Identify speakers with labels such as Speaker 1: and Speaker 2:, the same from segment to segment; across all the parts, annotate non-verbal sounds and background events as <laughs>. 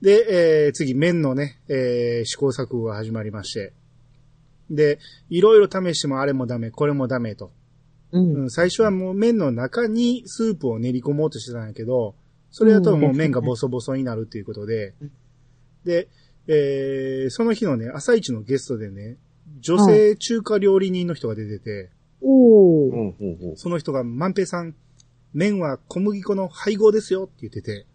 Speaker 1: で、えー次、麺のね、えー試行錯誤が始まりまして。で、いろいろ試してもあれもダメ、これもダメと。
Speaker 2: うん。
Speaker 1: うん、最初はもう麺の中にスープを練り込もうとしてたんやけど、それだともう麺がボソボソになるっていうことで
Speaker 2: うん、
Speaker 1: で、えーその日のね、朝一のゲストでね、女性中華料理人の人が出てて、
Speaker 2: お
Speaker 3: う
Speaker 2: ー。
Speaker 3: ん、うん、うん。
Speaker 1: その人が、万平さん、麺は小麦粉の配合ですよって言ってて、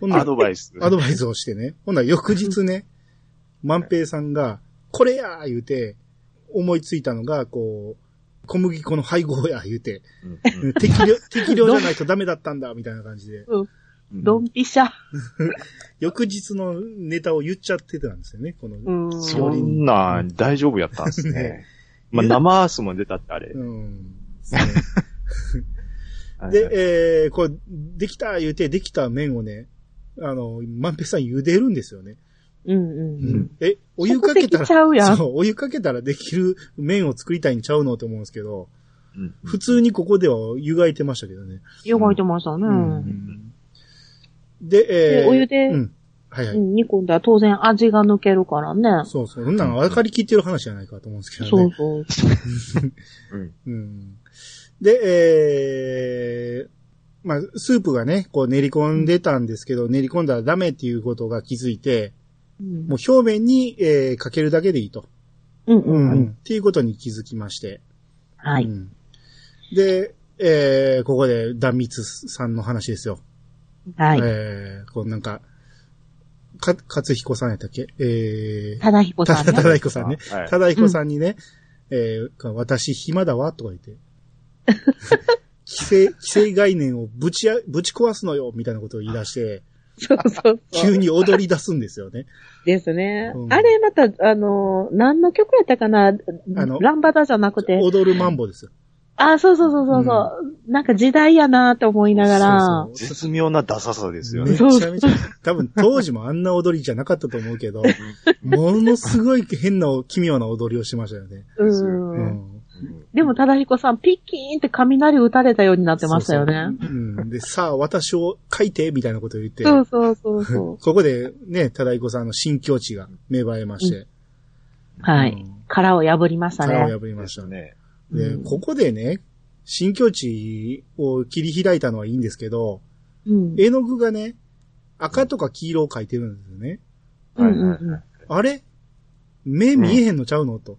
Speaker 1: ほんなら
Speaker 3: アドバイス。
Speaker 1: アドバイスをしてね。ほんなら翌日
Speaker 2: <laughs>
Speaker 1: ね、万平さんが、これやー言うて、思いついたのが、こう、小麦粉の配合や言うて、
Speaker 3: うん
Speaker 1: 適
Speaker 2: <laughs>
Speaker 1: 量、適量じゃないとダメだったんだ、みたいな感じで。
Speaker 3: うん
Speaker 2: ドンピシャ。
Speaker 1: 翌日のネタを言っちゃってたんですよね、この。
Speaker 2: う。
Speaker 1: うん
Speaker 3: そんなん大丈夫やったんですね。
Speaker 1: <laughs>
Speaker 3: まあ、生アースも出たってあれ。
Speaker 1: ん。
Speaker 3: はいはい
Speaker 1: で、えー、こう、できた言うて、できた麺をね、あの、万平さん茹でるんですよね。
Speaker 2: うんうんうん。
Speaker 1: え、お湯かけたら、
Speaker 2: 即席ちゃうやん
Speaker 1: そう、お湯かけたらできる麺を作りたいんちゃうのと思うんですけど、
Speaker 3: うん
Speaker 1: 普通にここでは湯がいてましたけどね。
Speaker 2: 湯がいてましたね。
Speaker 1: う
Speaker 2: うん。
Speaker 1: んで、えー、
Speaker 2: でお湯で
Speaker 1: うん。はいはい。
Speaker 2: 煮込んだら当然味が抜けるからね。
Speaker 1: そうそう。そんなの分かりきってる話じゃないかと思うんですけどね。
Speaker 2: そうそう。
Speaker 3: うん
Speaker 1: うんで、えー、まあ、スープがね、こう練り込んでたんですけど、練り込んだらダメっていうことが気づいて、
Speaker 2: うん
Speaker 1: もう表面に、えーかけるだけでいいと。
Speaker 2: うんうん。
Speaker 1: うんっていうことに気づきまして。
Speaker 2: は
Speaker 1: う
Speaker 2: い。
Speaker 1: んで、えーここで、ダミツさんの話ですよ。
Speaker 2: はい。
Speaker 1: えーこうなんか、か、勝彦さんやったっけえー、
Speaker 2: ただひこさん
Speaker 1: た
Speaker 2: ね
Speaker 1: た。だ彦さんね。
Speaker 3: はい
Speaker 1: ただ彦さんにね、えー私暇だわ、とか言
Speaker 2: <laughs>
Speaker 1: って。規制、規制概念をぶちあ、ぶち壊すのよ、みたいなことを言い出して、
Speaker 2: そうそうそう
Speaker 1: 急。に踊り出すんですよね。
Speaker 2: ですね
Speaker 1: う。ん
Speaker 2: あれまた、あの、何の曲やったかな
Speaker 1: の
Speaker 2: ランバダじゃなくて。
Speaker 1: 踊るマンボですよ。
Speaker 2: あ、そうそうそうそうそう。なんか時代やなと思いながら。
Speaker 1: そうそう
Speaker 3: 絶妙なダサさですよ
Speaker 1: め
Speaker 3: ね。
Speaker 1: ちゃめちゃ、多分当時もあんな踊りじゃなかったと思う
Speaker 2: <laughs>
Speaker 1: けど、ものすごい変な、奇妙な踊りをしてましたよね。
Speaker 2: うん
Speaker 1: うん。 <laughs>
Speaker 3: うん
Speaker 2: でも、ただひこさん、ピッキーンって雷打たれたようになってましたよね。
Speaker 1: そうそううん。で、さあ、私を書いて、みたいなことを言って、
Speaker 2: そうそうそうそ
Speaker 1: ここでね、ただいこさんの新境地が芽生えまして、
Speaker 2: う。 <laughs> は
Speaker 1: う
Speaker 2: い
Speaker 1: ん。
Speaker 2: 殻を破りました
Speaker 1: 殻を
Speaker 2: ね。
Speaker 1: 破りましたね。
Speaker 3: ね。
Speaker 1: で、
Speaker 2: うん
Speaker 1: ここでね、新境地を切り開いたのはいいんですけど、
Speaker 2: うん。
Speaker 1: 絵の具がね、赤とか黄色を描いてるんですよね。
Speaker 2: うん
Speaker 3: はい
Speaker 2: うん
Speaker 3: はい
Speaker 2: うん
Speaker 1: あれ目見えへんのちゃうのと。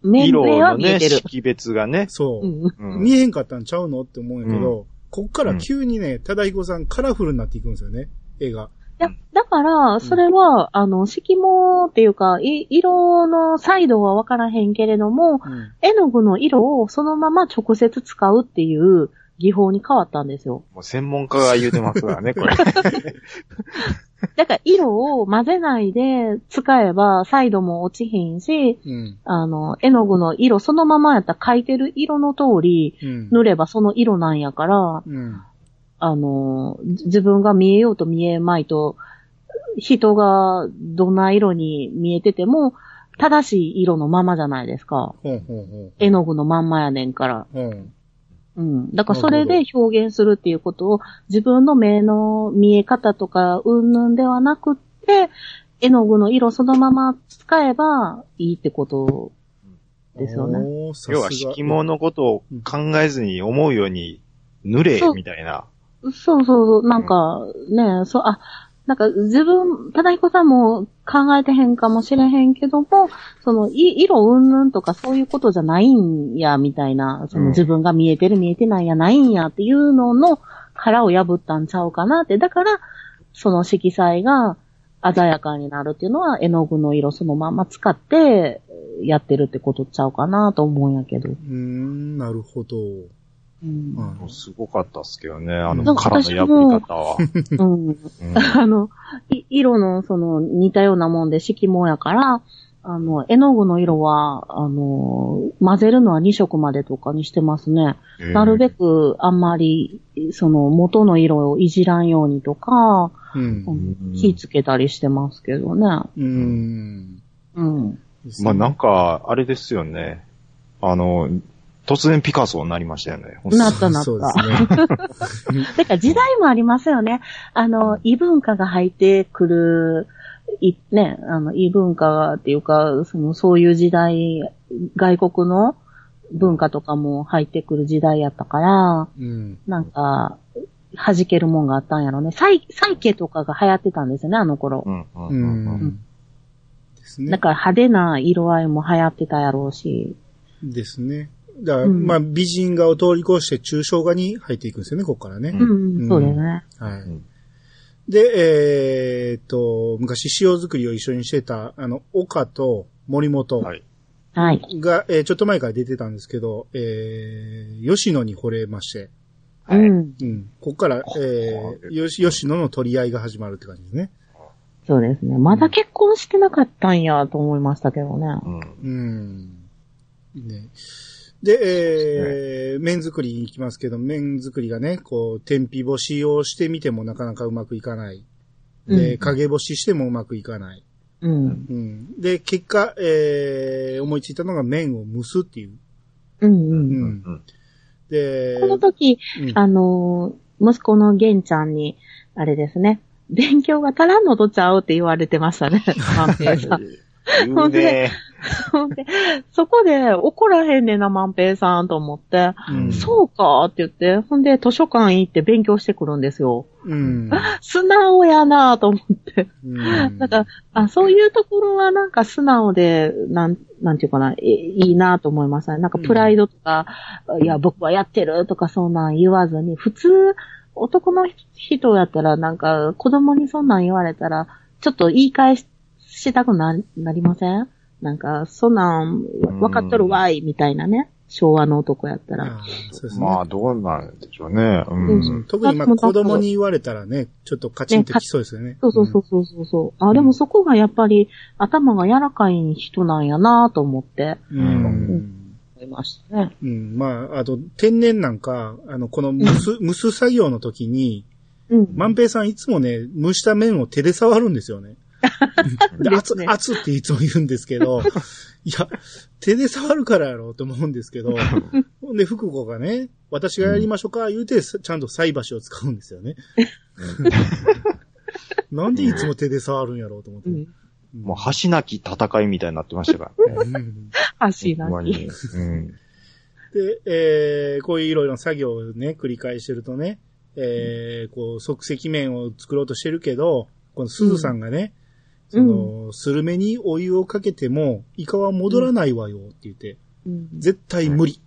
Speaker 2: 面
Speaker 3: 色
Speaker 2: 々は
Speaker 3: の
Speaker 2: 見え
Speaker 3: ね、
Speaker 2: てる。
Speaker 3: 識別がね。
Speaker 1: そうう。
Speaker 2: ん。
Speaker 3: うん
Speaker 1: 見えへんかったんちゃうのって思うんやけど、こっから急にね、ただいこさんカラフルになっていくんですよね、絵が。
Speaker 2: いや、だから、それは、あの、色毛っていうか、い色の彩度はわからへんけれども、
Speaker 1: うん
Speaker 2: 絵の具の色をそのまま直接使うっていう技法に変わったんです <laughs> よ。
Speaker 3: もう専門家が言うてます
Speaker 1: <laughs>
Speaker 3: からね、これ。
Speaker 2: だから、色を混ぜないで使えば、彩度も落ちへんし、
Speaker 1: うん。
Speaker 2: あの、絵の具の色そのままやったら描いてる色の通り、
Speaker 1: うん。
Speaker 2: 塗ればその色なんやから、
Speaker 1: うん。
Speaker 2: あの、じ自分が見えようと見えまいと、人がどんな色に見えてても、正しい色のままじゃないですか。
Speaker 1: ほんほんほん。
Speaker 2: 絵の具のまんまやねんから。
Speaker 1: ほん。
Speaker 2: うん。だから
Speaker 1: な
Speaker 2: そ
Speaker 1: るほ
Speaker 2: れ
Speaker 1: ど
Speaker 2: で表現するっていうことを、自分の目の見え方とか、うんぬんではなくって、絵の具の色そのまま使えばいいってこと。ですよね
Speaker 1: おーさすが
Speaker 3: 要は、色毛のことを考えずに思うように、塗れ、みたいな。
Speaker 2: そうそうそう、なんか、ね、そう、あ、なんか自分、ただひこさんも考えてへんかもしれへんけども、その、い色うんぬんとかそういうことじゃないんや、みたいな、その
Speaker 3: うん
Speaker 2: 自分が見えてる見えてないや、ないんやっていうのの殻を破ったんちゃうかなって、だから、その色彩が鮮やかになるっていうのは、絵の具の色そのまんま使って、やってるってことちゃうかなと思うんやけど。
Speaker 1: うーん、なるほど。
Speaker 2: うん。
Speaker 1: うん
Speaker 3: もうすごかったっすけどね、あ
Speaker 1: な
Speaker 3: の
Speaker 1: んか
Speaker 3: 殻の
Speaker 2: 私
Speaker 3: 破り方は。
Speaker 2: うん
Speaker 3: うん
Speaker 2: あの、い色の、その、似たようなもんで色もやから、あの、絵の具の色は、あの、混ぜるのは2色までとかにしてますね。
Speaker 1: <laughs>
Speaker 2: なるべく、あんまり、その、元の色をいじらんようにとか、
Speaker 1: うん
Speaker 2: う。
Speaker 3: うん
Speaker 2: ん火つけたりしてますけどね。
Speaker 1: うーん。
Speaker 2: うん。
Speaker 1: ですね
Speaker 3: まあなんか、あれですよね。あの、突然ピカソになりましたよね。
Speaker 2: なったなった
Speaker 1: そうですね。
Speaker 2: だから時代もありますよね。あの、異文化が入ってくる、い、ね、あの、異文化っていうか、その、そういう時代、外国の文化とかも入ってくる時代やったから、
Speaker 3: <laughs>
Speaker 1: うん。
Speaker 2: なんか、弾けるもんがあったんやろね。サイ、サイケとかが流行ってたんですよね、あの頃
Speaker 3: う。んうん
Speaker 1: う
Speaker 3: うんうん
Speaker 1: ん。ですね
Speaker 2: だ。から派手な色合いも流行ってたやろうし。
Speaker 1: ですね。だから、
Speaker 2: うん
Speaker 1: まあ、美人画を通り越して抽象画に入っていくんですよね、ここからね。
Speaker 3: う
Speaker 2: うんん、そうですね。
Speaker 1: はい。
Speaker 3: うん
Speaker 1: で、えーっと、昔塩作りを一緒にしてた、あの、岡と森本が、
Speaker 3: はい。
Speaker 2: はい。
Speaker 1: えーちょっと前から出てたんですけど、えー、吉野に惚れまして、
Speaker 3: は
Speaker 2: う
Speaker 3: い。
Speaker 2: ん、
Speaker 1: うん。ここから、
Speaker 3: こ
Speaker 1: えー、よし吉野の取り合いが始まるって感じですね。
Speaker 2: そうですね。まだ結婚してなかったんやと思いましたけどね。
Speaker 3: うん
Speaker 1: うん。ね。で、えー、麺作りに行きますけど、麺作りがね、こう、天日干しをしてみてもなかなかうまくいかない。で、
Speaker 2: うん
Speaker 1: 陰干ししてもうまくいかない。
Speaker 2: うん。
Speaker 1: うん。で、結果、えー、思いついたのが麺を蒸すっていう。
Speaker 2: うんう。
Speaker 1: うん。
Speaker 3: うんん
Speaker 1: で、
Speaker 2: この時、
Speaker 1: うん
Speaker 2: あのー息子の玄ちゃんに、あれですね、勉強が足らんのとちゃうって言われてま
Speaker 1: <laughs>
Speaker 2: したね、万平さん。
Speaker 3: 言うね。
Speaker 2: でそこで怒らへんねんな、万平さんと思って、
Speaker 1: うん
Speaker 2: そうかって言って、ほんで図書館行って勉強してくるんですよ。
Speaker 1: うん。
Speaker 2: 素直やなと思って。
Speaker 1: うん
Speaker 2: <laughs> なんか、あ、そういうところはなんか素直で、なん、なんていうかな、いいいなと思いましたね。なんかプライドとか、いや、僕はやってるとかそんなん言わずに、普通、男の人やったらなんか、子供にそんなん言われたら、ちょっと言い返ししたくな、なりませんなんか、そんなん、わかっとるわい、みたいなね。昭和の男やったら。
Speaker 1: あーそうですね。
Speaker 3: まあ、どうなんでしょうね。うん
Speaker 2: うん
Speaker 1: 特にまあ
Speaker 2: だってもう
Speaker 1: 子供に言われたらね、ちょっとカチンときそうですよね。
Speaker 2: そうそうそうそうそうそう。あ、でもそこがやっぱり頭が柔らかい人なんやなと思って
Speaker 1: うん。うん。
Speaker 2: 思いましたね。
Speaker 1: うん。まあ、あと、天然なんか、あの、この蒸す、蒸す作業の時に、
Speaker 2: うん。
Speaker 1: 万平さんいつもね、蒸した麺を手で触るんですよ
Speaker 2: <laughs>
Speaker 1: ね。で熱、
Speaker 2: ですね
Speaker 1: 熱っていつも言うんですけど、いや、手で触るからやろうと思うんです
Speaker 2: <laughs>
Speaker 1: けど、ほんで、福子がね、私がやりましょうか、言うて、ちゃんと菜箸を使うんですよね。なんでいつも手で触るんやろうと思って。
Speaker 2: うん。
Speaker 3: もう、箸なき戦いみたいになってましたからね。
Speaker 1: うん
Speaker 2: 足な
Speaker 3: ほんま
Speaker 2: き。
Speaker 3: に。うん。
Speaker 1: で、えーこういういろいろな作業をね、繰り返してるとね、えーこう、即席麺を作ろうとしてるけど、この鈴さんがね、
Speaker 2: うん
Speaker 1: その、スルメにお湯をかけても、イカは戻らないわよって言って、
Speaker 2: うん
Speaker 1: 絶対無理。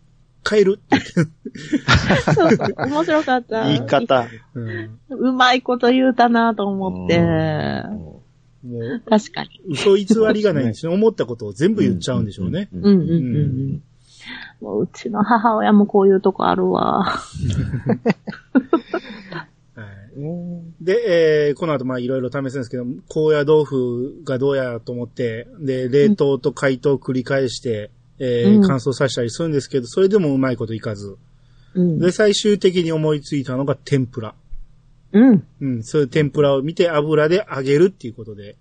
Speaker 1: 帰るって言って、
Speaker 2: そうそう面白かった。
Speaker 3: 言い方。
Speaker 1: うん
Speaker 2: うまいこと言うたなと思って。
Speaker 3: う
Speaker 1: もう、
Speaker 2: 確かに。
Speaker 1: 嘘偽りがないんですね。思ったことを全部言っちゃうんでしょうね。
Speaker 3: ん
Speaker 2: うんうんうんうん。もううちの母親もこういうとこあるわ。
Speaker 1: はい
Speaker 2: うん。
Speaker 1: で、えーこの後まあいろいろ試すんですけど、高野豆腐がどうやと思って、で、冷凍と解凍を繰り返して、えー
Speaker 2: うん
Speaker 1: 乾燥させたりするんですけど、それでもうまいこといかず。
Speaker 2: うん
Speaker 1: で、。最終的に思いついたのが天ぷら。
Speaker 2: うん。
Speaker 1: うん、そういう天ぷらを見て油で揚げるっていうことで、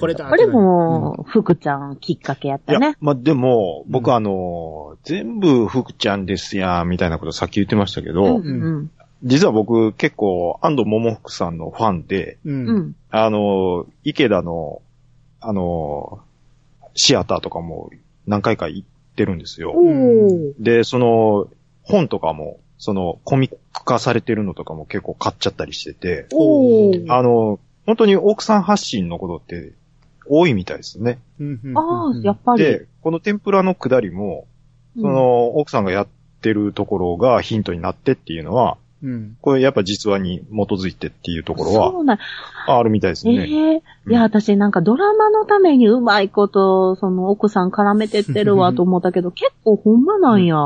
Speaker 1: これだ
Speaker 2: これも、福ちゃんきっかけやっ
Speaker 3: い
Speaker 2: た
Speaker 3: や
Speaker 2: ね。、
Speaker 3: まあ、でも、
Speaker 1: う
Speaker 3: 僕あの、全部福ちゃんですやん、みたいなことさっき言ってましたけ
Speaker 2: うん
Speaker 3: ど、
Speaker 2: うん
Speaker 3: 実は僕結構安藤桃福さんのファンで、
Speaker 1: う。
Speaker 2: うんうんん。
Speaker 3: あの、池田の、あの、シアターとかも何回か行ってるんですよ。
Speaker 2: おー。
Speaker 3: で、その、本とかも、その、コミック化されてるのとかも結構買っちゃったりしてて、
Speaker 2: お
Speaker 1: う
Speaker 2: ー。あ
Speaker 3: あの、本当に奥さん発信のことって多いみたいですね。
Speaker 1: うんうん
Speaker 2: あー、やっぱり。
Speaker 3: で、この天ぷらのくだりも、
Speaker 2: うん
Speaker 3: その、奥さんがやってるところがヒントになってっていうのは、
Speaker 1: うん。
Speaker 3: これやっぱ実話に基づいてっていうところ
Speaker 2: そ
Speaker 3: は、
Speaker 2: うなん
Speaker 3: あるみたいです
Speaker 2: ええ
Speaker 3: ね。
Speaker 2: いや、
Speaker 3: うん
Speaker 2: 私なんかドラマのためにうまいこと、その奥さん絡めてってるわと思ったけど、結構ほんまなんや。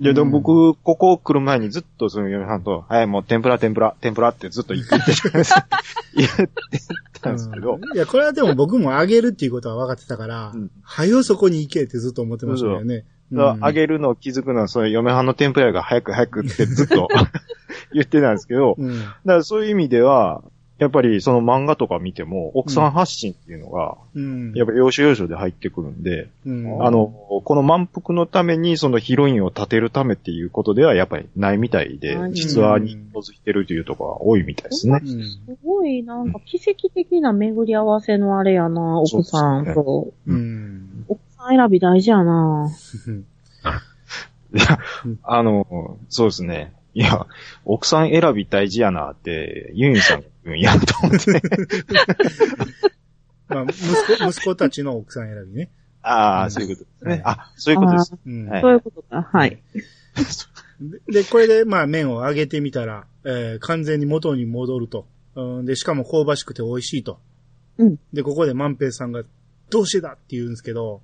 Speaker 3: で、でも僕、ここ来る前にずっとその嫁さんと、はい、もう天ぷら、天ぷら、天ぷらってずっと言ってたんです
Speaker 2: <laughs>
Speaker 3: 言ってたんですけど、
Speaker 1: いや、これはでも僕も揚げるっていうことは分かってたから
Speaker 3: うん、
Speaker 1: はよそこに行けってずっと思ってましたよね。
Speaker 3: 揚
Speaker 1: うん
Speaker 3: げるのを気づくのは、その嫁はんの天ぷらが早く早くってずっと <laughs> 言ってたんですけど、
Speaker 1: うん。
Speaker 3: だからそういう意味では、やっぱりその漫画とか見ても、奥さん発信っていうのが、
Speaker 1: うん。
Speaker 3: やっぱ要所要所で入ってくるんで、
Speaker 1: うん
Speaker 3: あの、この満腹のためにそのヒロインを立てるためっていうことではやっぱりないみたいで
Speaker 2: う、ん
Speaker 3: 実話に基づいてるというところが多いみたいですね
Speaker 1: う。ん
Speaker 2: すごい、なんか奇跡的な巡り合わせのあれやな、奥さんと。
Speaker 1: うん
Speaker 2: 奥さん選び大事やな。
Speaker 3: いや、あの、そうですね。いや、奥さん選び大事やなって、ユンユンさんが言うんやと思
Speaker 2: <laughs>
Speaker 3: って。
Speaker 1: まあ、息子、 <laughs> 息子たちの奥さん選びね。
Speaker 3: ああ、そういうことです
Speaker 1: はい
Speaker 3: ね。あ、そういうことです。
Speaker 1: うん
Speaker 3: はい
Speaker 2: そういうことか。はい。
Speaker 1: で、 <laughs> これで、まあ、麺を揚げてみたら、えー完全に元に戻ると、うん。で、しかも香ばしくて美味しいと。
Speaker 2: うん
Speaker 1: で、ここで万平さんが、どうしてだって言うんですけど、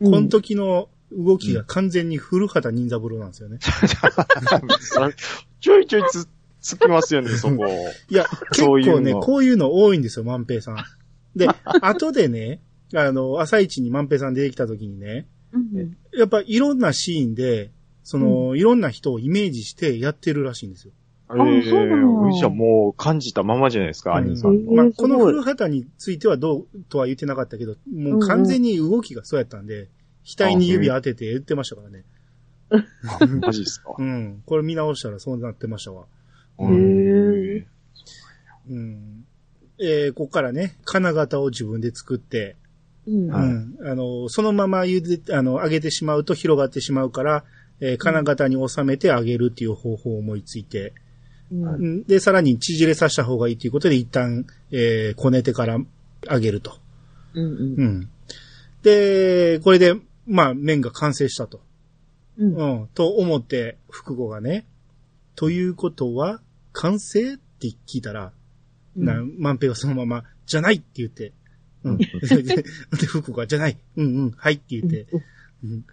Speaker 2: うん
Speaker 1: この時の動きが完全に古畑任三郎なん
Speaker 3: <laughs>
Speaker 1: ですよね。
Speaker 3: ちょいちょいつ、つきますよね、そこ。
Speaker 1: いや、結
Speaker 3: そうい
Speaker 1: 構
Speaker 3: う
Speaker 1: ね、
Speaker 3: の
Speaker 1: こういうの多いんですよ、万平さん。
Speaker 3: <laughs>
Speaker 1: で、後でね、あの、朝一に万平さん出てきた時にね、
Speaker 2: うん
Speaker 1: やっぱいろんなシーンで、その、いろんな人をイメージしてやってるらしいんですよ。
Speaker 3: あれ
Speaker 2: あそうなの
Speaker 3: じゃあもう感じたままじゃないですか、
Speaker 1: うん
Speaker 3: 兄さん。
Speaker 1: まあ、
Speaker 2: えー
Speaker 1: この
Speaker 2: すごい
Speaker 1: 古畑についてはどうとは言ってなかったけど、もう完全に動きがそうやったんで、額に指当てて言ってましたから <laughs> ね。
Speaker 3: あマジですか。
Speaker 1: うん。これ見直したらそうなってましたわ。
Speaker 2: へー
Speaker 3: うん
Speaker 1: うん。えーここからね、金型を自分で作って、
Speaker 2: うん
Speaker 3: はい
Speaker 1: うん。あの、そのまま茹で、あの、揚げてしまうと広がってしまうから、えー金型に収めて揚げるっていう方法を思いついて、
Speaker 2: うん
Speaker 1: うんで、さらに縮れさせた方がいいということで、一旦、えーこねてから揚げると。
Speaker 2: うん
Speaker 1: うん。で、これで、まあ、麺が完成したと。
Speaker 2: うんうん
Speaker 1: うん。と思って、福子がね、ということは、完成って聞いたら、な、万平はそのまま、じゃないって言
Speaker 3: <laughs>
Speaker 1: って、うん。で、で福子が、じゃない、うんうん、はいって言って、うん。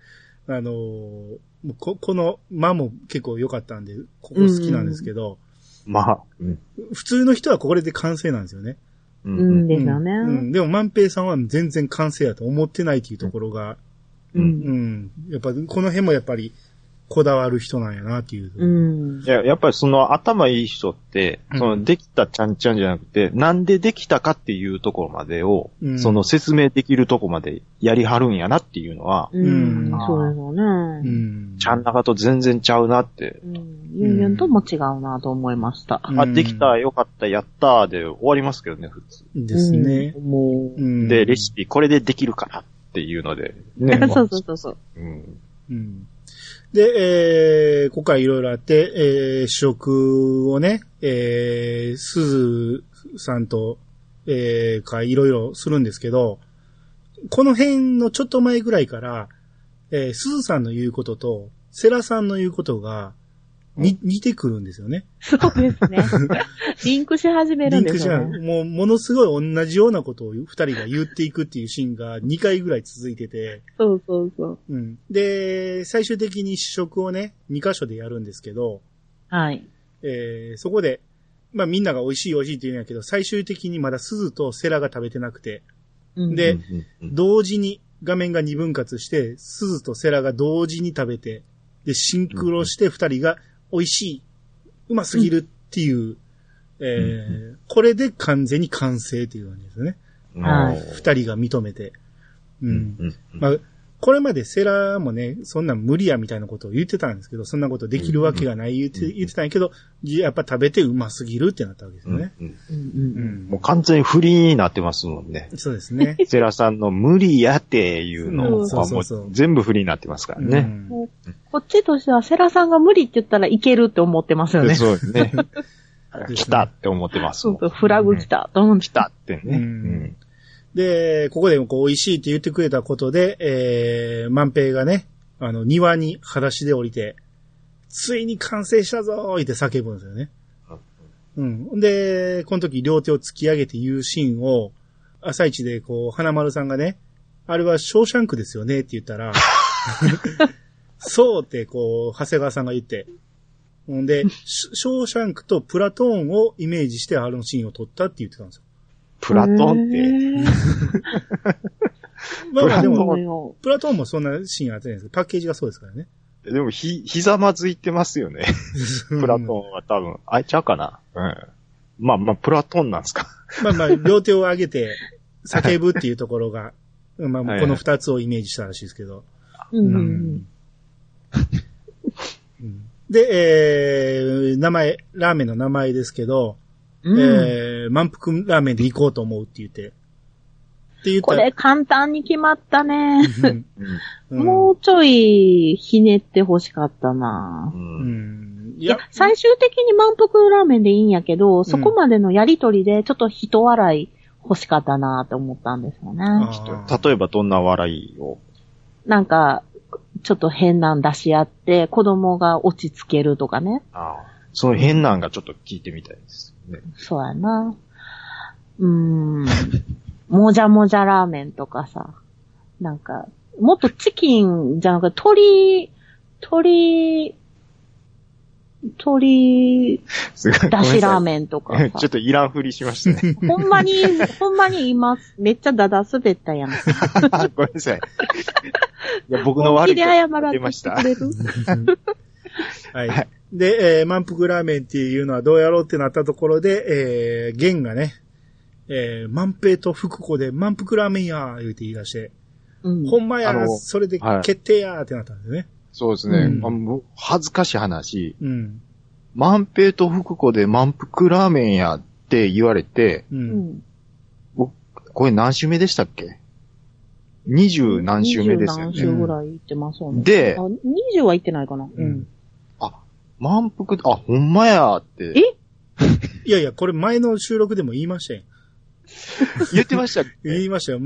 Speaker 1: あのーもうこ、この間も結構良かったんで、ここ好きなんですけど、
Speaker 3: まあ、うん。
Speaker 1: 普通の人はこれで完成なんですよね。
Speaker 3: う
Speaker 2: うんうん。ですよね。
Speaker 1: うんうん。でも万平さんは全然完成やと思ってないっていうところが、
Speaker 2: う。
Speaker 1: うんん。やっぱ、この辺もやっぱり、こだわる人なんやな、っていう。
Speaker 2: うん
Speaker 3: い。や、やっぱりその頭いい人って、
Speaker 1: うん
Speaker 3: そのできたちゃんちゃんじゃなくて、なんでできたかっていうところまでを、
Speaker 1: うん
Speaker 3: その説明できるとこまでやりはるんやなっていうのは、
Speaker 2: うん
Speaker 1: うん。
Speaker 2: そういうの
Speaker 1: う
Speaker 2: ね。
Speaker 1: ん。
Speaker 3: ちゃん中と全然ちゃうなって。
Speaker 2: うん。ユンユンとも違うなと思いました。
Speaker 1: うん
Speaker 3: あ、できた、よかった、やったーで終わりますけどね、普通。
Speaker 1: ですね
Speaker 2: う。ん。もう。。
Speaker 1: うん
Speaker 3: で、レシピこれでできるからっていうので、ね
Speaker 2: <laughs> そうそうそうそう。
Speaker 3: うん。
Speaker 1: うん。で、えー、ここからいろいろあって、えー、試食をね、えー、すずさんと、えー、かいろいろするんですけど、この辺のちょっと前ぐらいから、えー、すずさんの言うことと、セラさんの言うことが、に、似てくるんですよね。
Speaker 2: そうですね。リンクし始め
Speaker 1: リ
Speaker 2: るん
Speaker 1: ン
Speaker 2: で
Speaker 1: ク
Speaker 2: す
Speaker 1: じゃ
Speaker 2: よ
Speaker 1: ん
Speaker 2: ね。。
Speaker 1: もう、ものすごい同じようなことを二人が言っていくっていうシーンが2回ぐらい続いてて、
Speaker 2: そうそうそう。
Speaker 1: うん。で、最終的に試食をね、2箇所でやるんですけど、
Speaker 2: はい。
Speaker 1: えーそこで、まあみんなが美味しい美味しいって言うんやけど、最終的にまだ鈴とセラが食べてなくて、
Speaker 2: うん
Speaker 1: で
Speaker 3: うんうん
Speaker 1: 同時に画面が二分割して、鈴とセラが同時に食べて、で、シンクロして二人が美味しい、うますぎるっていう、えーこれで完全に完成っていう感じですね。
Speaker 3: うん
Speaker 2: はい
Speaker 1: 二人が認めて。う
Speaker 3: うんん。うんうん
Speaker 1: まあ、これまでセラもね、そんなん無理やみたいなことを言ってたんですけど、そんなことできるわけがない言って,、
Speaker 3: うん
Speaker 1: 言ってたんやけど、やっぱ食べてうますぎるってなったわけです
Speaker 3: う
Speaker 1: よ
Speaker 3: ん
Speaker 1: ね。
Speaker 3: うん
Speaker 2: うん
Speaker 1: う
Speaker 2: うん。
Speaker 1: ん
Speaker 3: もう完全にフリーになってますもんね。
Speaker 1: そうですね。
Speaker 3: セラさんの無理やっていうの
Speaker 1: そう
Speaker 3: は
Speaker 1: そ
Speaker 3: も
Speaker 1: うそう
Speaker 3: う全部フリーになってますから <laughs> ね。
Speaker 1: うん
Speaker 2: こっちとしては、セラさんが無理って言ったらいけるって思ってますよね。
Speaker 3: そうですね。
Speaker 1: ね
Speaker 3: 来たって思ってます
Speaker 2: そ
Speaker 3: も。
Speaker 2: うんそう、フラグ来た。ドン
Speaker 3: 来たってね。
Speaker 1: う
Speaker 3: うんん
Speaker 1: で、ここでこう美味しいって言ってくれたことで、えー、万平がね、あの、庭に裸足で降りて、ついに完成したぞーって叫ぶんですよね。うん。で、この時両手を突き上げて言うシーンを、朝一でこう、花丸さんがね、あれはショーシャンクですよねって言った <laughs> ら、そうってこう、長谷川さんが言って、ほんで、シショーシャンクとプラトーンをイメージしてあのシーンを撮ったって言ってたんですよ。
Speaker 3: プラトンって。
Speaker 1: まあまあでも、
Speaker 2: も、
Speaker 1: プラトーンもそんなシーンあってないですけど、パッケージがそうですからね。
Speaker 3: でも、ひ、ひざまずいてますよね。プラトンは多分。あいちゃうかな。うん。まあまあ、プラトンなんですか。
Speaker 1: まあまあ、両手を上げて叫ぶっていうところが、まあ
Speaker 3: はいはい
Speaker 1: この二つをイメージしたらしいですけど。
Speaker 2: うんう
Speaker 1: うんんで、えー、名前、ラーメンの名前ですけど、
Speaker 2: うん。うん
Speaker 1: えー、満腹ラーメンで行こうと思うって言って。って言った
Speaker 2: これ簡単に決まったね。
Speaker 1: うん
Speaker 3: うん
Speaker 1: うん
Speaker 2: もうちょいひねって欲しかったな
Speaker 3: う。。
Speaker 1: うんん。い
Speaker 2: い
Speaker 1: や
Speaker 2: や、、最終的に満腹ラーメンでいいんやけど、そこまでのやりとりでちょっと人笑い欲しかったなって思ったんですよね。
Speaker 3: ちょっ
Speaker 1: あ
Speaker 3: と例えばどんな笑いを。
Speaker 2: なんか、ちょっと変なん出し合って、子供が落ち着けるとかね。
Speaker 3: ああその変なんがちょっと聞いてみたいですね。
Speaker 2: そうやな。うーん。もじゃもじゃラーメンとかさ。なんか、もっとチキンじゃなくて、鳥、鳥、鳥、
Speaker 3: すごい。
Speaker 2: だしラー
Speaker 3: ン。
Speaker 2: メンとか
Speaker 3: <laughs> ちょ
Speaker 2: さ
Speaker 3: っ。とイラン振りしましたね。
Speaker 2: ほんまに、ほんまに今、めっちゃダダ滑った
Speaker 3: <laughs>
Speaker 2: やん。
Speaker 3: ごめんなさい。いや、僕の悪い
Speaker 2: 気で
Speaker 3: とこ
Speaker 2: 謝ら
Speaker 3: 出ま
Speaker 2: ん
Speaker 3: し
Speaker 2: と
Speaker 3: た
Speaker 2: く。れる
Speaker 1: <laughs> はい
Speaker 3: は
Speaker 1: はい。で、えー満腹ラーメンっていうのはどうやろうってなったところで、えー、玄がね、えー、満平と福子で満腹ラーメンやー言うて言い出して、
Speaker 2: うん。
Speaker 1: ほんまや
Speaker 3: あ
Speaker 1: ー、
Speaker 3: の
Speaker 1: それで
Speaker 3: はい
Speaker 1: 決定やーってなったんですね。
Speaker 3: そうですね。
Speaker 1: うん
Speaker 3: まあもう恥ずかしい話。
Speaker 1: うん。
Speaker 3: 万平と福子で満腹ラーメンやって言われて、
Speaker 1: う。
Speaker 2: うんん。
Speaker 3: これ何週目でしたっけ二十何週目ですよ
Speaker 2: 20何
Speaker 3: ね。
Speaker 2: 週ぐらい行ってますもんね。
Speaker 3: で
Speaker 2: あ、20は行ってないかな。うん。
Speaker 3: 満腹、あ、ほんまやって
Speaker 2: え。
Speaker 1: いやいや、これ前の収録でも言いましたよ。
Speaker 3: 言ってましたっ
Speaker 1: 言
Speaker 3: け
Speaker 1: いましたよ。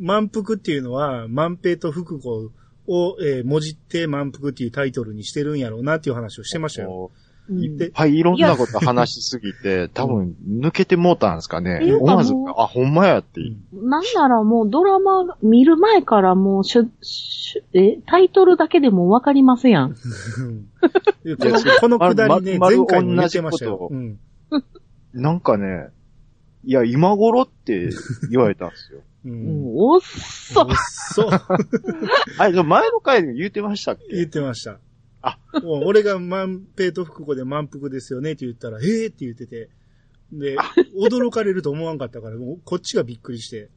Speaker 1: 満腹っていうのは、満平と福子を、えー、文字って満腹っていうタイトルにしてるんやろうなっていう話をしてましたよ。
Speaker 3: も
Speaker 2: う
Speaker 3: うい
Speaker 2: ん
Speaker 3: っぱいいろんなこと話しすぎて、多分抜けてもうたんですかね
Speaker 2: ってい。うか
Speaker 3: 思わず
Speaker 2: もう、
Speaker 3: あ、ほんまやって。
Speaker 2: なんならもうドラマ見る前からもうしゅ、しゅえ、タイトルだけでもわかりますやん。
Speaker 1: うんこのこのくだりね、
Speaker 3: まま
Speaker 1: 前回も言ってましたよ
Speaker 3: 同じこ。とを
Speaker 1: うん
Speaker 3: なんかね、いや、今頃って言われたんですよ。
Speaker 1: う。
Speaker 2: うんん、おっそ
Speaker 1: おっそう。
Speaker 3: あれ、でも前の回で言ってましたっ
Speaker 1: <laughs> 言っ
Speaker 3: け
Speaker 1: てました。
Speaker 3: あ
Speaker 1: もう俺が満平と福子で満腹ですよねって言ったら、ええって言ってて。で、驚かれると思わんかったから、もうこっちがびっくりして。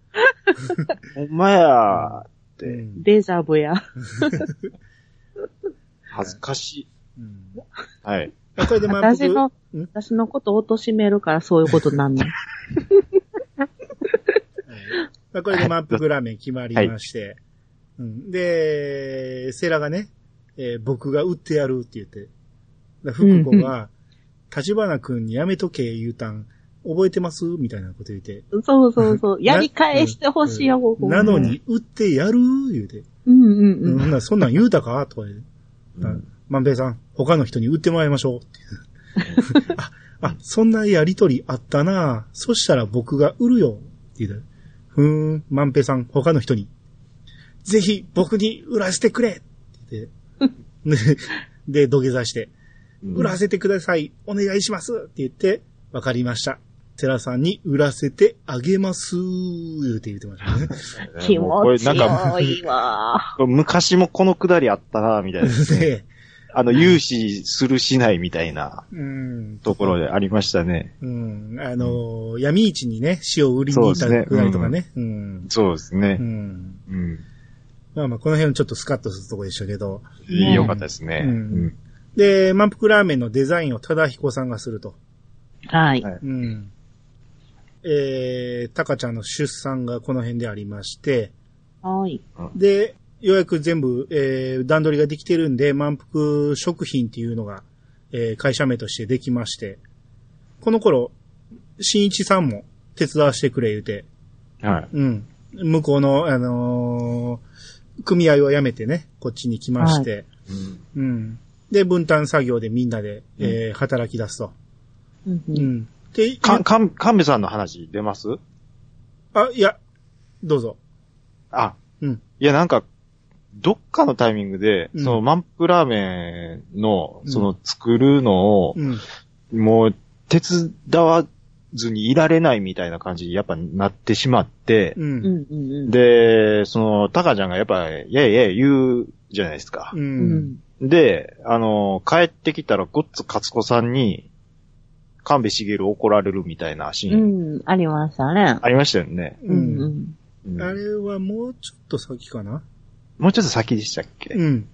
Speaker 3: ほんまやって。
Speaker 1: うん
Speaker 2: デジャブや。
Speaker 3: 恥ずかしい。
Speaker 1: うん
Speaker 3: はい。
Speaker 1: まあこれで満
Speaker 2: 私
Speaker 1: 腹
Speaker 2: の、私のこと貶としめるからそういう <laughs> ことなんねん。
Speaker 1: まあこれで満腹ラーメン決まりまして。うん、で、セラがね、えー僕が売ってやるって言って。だから福子が、立花くんにやめとけ言うたん、覚えてますみたいなこと言って。
Speaker 2: そうそうそう。やり返してほしいよ、ここ。
Speaker 1: なのに、売ってやる言うて。
Speaker 2: うんうん
Speaker 1: う
Speaker 2: うんん。
Speaker 1: ほんなら、そんなん言うたかとか言うて。
Speaker 3: うん
Speaker 1: 万平さん、他の人に売ってもらいましょうって。あ、あ、そんなやりとりあったなそしたら僕が売るよ。って言うたふーん、万平さん、他の人に。ぜひ僕に売らせてくれって言って。で、で土下座して、売らせてください。お願いしますって言って、わかりました。寺さんに売らせてあげますって言ってましたね。
Speaker 2: 気
Speaker 3: もうこ
Speaker 2: 持
Speaker 3: れ
Speaker 2: ち
Speaker 3: なん
Speaker 2: よ
Speaker 3: か、
Speaker 2: いわ。
Speaker 3: これ昔もこのくだりあったな、みたいな。
Speaker 1: <laughs> で、
Speaker 3: あの、融資するしないみたいな
Speaker 1: うん、
Speaker 3: ところでありましたね。
Speaker 1: うんあのー闇市にね、塩を売りに行ったくらいとかね。うん
Speaker 3: そうです
Speaker 1: う
Speaker 3: ね。
Speaker 1: ん
Speaker 3: うん。
Speaker 1: まあまあ、この辺ちょっとスカッとするとこでしたけど。
Speaker 2: ね
Speaker 3: よかったですね。
Speaker 1: う
Speaker 3: うんん
Speaker 1: で、満腹ラーメンのデザインを忠彦さんがすると。
Speaker 2: はい。
Speaker 3: はい
Speaker 1: うん。えー、タカちゃんの出産がこの辺でありまして、
Speaker 2: はい。
Speaker 1: で、ようやく全部、えー、段取りができてるんで、満腹食品っていうのが、えー、会社名としてできまして、この頃、新一さんも手伝わせてくれ言うて、
Speaker 3: はい。
Speaker 1: うん。向こうの、あのー組合を辞めてね、こっちに来まして、
Speaker 3: うん
Speaker 1: うん。で、分担作業でみんなで、えー働き出すと。
Speaker 2: うんう
Speaker 1: うんん。で、
Speaker 3: か、かん、神戸さんの話出ます
Speaker 1: あ、いや、どうぞ。
Speaker 3: あ、
Speaker 1: うん。
Speaker 3: いや、なんか、どっかのタイミングで、
Speaker 1: うん
Speaker 3: その、満腹ラーメンの、
Speaker 1: うん
Speaker 3: その、作るのを、
Speaker 1: うん。
Speaker 3: もう、手伝わずにいられないみたいな感じに、やっぱなってしまって、
Speaker 1: う。
Speaker 2: うんんうん。
Speaker 3: で、その、タカちゃんがやっぱ、いやいや言うじゃないですか
Speaker 1: う。。
Speaker 2: うんん。
Speaker 3: で、あの、帰ってきたら、ごっつカツコさんに、神戸茂怒られるみたいなシ
Speaker 2: う
Speaker 3: ーン、
Speaker 2: ん、ありましたね。
Speaker 3: ありましたよね。
Speaker 1: う。
Speaker 2: うん、うんん。
Speaker 3: うん
Speaker 1: あれはもうちょっと先かな
Speaker 3: もうちょっと先でしたっけ、
Speaker 1: うん。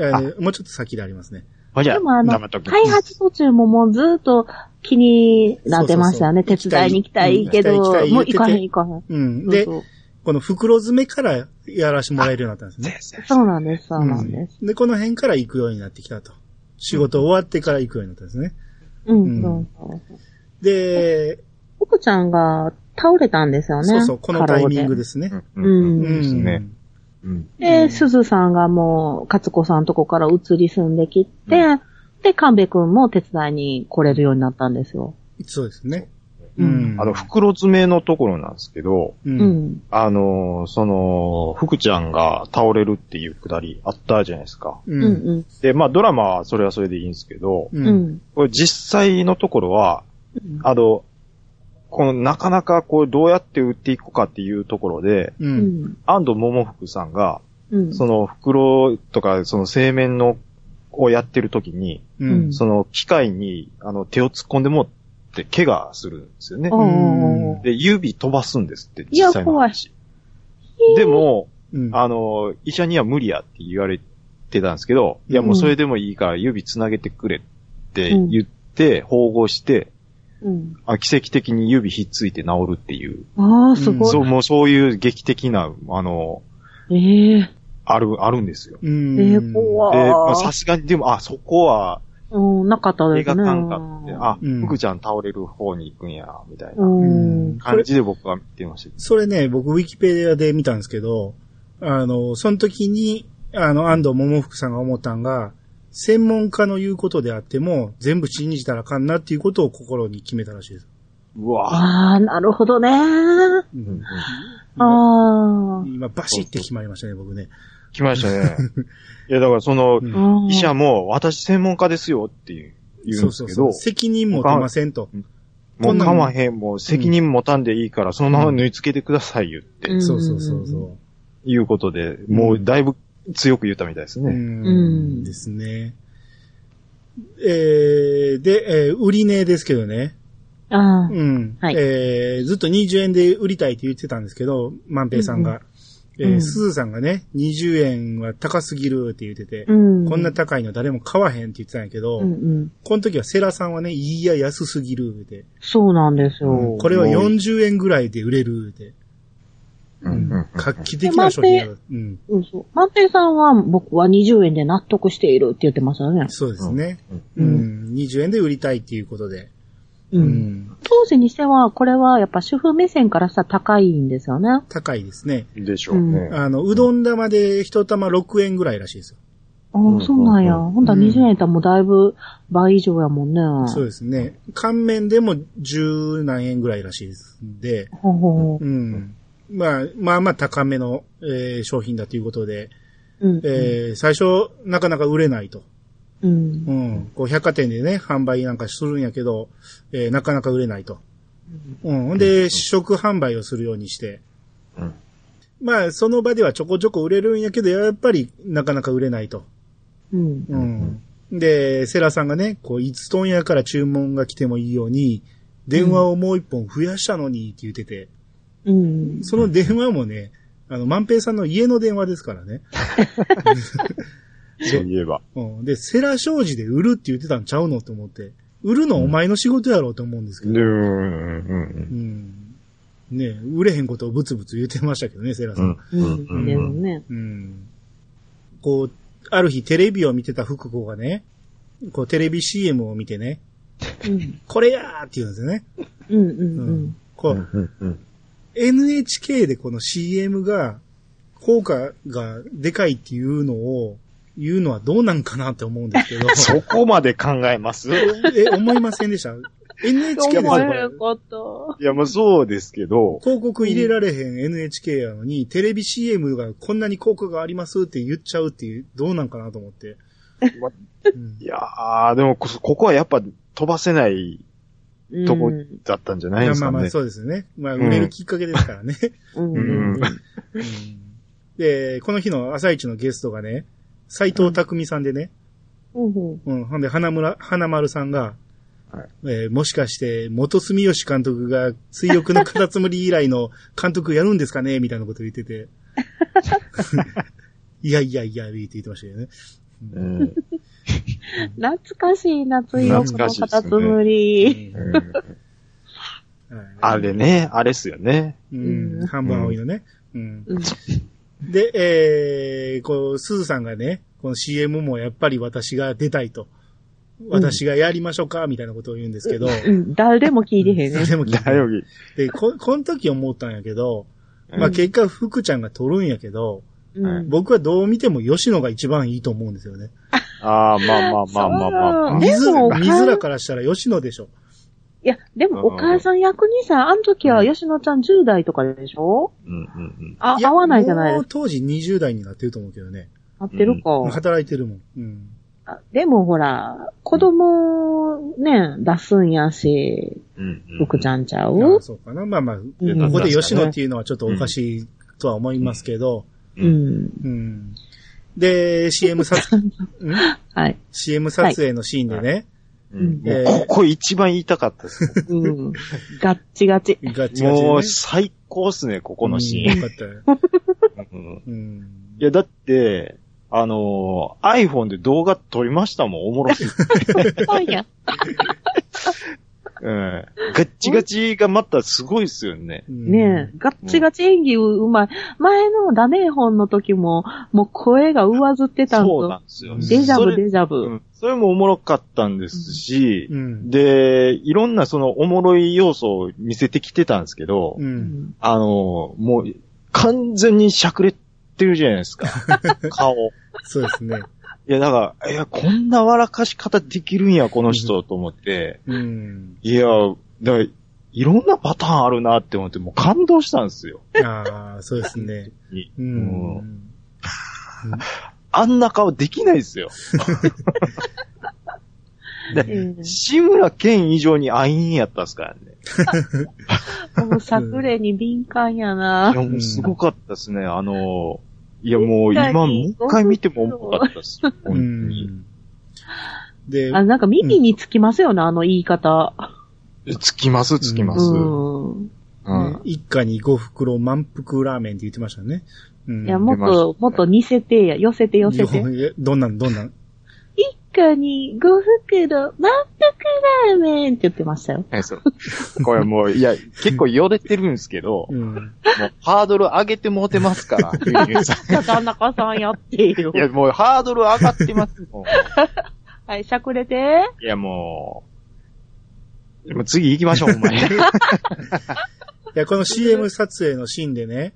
Speaker 1: え
Speaker 3: あ
Speaker 1: ーもうちょっと先でありますね。
Speaker 3: ほんじゃ、
Speaker 2: でもあの
Speaker 3: 黙っとく
Speaker 2: 開発途中ももうずっと気になってましたよね。
Speaker 1: そうそうそう
Speaker 2: 手伝いに行きたいけど、
Speaker 1: 行きたい行きたい
Speaker 2: もう行かへん
Speaker 1: 言
Speaker 2: 行かへん。
Speaker 1: うん。で
Speaker 2: そ、う
Speaker 1: この袋詰めからやらしてもらえるようになったんですね。
Speaker 3: 先生
Speaker 2: そうそうなんです、そうなんです。
Speaker 1: で、この辺から行くようになってきたと。仕事終わってから行くようになったんですね。
Speaker 2: うん、
Speaker 1: うん
Speaker 2: そうそうそう。
Speaker 1: で、
Speaker 2: 奥ちゃんが倒れたんですよね。
Speaker 1: そうそう、このタイミング
Speaker 2: 過労で。
Speaker 1: ですね。
Speaker 3: うん
Speaker 2: う
Speaker 3: うんうん
Speaker 2: ん
Speaker 3: ですね。うん。
Speaker 1: うん
Speaker 2: で、鈴さんがもう、勝子さんとこから移り住んできて、で、神戸くんも手伝いに来れるようになったんですよ。
Speaker 1: そうですね。
Speaker 2: うん
Speaker 3: あの、袋詰めのところなんですけど、
Speaker 1: う。
Speaker 2: うんん。
Speaker 3: あのー、その、福ちゃんが倒れるっていうくだりあったじゃないですか。
Speaker 1: う。
Speaker 2: うんん、うん。
Speaker 3: で、まあドラマはそれはそれでいいんですけど、
Speaker 1: う。
Speaker 2: うんん。
Speaker 3: これ実際のところは、
Speaker 2: うん
Speaker 3: あの、このなかなかこうどうやって売っていくかっていうところで、
Speaker 1: う。
Speaker 2: うんん。
Speaker 3: 安藤桃福さんが、
Speaker 2: うん。
Speaker 3: その袋とかその製麺のをやってる時に、
Speaker 1: う
Speaker 2: うん
Speaker 1: ん。
Speaker 3: その機械にあの手を突っ込んでもって怪我するんですよね。
Speaker 2: おー
Speaker 1: うん
Speaker 3: で、指飛ばすんですって、
Speaker 2: いや
Speaker 3: 実際の話。でも、
Speaker 1: うん。
Speaker 3: あの、医者には無理やって言われてたんですけど、いやもうそれでもいいから指つなげてくれって言って、縫合して、
Speaker 2: うん。
Speaker 3: あ奇跡的に指ひっついて治るっていう、
Speaker 2: ああ、すごい。
Speaker 3: そう、もうそういう劇的な、あの、
Speaker 2: ええ
Speaker 3: ある、あるんですよ。
Speaker 1: うん。
Speaker 2: ええ怖
Speaker 3: で、まあ
Speaker 2: い
Speaker 3: さすがに、でも、あ、そこは
Speaker 2: うん、なかったで
Speaker 3: 映
Speaker 2: す
Speaker 3: 画
Speaker 2: ね。。
Speaker 3: 館かって、あ
Speaker 1: うん、
Speaker 3: 福ちゃん倒れる方に行くんや、みたいうなん感じで僕は見てましたけど。
Speaker 1: それね、僕、ウィキペディアで見たんですけど、あの、その時に、あの、安藤桃福さんが思ったんが、専門家の言うことであっても、全部信じたらあかんなっていうことを心に決めたらしいです。
Speaker 3: うわ
Speaker 2: ああ、なるほどね。
Speaker 1: う
Speaker 3: うんうん
Speaker 1: ん、
Speaker 2: あ
Speaker 1: 今、バシって決まりましたね、僕ね。
Speaker 3: 来まし
Speaker 1: <laughs>
Speaker 3: たね。いや、だからその
Speaker 1: う、ん
Speaker 2: あ。
Speaker 3: 医者も、私専門家ですよっていう言うん
Speaker 1: そう
Speaker 3: です
Speaker 1: そう
Speaker 3: け
Speaker 1: そ
Speaker 3: ど
Speaker 1: う。、責任持てませんと。
Speaker 3: もうかまへん、もう責任持たんでいいから、そのまま縫い付けてくださいよって
Speaker 2: うん
Speaker 1: そうそうそうそ
Speaker 3: いうことで、もうだいぶ強く言ったみたいです
Speaker 1: う。う
Speaker 3: ね。
Speaker 1: ん。ですね。えー、で、えー売り値ですけどね。
Speaker 2: あー
Speaker 1: うん。
Speaker 2: はい
Speaker 1: えーずっと20円で売りたいって言ってたんですけど、万平さんが。
Speaker 2: うん
Speaker 1: え
Speaker 2: う
Speaker 1: ー、
Speaker 2: ん
Speaker 1: すずさんがね、20円は高すぎるって言ってて、
Speaker 2: うん。
Speaker 1: こんな高いの誰も買わへんって言ってたんやけど、
Speaker 2: うんうん。
Speaker 1: この時はセラさんはね、いいや、安すぎるって、
Speaker 2: そうなんです
Speaker 3: う
Speaker 2: よ。
Speaker 3: ん
Speaker 1: これは
Speaker 3: もう
Speaker 1: 40円ぐらいで売れるって、
Speaker 3: う
Speaker 1: 画期的な商品やうん。
Speaker 2: うん、そう。万平さんは、僕は20円で納得しているって言ってましたよね。
Speaker 1: そうですね、う
Speaker 2: うんん
Speaker 1: 20円で売りたいっていうことで。
Speaker 2: う。
Speaker 1: うんん。
Speaker 2: 当時にしては、これはやっぱ主婦目線からしたら高いんですよね。
Speaker 1: 高いですね。
Speaker 3: でしょうね。
Speaker 1: あの、うどん玉で一玉6円ぐらいらしいですよ。
Speaker 2: あ
Speaker 3: うん
Speaker 2: あ、そうなんや。
Speaker 3: うん
Speaker 2: ほんだら20円やったらもうだいぶ倍以上やもんね。
Speaker 1: そうですね。乾麺でも十何円ぐらいらしいですんで、
Speaker 2: ほうほう
Speaker 1: うん。まあ、まあまあ高めの、えー商品だということで、
Speaker 2: うん。
Speaker 1: えー最初なかなか売れないと。
Speaker 2: うん。
Speaker 1: うん。こう百貨店でね、販売なんかするんやけど、えーなかなか売れないと。うん。ほんで、試食販売をするようにして、
Speaker 3: うん
Speaker 1: まあ、その場ではちょこちょこ売れるんやけど、やっぱりなかなか売れないと。
Speaker 2: うん。
Speaker 1: うん。で、セラさんがね、こう、いつ問屋から注文が来てもいいように、電話をもう一本増やしたのにって言ってて、
Speaker 2: うん。
Speaker 1: その電話もね、あの、万平さんの家の電話ですからね。
Speaker 3: そういえば。
Speaker 1: うん、で、セラ商事で売るって言ってたんちゃうのと思って、売るのお前の仕事やろうと思うんですけ
Speaker 3: うん
Speaker 1: ど、
Speaker 3: う。
Speaker 1: うんねえ売れへんことをブツブツ言ってましたけどね、セラさ。
Speaker 3: うんん。
Speaker 2: う。
Speaker 3: うん
Speaker 2: です
Speaker 3: ん。
Speaker 2: ね。
Speaker 1: うんこう、ある日テレビを見てた福子がね、こうテレビ CM を見てね、
Speaker 2: うん。
Speaker 1: これやーって言うんですよね。
Speaker 2: うんうん
Speaker 1: う
Speaker 2: うんん。
Speaker 1: こう、NHK でこの CM が、効果がでかいっていうのを、言うのはどうなんかなって思うんですけど。
Speaker 3: そこまで考えますい
Speaker 1: え、思いませんでした ?NHK ですよ、これ。
Speaker 2: こと。
Speaker 3: や、もうそうですけど、
Speaker 1: 広告入れられへん NHK やのに、テレビ CM がこんなに効果がありますって言っちゃうっていう、どうなんかなと思って。
Speaker 3: ま
Speaker 1: うん
Speaker 3: いやー、でもこ、ここはやっぱ飛ばせないとこ
Speaker 2: うん
Speaker 3: だったんじゃ
Speaker 1: い
Speaker 3: ないで
Speaker 1: や
Speaker 3: す
Speaker 1: まあ
Speaker 3: か
Speaker 1: まあ、
Speaker 3: ね。
Speaker 1: そうですよね。まあ、売れるきっかけですからね。
Speaker 2: うん。
Speaker 3: うん
Speaker 1: うんで、この日の朝一のゲストがね、斎藤匠さんでね、
Speaker 2: うん。
Speaker 1: うん、ほんで、花村、花丸さんが、
Speaker 3: はい
Speaker 1: えーもしかして、元住吉監督が、追憶の片つむり以来の <laughs> 監督やるんですかねみたいなこと言ってて。 <laughs> いやいやいや、って言ってましたけどね。
Speaker 3: うん。
Speaker 2: 懐かしいな、追憶
Speaker 3: 懐
Speaker 2: の
Speaker 3: かしいです
Speaker 2: 片
Speaker 3: ね
Speaker 2: つむり。
Speaker 3: うん
Speaker 1: はい
Speaker 3: あれね、あれっすよね。
Speaker 1: うん、
Speaker 2: うん
Speaker 1: 半分青いのね。うん。
Speaker 2: うん
Speaker 1: で、えー、こう、鈴さんがね、この CM もやっぱり私が出たいと。私がやりましょうか、みたいなことを言うんですけど。
Speaker 2: うん誰も聞いてへんね。
Speaker 1: でも聞いて
Speaker 3: だよぎ。
Speaker 1: で、こ、 <laughs> この時思ったんやけど、
Speaker 3: うん
Speaker 1: まあ結果福ちゃんが取るんやけど、
Speaker 2: うん
Speaker 1: 僕はどう見ても吉野が一番いいと思うんですよね。
Speaker 3: ああ、まあまあまあまあ
Speaker 2: そ
Speaker 3: ま
Speaker 2: う
Speaker 3: あ。
Speaker 1: 水、
Speaker 2: でも
Speaker 1: 水らからしたら吉野でしょ。
Speaker 2: いや、でも
Speaker 3: うん
Speaker 2: お母さん役にさ、あの時は吉野ちゃん10代とかでしょ
Speaker 3: うんうん
Speaker 2: あ、
Speaker 1: いや
Speaker 2: 合わないじゃないで
Speaker 1: もう
Speaker 2: す
Speaker 1: 当時20代になってると思うけどね。
Speaker 2: か。合ってるか。
Speaker 1: 働いてるもん。うん。
Speaker 2: あでもほら、子供ね、出すんやし、
Speaker 3: うんうん。
Speaker 2: 福ち
Speaker 3: ん。
Speaker 2: ゃんちゃ
Speaker 1: あ
Speaker 2: う
Speaker 1: あそうかな。まあまあ、
Speaker 2: う
Speaker 1: こ
Speaker 2: ん
Speaker 1: こで吉野っていうのはちょっとおかしいとは思いますけど、
Speaker 2: う
Speaker 3: うん。
Speaker 2: ん。
Speaker 1: うん。で、CM
Speaker 2: <laughs>
Speaker 1: 撮、ん
Speaker 2: はい。
Speaker 1: CM 撮影のシーンでね、
Speaker 3: うんも
Speaker 1: え
Speaker 3: う
Speaker 1: ー
Speaker 3: ここ一番言いたかったです。
Speaker 2: うん。ガッチガチ。
Speaker 1: ガチガチで、ね。
Speaker 3: もう最高っすね、ここのシ
Speaker 1: う
Speaker 3: ー
Speaker 1: ん
Speaker 3: ン。
Speaker 1: よかったよ。
Speaker 3: うん
Speaker 1: うん
Speaker 3: い。や、だって、あのー iPhone で動画撮りましたもん、おもろすぎて。
Speaker 2: そうや。
Speaker 3: <laughs> うん。ガッチガチがまたすごいっすよね。
Speaker 1: うん
Speaker 2: ねえ、ガッチガチ演技うまい。前のダネーホンの時も、もう声が上ずってたん
Speaker 3: そうな
Speaker 2: と。
Speaker 3: んですよ。
Speaker 2: デジャ
Speaker 3: そ
Speaker 2: ブ、
Speaker 3: れ
Speaker 2: デジャ
Speaker 3: う
Speaker 2: ブ。
Speaker 3: んそれもおもろかったんですし、
Speaker 1: うん。
Speaker 3: で、いろんなそのおもろい要素を見せてきてたんですけど、
Speaker 1: う。
Speaker 2: うんん。
Speaker 3: あの、もう、完全にしゃくれてるじゃないで
Speaker 2: <laughs>
Speaker 3: すか。顔。い
Speaker 1: そうですね。
Speaker 3: や、だから、いや、こんな笑かし方できるんや、この人、と思って。
Speaker 1: うん。
Speaker 3: いや、だからいろんなパターンあるなって思って、もう感動したんですよ。
Speaker 1: ああ、そうですね。う。
Speaker 3: うんあんな顔できないですよ。
Speaker 1: で
Speaker 2: うん
Speaker 3: 志村けん以上にアインやったっすからね。
Speaker 2: もう作例に敏感や
Speaker 3: い
Speaker 2: な。
Speaker 3: や、もうすごかったですね。あの、いや、もう今、もう一回見ても重かったっす。本当
Speaker 1: う
Speaker 3: に。
Speaker 1: ん。で、
Speaker 2: あ、なんか耳につきますよな、あの言い方。
Speaker 3: つきます、つきま
Speaker 2: う
Speaker 3: す。
Speaker 2: ん。
Speaker 3: うん
Speaker 1: 一家に5袋満腹ラーメンって言ってましたね。うん。
Speaker 2: いや、もっ
Speaker 3: 出ました
Speaker 2: と、もっと似せてや、寄せて寄せて。
Speaker 1: いやどんなん、どんなん。
Speaker 2: 一家に5袋、満腹ラーメンって言ってました <laughs> よ。
Speaker 3: え、そう。 <laughs> これもう、いや、結構よれてるんですけ <laughs> ど、も
Speaker 1: うん。
Speaker 3: うハードル上げてもうてますから、ゆ <laughs> うゆうさん。
Speaker 2: じゃあ、田中さんやってよ
Speaker 3: い。や、もうハードル上がってます <laughs> もん。
Speaker 2: はい、しゃくれて。
Speaker 3: いや、もう、もう次行きましょう、お <laughs> 前。
Speaker 1: いや、この CM 撮影のシーンでね、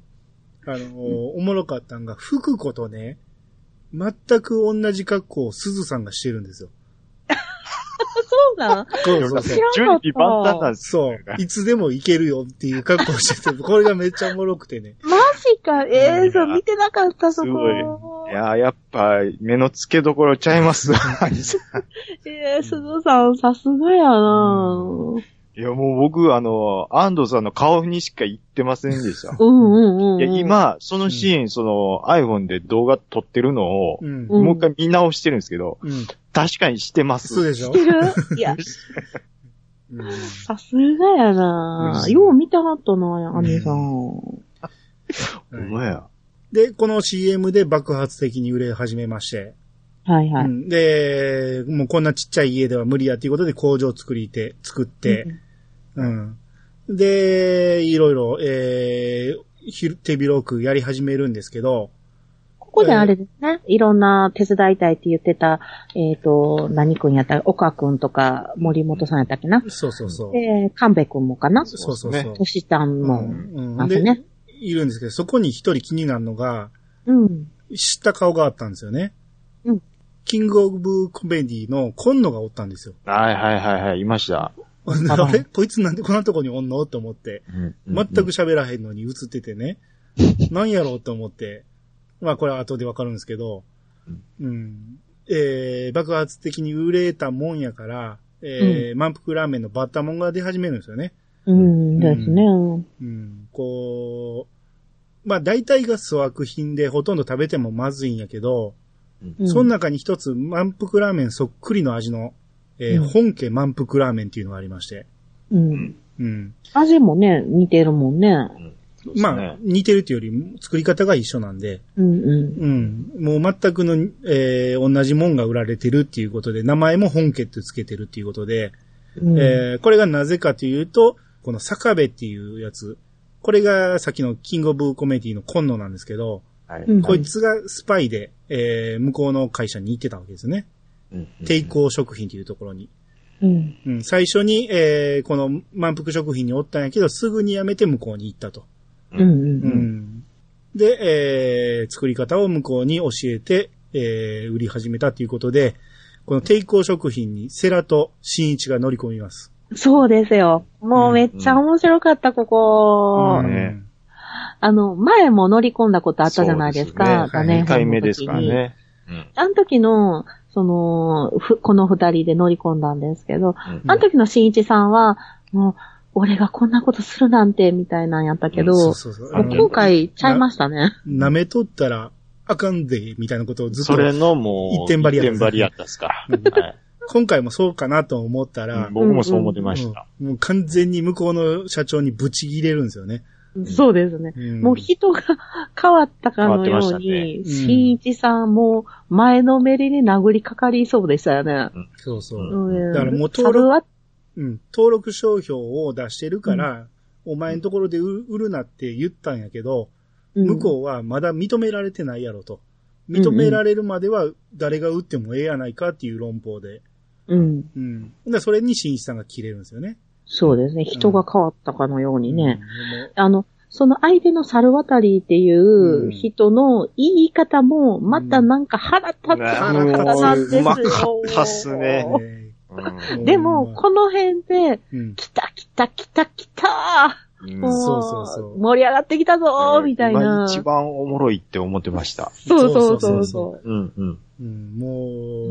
Speaker 1: あのーおもろかったんが、福子とね、全く同じ格好を鈴さんがしてるんですよ。
Speaker 2: そうなん
Speaker 1: そう
Speaker 3: <laughs>
Speaker 1: そうそう。
Speaker 2: 知らなかった
Speaker 3: 準備万端なんですよ。
Speaker 1: そう。いつでもいけるよっていう格好をしてて、これがめっちゃおもろくてね。
Speaker 2: マジか、ええそう、見てなかった、そ
Speaker 3: すごい
Speaker 2: こ。
Speaker 3: いや、やっぱ、目の付けどころちゃい <laughs> ます。兄さん
Speaker 2: ええ鈴さん、さすがやな
Speaker 3: いうや、もう僕、あの、安藤さんの顔にしか言ってませんでした。
Speaker 2: うんうんうん。
Speaker 3: いや、、今、そのシーン、その iPhone で動画撮ってるのを
Speaker 1: う、ん。
Speaker 2: うん
Speaker 3: もう一回見直してるんですけど、
Speaker 1: うん。
Speaker 3: 確かにしてます。
Speaker 1: そうでしょ
Speaker 2: 知ってるいや、
Speaker 1: うん
Speaker 2: さすがやな
Speaker 1: うん
Speaker 2: よう見てはったな、アニさん。
Speaker 3: お前や。
Speaker 1: で、この CM で爆発的に売れ始めまして、
Speaker 2: はいは
Speaker 1: う
Speaker 2: い。
Speaker 1: んで、もうこんなちっちゃい家では無理やということで工場を作りて、作って、うん。で、いろいろ、えーひ、手広くやり始めるんですけど、
Speaker 2: ここであれですね、いろんな手伝いたいって言ってた、えっ、と、何君やったら、岡君とか、森本さんやったっけな。
Speaker 1: そうそうそう。
Speaker 2: で、神戸君もかな。
Speaker 1: そうそう
Speaker 3: そう
Speaker 1: そ
Speaker 3: で
Speaker 1: う。
Speaker 2: としちゃん
Speaker 1: う
Speaker 2: も。
Speaker 1: んう
Speaker 2: あ
Speaker 1: ん、
Speaker 2: と
Speaker 1: で、
Speaker 2: ね。
Speaker 1: いるんですけど、そこに一人気になるのが、
Speaker 2: うん。
Speaker 1: 知った顔があったんですよね。
Speaker 2: うん
Speaker 1: キングオブコメディの今野がおったんですよ。
Speaker 3: はいはいはいはい、いました。
Speaker 1: あれこいつなんでこんなとこにおんのと思って。全く。喋らへんのに映っててね。なんやろうと思って。まあこれは後でわかるんですけど。うん。えー、爆発的に売れたもんやから、えー、満腹ラーメンのバッタもんが出始めるんですよね。
Speaker 2: うん、ですね。
Speaker 1: うん。こう、まあ大体が粗悪品でほとんど食べてもまずいんやけど、
Speaker 2: う
Speaker 1: その中に一つ満腹ラーメンそっくりの味の、えー
Speaker 2: うん
Speaker 1: 本家満腹ラーメンっていうのがありまして。
Speaker 2: うん。
Speaker 1: うん。
Speaker 2: 味もね、似てるもんね。
Speaker 3: そうですね
Speaker 1: まあ、似てるっていうより、作り方が一緒なんで、
Speaker 2: うんう
Speaker 1: うん。もう全くの、えー同じもんが売られてるっていうことで、名前も本家ってつけてるっていうことで、
Speaker 2: ん。うん
Speaker 1: えーこれがなぜかというと、この坂部っていうやつ、これがさっきのキングオブコメディの今野なんですけど、
Speaker 3: はい。
Speaker 2: うん
Speaker 1: こいつがスパイで、えー向こうの会社に行ってたわけですね。
Speaker 3: うん
Speaker 1: 抵。抗食品というところに。
Speaker 2: うん。
Speaker 1: うん、最初に、えーこの満腹食品におったんやけど、すぐに辞めて向こうに行ったと。
Speaker 2: うんうん
Speaker 1: う。ん。で、えー作り方を向こうに教えて、えー売り始めたということで、この抵抗食品にセラと新一が乗り込みます。
Speaker 2: そうですよ。もうめっちゃ面白かった、ここ
Speaker 3: う。んね
Speaker 2: あの、前も乗り込んだことあったじゃないですか。
Speaker 1: そうですね
Speaker 2: ダ
Speaker 1: はい
Speaker 2: ネンホ
Speaker 3: 2
Speaker 2: ー
Speaker 3: 回
Speaker 2: ム
Speaker 3: 目
Speaker 2: の時に
Speaker 3: ですから。ね。うん。
Speaker 2: あの時の、その、ふこの二人で乗り込んだんですけど、
Speaker 3: うん
Speaker 2: あの時の新一さんは、もう、俺がこんなことするなんて、みたいなんやったけど、
Speaker 1: そうそうそう。あ
Speaker 3: ん
Speaker 1: の
Speaker 2: 今回ちゃいましたね。
Speaker 1: 舐めとったらあかんで、みたいなことをずっ
Speaker 3: そ
Speaker 1: と、
Speaker 3: れのもう、
Speaker 1: 一点張りやった
Speaker 3: 一点張りやったっすか。
Speaker 1: うん
Speaker 3: はい
Speaker 1: 今回もそうかなと思った
Speaker 3: う
Speaker 1: ら、
Speaker 3: ん僕もそう思ってました。
Speaker 1: うんもう完全に向こうの社長にブチ切れるんですよね。
Speaker 3: ん
Speaker 2: そうですね。
Speaker 1: ん
Speaker 2: もう人が変わったかのように、
Speaker 1: 変わってましたねうん
Speaker 2: 新一さんも前のめりに殴りかかりそうでしたよね。
Speaker 1: そうそう。
Speaker 3: うん
Speaker 2: うん
Speaker 1: だからもう登録
Speaker 2: サブは
Speaker 1: うん、登録商標を出してるから、お前のところで売売るなって言ったんやけど、
Speaker 2: うん
Speaker 1: 向こうはまだ認められてないやろと。認められるまでは誰が売ってもええやないかっていう論法で。
Speaker 2: うん。
Speaker 1: うん。だからそれに新一さんが切れるんですよね。
Speaker 2: そうですね。人が変わったかのようにね。
Speaker 1: うん。も
Speaker 2: あの、その相手の猿渡りっていう人の言い方も、またなんか腹立った言い方なんですよ。
Speaker 1: うまか
Speaker 3: ったっすね
Speaker 1: うね
Speaker 3: うん
Speaker 2: でも、この辺で、
Speaker 1: うん。
Speaker 2: 来た来た来た来た
Speaker 3: うん
Speaker 2: もう、
Speaker 1: そうそうそう
Speaker 2: 盛り上がってきたぞーみたい
Speaker 3: 今
Speaker 2: な。
Speaker 3: 一番おもろいって思ってました。
Speaker 2: そうそう
Speaker 1: そ
Speaker 2: そう
Speaker 1: そう
Speaker 2: う
Speaker 1: そ
Speaker 2: そう。
Speaker 3: うんうん。
Speaker 1: うん、も
Speaker 2: う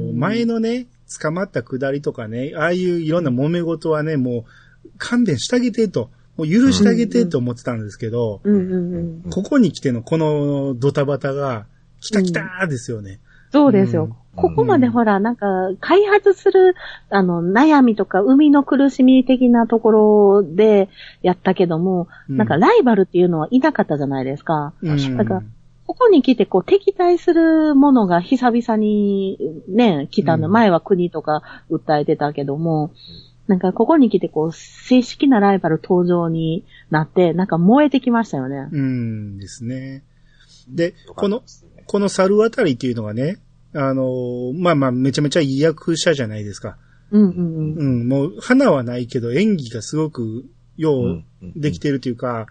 Speaker 1: う、
Speaker 2: ん
Speaker 1: 前のね、捕まった下りとかね、ああいういろんな揉め事はね、もう、勘弁してあげてと、もう許してあげてと思ってたんですけど、
Speaker 2: うんうんうん。
Speaker 1: ここに来てのこのドタバタが、来た来たーですよね。
Speaker 2: そうですよ。
Speaker 1: うん
Speaker 2: ここまでほら、なんか、開発する、あの、悩みとか、生みの苦しみ的なところでやったけども、
Speaker 1: う
Speaker 2: なんか、ライバルっていうのはいなかったじゃないですか。
Speaker 1: うん
Speaker 2: だからここに来て、こう、敵対するものが久々に、ね、来たの。
Speaker 1: うん
Speaker 2: 前は国とか訴えてたけども、なんか、ここに来て、こう、正式なライバル登場になって、なんか燃えてきましたよね。
Speaker 1: うんですね。で、こ
Speaker 3: よ
Speaker 1: の
Speaker 3: かっ、たっすね、
Speaker 1: この猿渡りっていうのがね、あのーまあまあ、めちゃめちゃいい役者じゃないですか。
Speaker 2: うんうんうん。
Speaker 1: うん、もう、花はないけど、演技がすごく、よう、でき
Speaker 3: て、
Speaker 1: てるというか、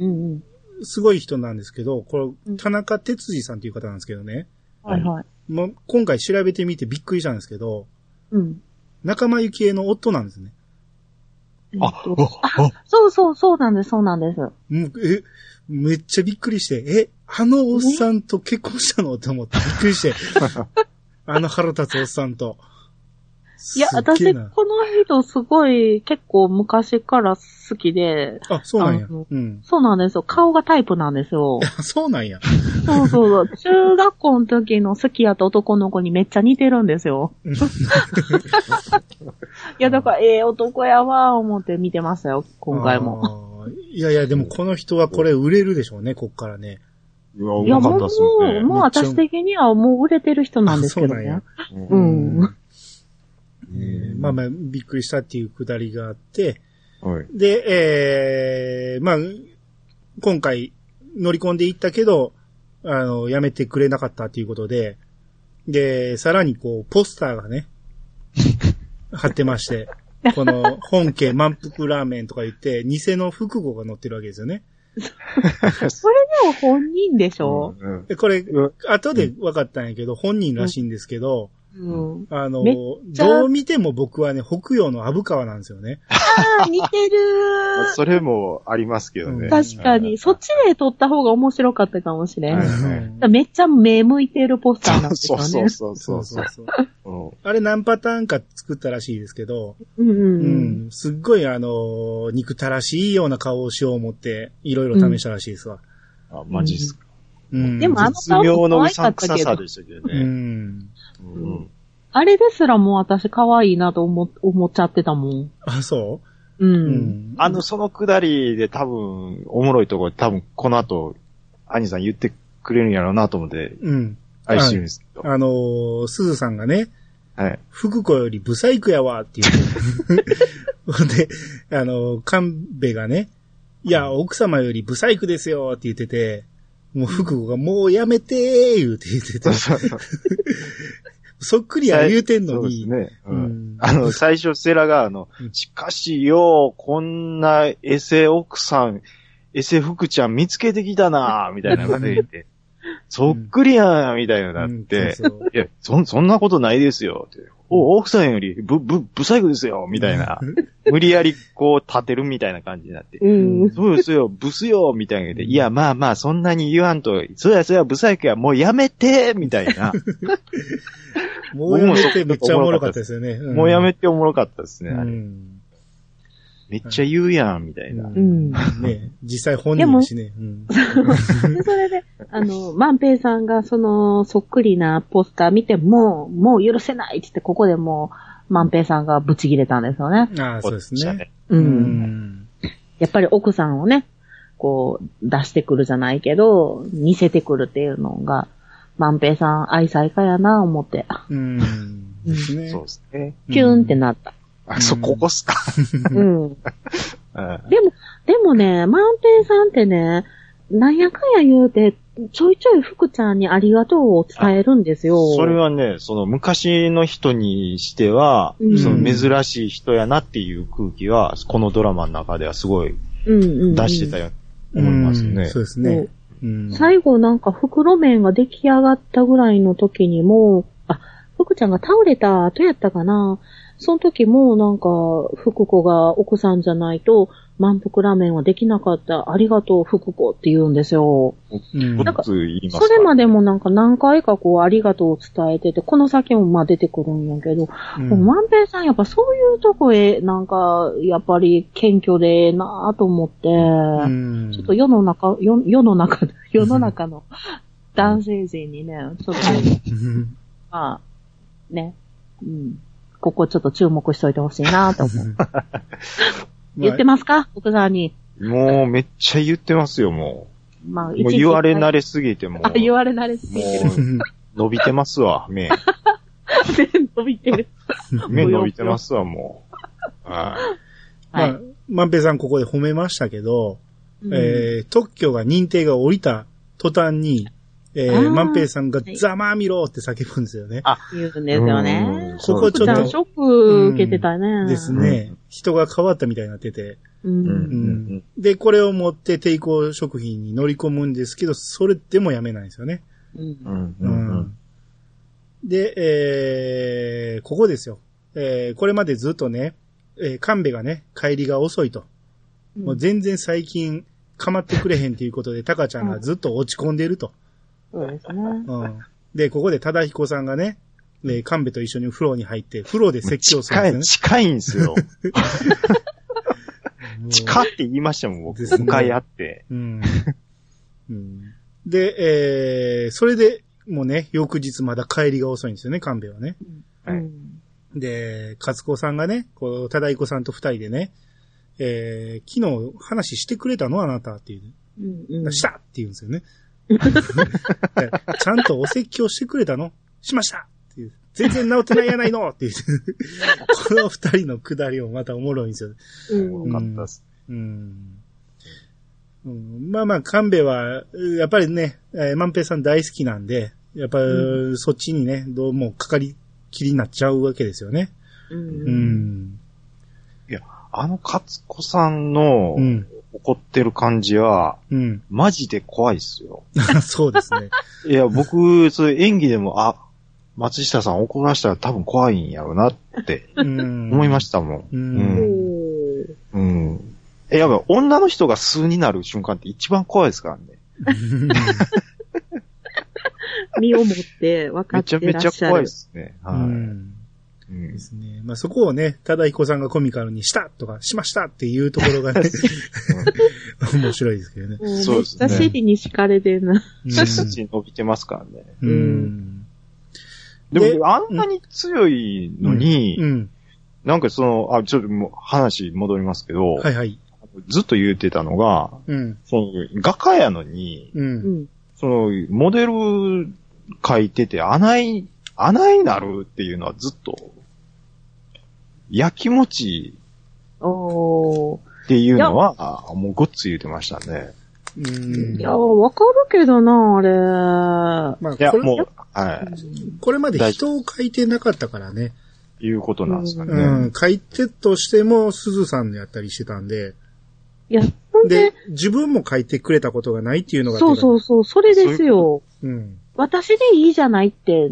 Speaker 2: うんうん。
Speaker 1: すごい人なんですけど、こ
Speaker 2: う
Speaker 1: れ、
Speaker 2: ん
Speaker 1: 田中哲司さんという方なんですけどね。
Speaker 2: はいはい。
Speaker 1: もう今回調べてみてびっくりしたんですけど、
Speaker 2: うん。
Speaker 1: 仲間由紀恵の夫なんですね。
Speaker 2: えっ
Speaker 3: あ、
Speaker 2: と
Speaker 3: あ、あ、
Speaker 2: そうそう、そうなんです、そうなんです。
Speaker 1: もう、え、めっちゃびっくりして、え、あのおっさんと結婚したのって思 <laughs> ってびっくりして。あの腹立つおっさんと。
Speaker 2: いや、
Speaker 1: すっげえ
Speaker 2: 私、こ
Speaker 1: な
Speaker 2: の人すごい結構昔から好きで、
Speaker 1: あ、そうなんや
Speaker 2: あの。
Speaker 1: うん。
Speaker 2: そうなんですよ。顔がタイプなんですよ。
Speaker 1: あそうなんや。
Speaker 2: そうそうそう。中学校の時の好きやった男の子にめっちゃ似てるんですよ。 <laughs> いや、だから、ええ男やわ、思って見てましたよ、今回も。
Speaker 1: も。いやいや、でもこの人はこれ売れるでしょうね、こっからね。
Speaker 3: うわ、う
Speaker 2: いや、
Speaker 3: まか
Speaker 2: もう、
Speaker 3: った
Speaker 2: も
Speaker 3: っすよ
Speaker 2: う、
Speaker 3: ね。
Speaker 2: もう私的にはもう売れてる人なんですけど
Speaker 1: あそうなん
Speaker 2: ね
Speaker 1: や。
Speaker 3: うん
Speaker 2: うん。
Speaker 1: えーまあまあ、びっくりしたっていうくだりがあって、
Speaker 3: はい。
Speaker 1: で、えー、まあ、今回乗り込んでいったけど、あの、やめてくれなかったということで、で、さらにこう、ポスター
Speaker 3: <laughs>
Speaker 1: がね、貼ってまして、この、本家満腹ラーメンとか言って、偽の複合が載ってるわけですよね。
Speaker 2: それでも本人でしょ
Speaker 3: うんうん
Speaker 1: でこれ、
Speaker 3: うわ
Speaker 1: 後で分かったんやけど、本人らしいんですけど、
Speaker 2: うん。
Speaker 1: あの
Speaker 2: めっ、ちゃ
Speaker 1: どう見ても僕はね、北洋の虻川なんですよね。
Speaker 2: あー、似てる
Speaker 3: <laughs>
Speaker 2: ー。
Speaker 3: それもありますけど
Speaker 1: う
Speaker 3: ね。
Speaker 1: ん
Speaker 2: 確かに、そっ
Speaker 3: ち。
Speaker 2: ちで撮った方が面白かったかもしれん。
Speaker 3: は
Speaker 2: だか
Speaker 3: い
Speaker 2: らめっちゃ目向いてるポスターなんです
Speaker 3: <laughs> そ
Speaker 2: よ
Speaker 3: う
Speaker 2: ね。
Speaker 3: そうそう
Speaker 1: そ
Speaker 3: そうう
Speaker 1: そ
Speaker 3: そうう。
Speaker 1: そう。
Speaker 3: うん
Speaker 1: あれ何パターンか作ったらしいですけど、
Speaker 2: うんうん
Speaker 1: う
Speaker 2: うん。
Speaker 1: ん、すっごいあのー憎たらしいような顔をしよう思って、いろいろ試したらしいですわ。
Speaker 3: あ、マジっすか。
Speaker 1: うん。
Speaker 2: でもあの
Speaker 3: 絶妙のうさんくささでしたけど
Speaker 1: うん。
Speaker 3: ね。うん
Speaker 2: ああれですらもう私可愛いなと思、思っちゃってたもん。。
Speaker 1: あ、そうううんん。
Speaker 3: あの、そのくだりで多分、おもろいとこ多分、この後、兄さん言ってくれるんやろうなと思って、
Speaker 1: うん。
Speaker 3: 愛してるんですけど。
Speaker 1: あのー、鈴さんがね、
Speaker 3: はい。
Speaker 1: 福子よりブサイクやわって言う。 <laughs> ほんで、あの、神戸がね、いや、奥様よりブサイクですよって言ってて、もう福子がもうやめてー言うて言ってて
Speaker 3: そう、そうそう
Speaker 1: そっくりや言うてん
Speaker 3: そ
Speaker 1: の
Speaker 3: うです
Speaker 1: に、
Speaker 3: ね。う
Speaker 1: うんん
Speaker 3: あの、最初、セラが、あの
Speaker 1: うん、
Speaker 3: しかしよ、こんなエセ奥さん、エセ福ちゃん見つけてきたな、みたいなこと言って、そっくりやん、みたいなの
Speaker 1: う
Speaker 3: なっ
Speaker 1: ん
Speaker 3: て、
Speaker 1: そうそう
Speaker 3: いや、そん、そんなことないですよ、って。お、奥さんより、ぶ、ぶ、不細工ですよ、みたいな。無理やり、こう、立てるみたいな感じになって。
Speaker 2: うん。
Speaker 3: そうですよ、ブスよ、みたいな。で、いや、まあまあ、そんなに言わんと、そうや、そうや、ブサイクや、もうやめて、みたいな。
Speaker 1: もうやめてめっちゃおもろかったですよね。ん
Speaker 3: もうやめておもろかったですね、あ
Speaker 1: う
Speaker 3: れ。
Speaker 1: ん。
Speaker 3: めっちゃ言うやん、みたいな。
Speaker 1: うん
Speaker 2: う
Speaker 1: ね実際本人だしね。うん
Speaker 2: で、それで、あの、万平さんがその、そっくりなポスター見て、もう、もう許せないって言って、ここでもう、万平さんがブチ切れたんですよね。
Speaker 1: ああ、そうですね。。
Speaker 2: う。
Speaker 1: うんん。
Speaker 2: やっぱり奥さんをね、こう、出してくるじゃないけど、似せてくるっていうのが、万平さん愛妻家やな、思って。
Speaker 1: うん。ですね。
Speaker 3: そうですね。
Speaker 2: キュンってなった。
Speaker 3: あ、そ、ここっすか。
Speaker 2: うん。
Speaker 3: うん
Speaker 2: でも、でもね、万平さんってね、なんやかんや言うて、ちょいちょい福ちゃんにありがとうを伝えるんですよ。
Speaker 3: それはね、その昔の人にしては、
Speaker 2: うん
Speaker 3: その珍しい人やなっていう空気は、このドラマの中ではすごい
Speaker 2: うんうんうん、
Speaker 3: 出してたよ、
Speaker 1: うん
Speaker 3: 思いますね。
Speaker 1: そうですね。うん
Speaker 2: 最後なんか袋麺が出来上がったぐらいの時にも、あ、福ちゃんが倒れた後やったかな。その時もなんか、福子が奥さんじゃないと、満腹ラーメンはできなかった。ありがとう、福子って言うんですよ。
Speaker 1: うん
Speaker 3: ごっつ言いま
Speaker 2: そ
Speaker 3: すから
Speaker 2: れまでもなんか何回かこう、ありがとうを伝えてて、この先もまあ出てくるんやけど、
Speaker 1: うん
Speaker 2: 万平さんやっぱそういうとこへ、なんか、やっぱり謙虚でええなぁと思って、
Speaker 1: うん
Speaker 2: ちょっと世の中、世世の <laughs> 中、世の中の男性陣にね、ちょっと、
Speaker 1: うん
Speaker 2: まあ、ね、うん、ここちょっと注目しといてほしいなぁと思う。言ってますか奥さんに。
Speaker 3: もうめっちゃ言ってますよ、も
Speaker 2: まあ、
Speaker 3: う。もう言われ慣
Speaker 2: れ。
Speaker 3: れすぎてもう。
Speaker 2: あ、言われ慣れすぎてる。
Speaker 3: もう、伸びてますわ、
Speaker 2: <laughs>
Speaker 3: 目。
Speaker 2: 伸びてる。
Speaker 3: 目伸びてますわ、もう。は
Speaker 1: ま
Speaker 2: <laughs> はい
Speaker 1: あ。、万平さんここで褒めましたけど、
Speaker 2: うん
Speaker 1: えー特許が認定が降りた途端に、え
Speaker 2: あ
Speaker 1: ー、
Speaker 2: ー
Speaker 1: 万平さんが
Speaker 2: はい
Speaker 1: ざまあみろって叫ぶんですよね。
Speaker 2: 言うん <laughs>
Speaker 3: い。
Speaker 2: ですよ
Speaker 3: う
Speaker 2: ね
Speaker 3: ん。
Speaker 1: ここちょっと
Speaker 2: 福ちゃんショック受けてたね。
Speaker 1: ですね。人が変わったみたいになってて。
Speaker 2: う
Speaker 3: うん
Speaker 2: ん。
Speaker 3: うん
Speaker 1: で、これを持って抵抗食品に乗り込むんですけど、それでもやめないんですよね。
Speaker 2: うん
Speaker 3: うんうん
Speaker 1: う
Speaker 3: うん
Speaker 1: んで、えーここですよ。えーこれまでずっとね、えー神戸がね、帰りが遅いと。もう全然最近、かまってくれへんということで、タカちゃんがずっと落ち込んでると。
Speaker 2: そうですね。
Speaker 1: うん。で、ここで忠彦さんがね、えー神戸と一緒に風呂に入って、風呂で説教する
Speaker 3: 近
Speaker 1: ん
Speaker 3: い、
Speaker 1: です
Speaker 3: 近いんですよ。
Speaker 1: よね。もう
Speaker 3: 近って言いましたもん、僕。
Speaker 1: ですね
Speaker 3: 向かい合って。
Speaker 1: うん。うんで、えーそれで、もうね、翌日まだ帰りが遅いんですよね、神戸はね。
Speaker 3: はい
Speaker 2: うん
Speaker 1: で、勝子さんがね、こう、忠彦さんと二人でね、えー昨日話してくれたのあなたっていう。
Speaker 2: うんうん
Speaker 1: したって言うんですよね。 <laughs> ちゃんとお説教してくれたのしましたっていう全然治ってないやないのっていう。 <laughs> この二人のくだりもまたおもろいんですよ。
Speaker 2: うん
Speaker 3: よかったっす。
Speaker 1: うんうん、まあまあ、神戸は、やっぱりね、えー万平さん大好きなんで、やっぱ、
Speaker 2: う
Speaker 1: そっちにね、どうもかかりきりになっちゃうわけですよね。
Speaker 2: う
Speaker 1: うんん。
Speaker 3: あの、勝子さんの
Speaker 1: うん。
Speaker 3: 怒ってる感じは、
Speaker 1: うん。 <laughs>
Speaker 3: マジで怖いっすよ。
Speaker 1: そうですね。
Speaker 3: いや、僕、そういう演技でも、あ、松下さん怒らしたら多分怖いんやろなって
Speaker 1: うん。
Speaker 3: 思いましたもん。
Speaker 1: うん
Speaker 3: うん。え、やばい、女の人が数になる瞬間って一番怖いですからね。
Speaker 2: 身をもって分か
Speaker 3: め
Speaker 2: っ
Speaker 3: ちゃ
Speaker 2: て
Speaker 3: め
Speaker 2: らっ
Speaker 3: ちゃ
Speaker 2: しゃ
Speaker 3: 怖い
Speaker 2: る
Speaker 3: で。すね。
Speaker 1: う
Speaker 3: はい。
Speaker 1: ん。
Speaker 3: うん
Speaker 1: ですね。まあそこをね、ただ彦さんがコミカルにしたとか、しましたっていうところが
Speaker 3: <laughs>
Speaker 1: ね、面白いですけどね。
Speaker 2: もうめっ
Speaker 3: そうです
Speaker 2: ち
Speaker 3: ね
Speaker 2: ゃ尻に敷かれてるな。
Speaker 1: う
Speaker 3: 背筋伸びてますからね。
Speaker 1: うん。
Speaker 3: で
Speaker 1: で
Speaker 3: も、あんなに強いのに、
Speaker 1: うん。
Speaker 3: なんかその、あ、ちょっともう話戻りますけど、
Speaker 1: はいはい。
Speaker 3: ずっと言ってたのが、
Speaker 1: うん。
Speaker 3: その、画家やのに、
Speaker 1: う。
Speaker 2: うんん。
Speaker 3: その、モデル書いてて、穴い、穴になるっていうのはずっと、やきもち
Speaker 2: おー。
Speaker 3: っていうのは、もうごっつ言ってましたね。
Speaker 1: うん
Speaker 2: いやー、わかるけどな、あ
Speaker 1: まあ、
Speaker 3: いや、
Speaker 1: これ、
Speaker 3: もう、は
Speaker 2: れ。
Speaker 1: これまで人を書いてなかったからね。
Speaker 3: い、いうことなんですかね。
Speaker 1: うん。書いてとしても、鈴さんのやったりしてたんで。
Speaker 2: いや、ほん
Speaker 1: で
Speaker 2: で、、
Speaker 1: 自分も書いてくれたことがないっていうのが。
Speaker 2: そうそうそう、それですよ。
Speaker 1: う。うん。 <laughs>
Speaker 2: 私でいいじゃないって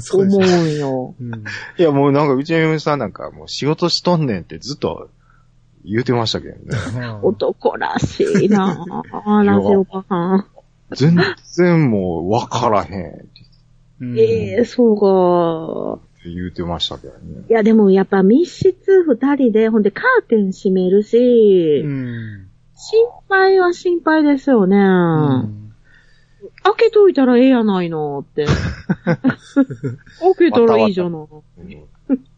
Speaker 1: そ
Speaker 2: 思
Speaker 1: うですね。
Speaker 2: うんよ。
Speaker 1: うん。
Speaker 3: いや、もうなんか、うちの嫁さんなんか、もう仕事しとんねんってずっと言うてましたけどね。
Speaker 2: 男らし
Speaker 1: <laughs>
Speaker 2: いなぁ、ラジオパさん。
Speaker 3: 全然もう分からへんって
Speaker 1: うん
Speaker 2: ええそうか。
Speaker 3: 言うてましたけど <laughs> ね。
Speaker 2: いや、でもやっぱ密室二人で、ほんでカーテン閉めるし、
Speaker 1: うん。
Speaker 2: 心配は心配ですよね、
Speaker 1: うん
Speaker 2: 開けといたらええやないの
Speaker 1: <laughs>
Speaker 2: って。開けたらいいじゃない。
Speaker 3: うんだか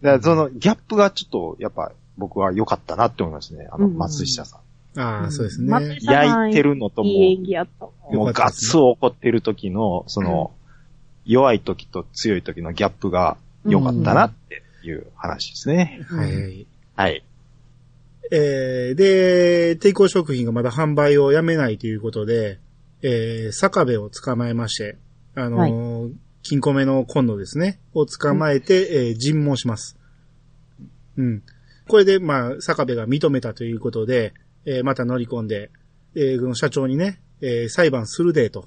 Speaker 3: らそのギャップがちょっと、やっぱ僕は良かったなって思いますね。あの、
Speaker 2: うん
Speaker 3: 松下さん。
Speaker 1: ああ、そうですね。
Speaker 2: 松井さん
Speaker 3: 焼いてるのとも
Speaker 2: いい演技やったわ。
Speaker 3: う、もうガッツを怒ってる時の、その、弱い時と強い時のギャップが良かったなっていう話ですね。
Speaker 1: はいはい。
Speaker 3: はい。
Speaker 1: えー、で、抵抗食品がまだ販売をやめないということで、えー、坂部を捕まえまして、あのー金庫目のコンドですね、を捕まえて、えー尋問します。うん。これで、まあ、坂部が認めたということで、えーまた乗り込んで、えーこの社長にね、えー裁判するで、と。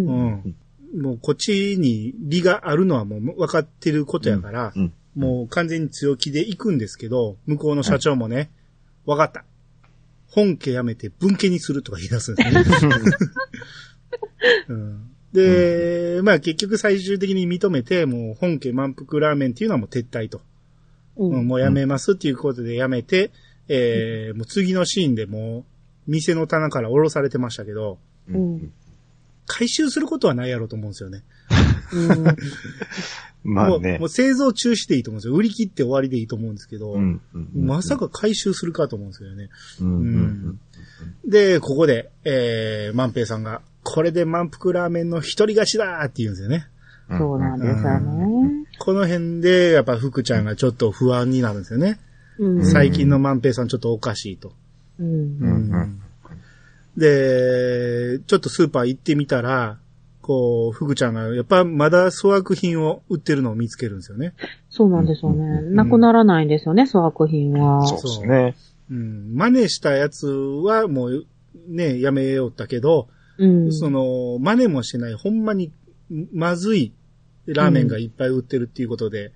Speaker 1: うんん。もう、こっちに利があるのはもう分かってることやから、
Speaker 3: うん。
Speaker 1: もう完全に強気で行くんですけど、向こうの社長もね、わ、かった。本家やめて文家にするとか言い出すんですね。 <laughs> うん、で、まあ結局最終的に認めて、もう本家満腹ラーメンっていうのはもう撤退と。
Speaker 2: う
Speaker 1: うんん。もうやめますっていうことでやめて、えー、もう次のシーンでもう店の棚から降ろされてましたけど、
Speaker 3: う
Speaker 2: うん
Speaker 3: ん
Speaker 1: 回収することはないやろうと思うんですよね。
Speaker 2: うん
Speaker 3: ま
Speaker 1: も
Speaker 3: あ
Speaker 1: う
Speaker 3: ね
Speaker 1: もう。製造中止でいいと思うんですよ。売り切って終わりでいいと思うんですけど、
Speaker 3: うんうんうん
Speaker 1: まさか回収するかと思うんですよね。
Speaker 3: うんうん
Speaker 1: うんで、ここで、えー、万平さんが、これで満腹ラーメンの一人勝ちだーって言うんですよね。
Speaker 3: うん
Speaker 2: そうなんですよね。
Speaker 1: この辺で、やっぱ福ちゃんがちょっと不安になるんですよね。
Speaker 2: うん。
Speaker 3: ん
Speaker 1: 最近の万平さんちょっとおかしいと。
Speaker 2: うん
Speaker 3: うんうん
Speaker 1: で、ちょっとスーパー行ってみたら、こう、福ちゃんが、やっぱまだ粗悪品を売ってるのを見つけるんですよね。
Speaker 2: そうなんですよ
Speaker 3: う
Speaker 2: ね。なくならないんですよね、粗悪品は。
Speaker 3: そうですね。
Speaker 1: うん。真似したやつはもう、ね、やめよったけど、
Speaker 2: うん。
Speaker 1: その、真似もしてない、ほんまにまずいラーメンがいっぱい売ってるっていうことで、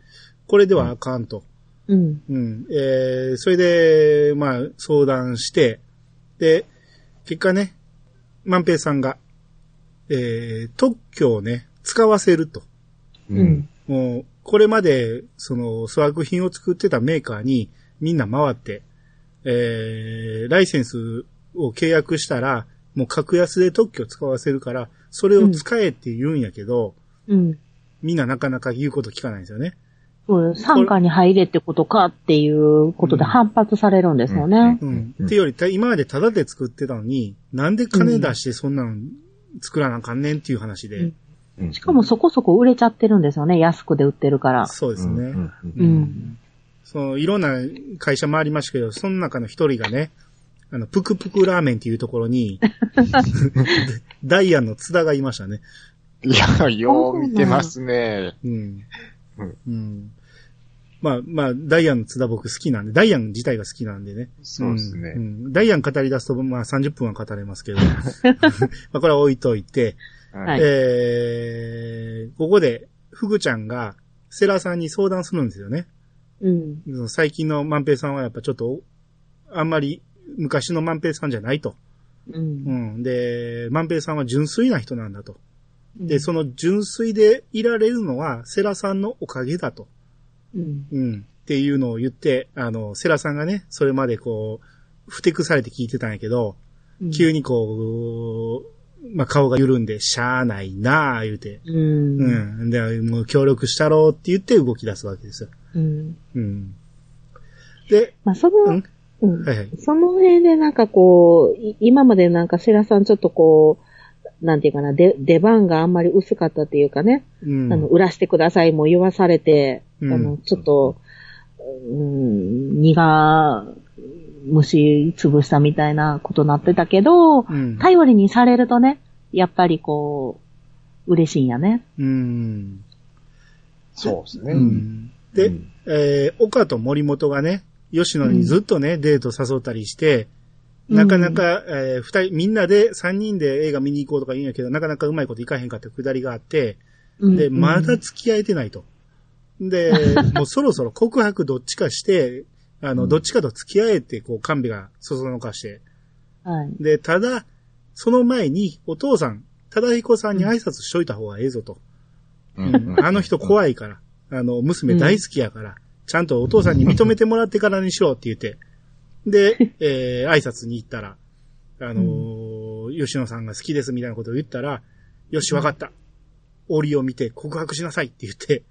Speaker 1: これではあかんと。
Speaker 2: うん。
Speaker 1: うん。えー、それで、まあ、相談して、で、結果ね、万平さんが、えー、特許をね、使わせると。
Speaker 2: う
Speaker 3: うんん。。
Speaker 1: もう、これまで、その、粗悪品を作ってたメーカーに、みんな回って、えー、ライセンスを契約したら、もう格安で特許使わせるから、それを使えって言うんやけど、
Speaker 2: うん。
Speaker 1: みんななかなか言うこと聞かないんですよね。
Speaker 2: そうです参加に入れってことかっていうことで
Speaker 1: うん
Speaker 2: 反発されるんですよね。
Speaker 1: うん。
Speaker 3: うん
Speaker 1: ってより、た今までタダで作ってたのに、なんで金出してそんなの作らなあかんねんっていう話で。
Speaker 2: うん
Speaker 3: うん
Speaker 2: しかもそこそこ売れちゃってるんですよね、安くで売ってるから。
Speaker 1: そうです
Speaker 3: うんう
Speaker 1: ね。
Speaker 3: んうん
Speaker 2: うんうん
Speaker 1: その、いろんな会社回りましたけど、その中の一人がね、あの、ぷくぷくラーメンっていうところに、
Speaker 3: <laughs>
Speaker 1: ダイアンの津田がいましたね。
Speaker 3: いや、よう見てますね。
Speaker 1: うん。
Speaker 3: うん
Speaker 1: うん。まあまあ、ダイアンの津田僕好きなんで、ダイアン自体が好きなんでね。
Speaker 3: そうですね。
Speaker 1: んうんダイアン語り出すと、まあ30分は語れ
Speaker 3: <laughs>
Speaker 1: ますけど。まあこれは置いといて、
Speaker 3: は
Speaker 2: はい
Speaker 3: い。
Speaker 1: えー、ここで、フグちゃんが、セラさんに相談するんですよね。
Speaker 2: うん。
Speaker 1: その最近の万平さんはやっぱちょっと、あんまり昔の万平さんじゃないと。
Speaker 2: う。
Speaker 1: うんん。で、万平さんは純粋な人なんだと。
Speaker 2: う
Speaker 1: で、
Speaker 2: ん
Speaker 1: その純粋でいられるのは、セラさんのおかげだと。
Speaker 2: うん。
Speaker 1: うん。っていうのを言って、あの、セラさんがね、それまでこう、ふてくされて聞いてたんやけど、
Speaker 2: うん
Speaker 1: 急にこう、まあ、顔が緩んで、しゃあないなあ、言うて。
Speaker 2: う。
Speaker 1: うんん。で、もう協力したろうって言って動き出すわけですよ。
Speaker 2: うん。
Speaker 1: うん。で、
Speaker 2: まあ、その
Speaker 1: ん、
Speaker 2: うん
Speaker 1: はいはい。
Speaker 2: その辺でなんかこう、い今までなんかセラさんちょっとこう、なんていうかな、で出番があんまり薄かったっていうかね、
Speaker 1: うん。
Speaker 2: あの、売らしてくださいも言わされて、
Speaker 1: うん
Speaker 2: あの、ちょっと、うん、苦、虫潰したみたいなことなってたけど、
Speaker 1: うん。
Speaker 2: 頼りにされるとね、やっぱりこう、嬉しいんやね。
Speaker 1: うん。
Speaker 3: そうですね。
Speaker 1: うんで、
Speaker 3: うん
Speaker 1: えー岡と森本がね、吉野にずっとね、デート誘ったりして、なかなか、えー二人、みんなで、三人で映画見に行こうとか言うんやけど、なかなかうまいこといかへんかってくだりがあって、
Speaker 2: うん、
Speaker 1: で、まだ
Speaker 2: うん
Speaker 1: 付き合えてないと。
Speaker 2: <laughs>
Speaker 1: で、もうそろそろ告白どっちかして、あの、
Speaker 3: うん
Speaker 1: どっちかと付き合えて、こう、神戸がそそのかして。
Speaker 2: はい。
Speaker 1: で、ただ、その前に、お父さん、忠彦さんに挨拶しといた方がええぞと。
Speaker 3: うん
Speaker 1: あの人怖いから、あの、娘大好きやから、ちゃんとお父さんに認めてもらってからにしろって言って、
Speaker 3: <laughs>
Speaker 1: で、えー、挨拶に行ったら、あのー吉野さんが好きですみたいなことを言ったら、よし、わかった。折を見て告白しなさいって言
Speaker 3: <laughs>
Speaker 1: って、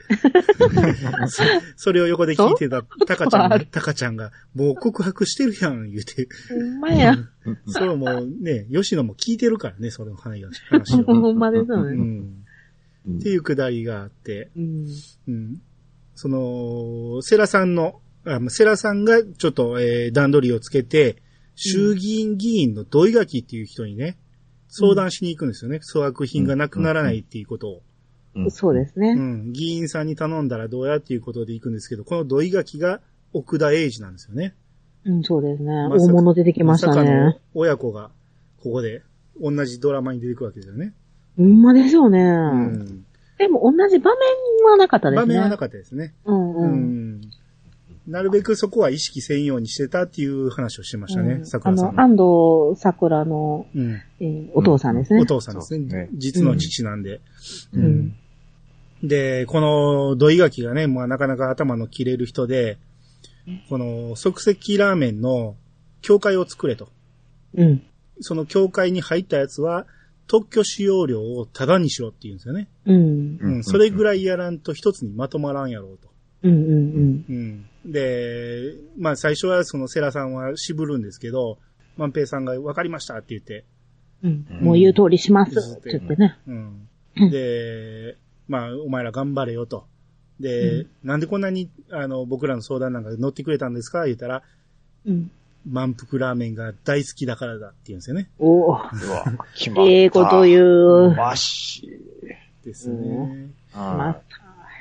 Speaker 1: そそれを横で聞いてた、タカちゃん
Speaker 2: あ
Speaker 1: が、
Speaker 2: る
Speaker 1: タカちゃんが、もう告白してるやん、言って。
Speaker 2: ほんまや。
Speaker 1: <laughs> それをもうね、吉野も聞いてるからね、その話
Speaker 3: <laughs>
Speaker 1: を。話を
Speaker 2: ほんまですよ
Speaker 1: う
Speaker 2: ね。
Speaker 1: ん、っていうくだりがあって、
Speaker 2: うん。
Speaker 1: うんその、セラさんの、あセラさんがちょっと、えー段取りをつけて、衆議院議員の土井垣っていう人にね、相談しに行くんですよね。粗悪品がなくならないっていうことを。
Speaker 2: そうです
Speaker 1: う
Speaker 2: ね。
Speaker 1: ん。議員さんに頼んだらどうやっていうことで行くんですけど、この土井垣が奥田英二なんですよね。
Speaker 2: うん、そうですね。
Speaker 1: まさ
Speaker 2: 大
Speaker 1: か
Speaker 2: 物出てきました
Speaker 1: まさかの
Speaker 2: ね。
Speaker 1: 親子が、ここで、同じドラマに出てくるわけですよね。
Speaker 2: ほんまですよね。
Speaker 1: うん。
Speaker 2: でも同じ場面はなかったですね。
Speaker 1: 場面はなかったですね。
Speaker 2: うん
Speaker 1: う
Speaker 2: うん。
Speaker 1: んなるべくそこは意識せんようにしてたっていう話をしてました
Speaker 2: う
Speaker 1: ね、
Speaker 2: ん
Speaker 1: 桜さん
Speaker 2: あ
Speaker 1: は。
Speaker 2: の、安藤桜の、
Speaker 1: うん。
Speaker 2: えーお父さんですね。
Speaker 1: お父さんです
Speaker 3: そう
Speaker 1: ね
Speaker 3: ね。
Speaker 1: 実の父なんで。
Speaker 3: うん
Speaker 1: で、この土井垣がね、まあなかなか頭の切れる人で、この即席ラーメンの教会を作れと。
Speaker 2: うん。
Speaker 1: その教会に入ったやつは特許使用料をタダにしろって言うんですよね。
Speaker 2: うん。
Speaker 1: うん。それぐ
Speaker 3: らい。
Speaker 1: らいやらんと一つにまとまらんやろうと。
Speaker 2: うんうん
Speaker 1: うん。で、まあ最初はそのセラさんは渋るんですけど、万平さんが分かりましたって言って、
Speaker 2: うん。
Speaker 3: うん
Speaker 2: もう言う通りします
Speaker 1: うん
Speaker 2: って言ってね。
Speaker 1: うん。で、まあお前ら頑張れよと。で、
Speaker 2: う
Speaker 1: なんでこんなにあの僕らの相談なんか乗ってくれたんですか言ったら、
Speaker 2: うん。
Speaker 1: 満腹ラーメンが大好きだからだって言うんですよね。
Speaker 2: おお。
Speaker 3: うわ、決まった。
Speaker 2: ええこと言う。
Speaker 3: マシ。
Speaker 1: ですね。
Speaker 2: うんま
Speaker 3: あ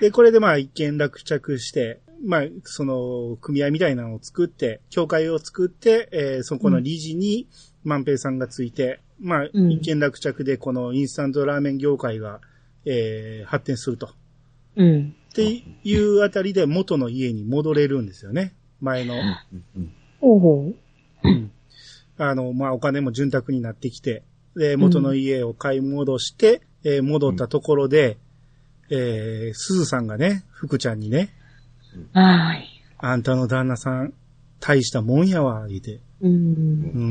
Speaker 1: で、これでまあ一見落着して、まあ、その、組合みたいなのを作って、協会を作って、えーそこの理事に万平さんがついて、まあ、
Speaker 2: うん
Speaker 1: 一見落着で、このインスタントラーメン業界が、えー発展すると。っ
Speaker 2: うん。
Speaker 1: ていうあたりで元の家に戻れるんですよね。前の。
Speaker 2: おお。
Speaker 1: あの、まあ、お金も潤沢になってきて、で、元の家を買い戻して、えー戻ったところで、えー、鈴さんがね、福ちゃんにね、
Speaker 2: はーい。
Speaker 1: あんたの旦那さん、大したもんやわ、言うて。
Speaker 2: うん。
Speaker 1: う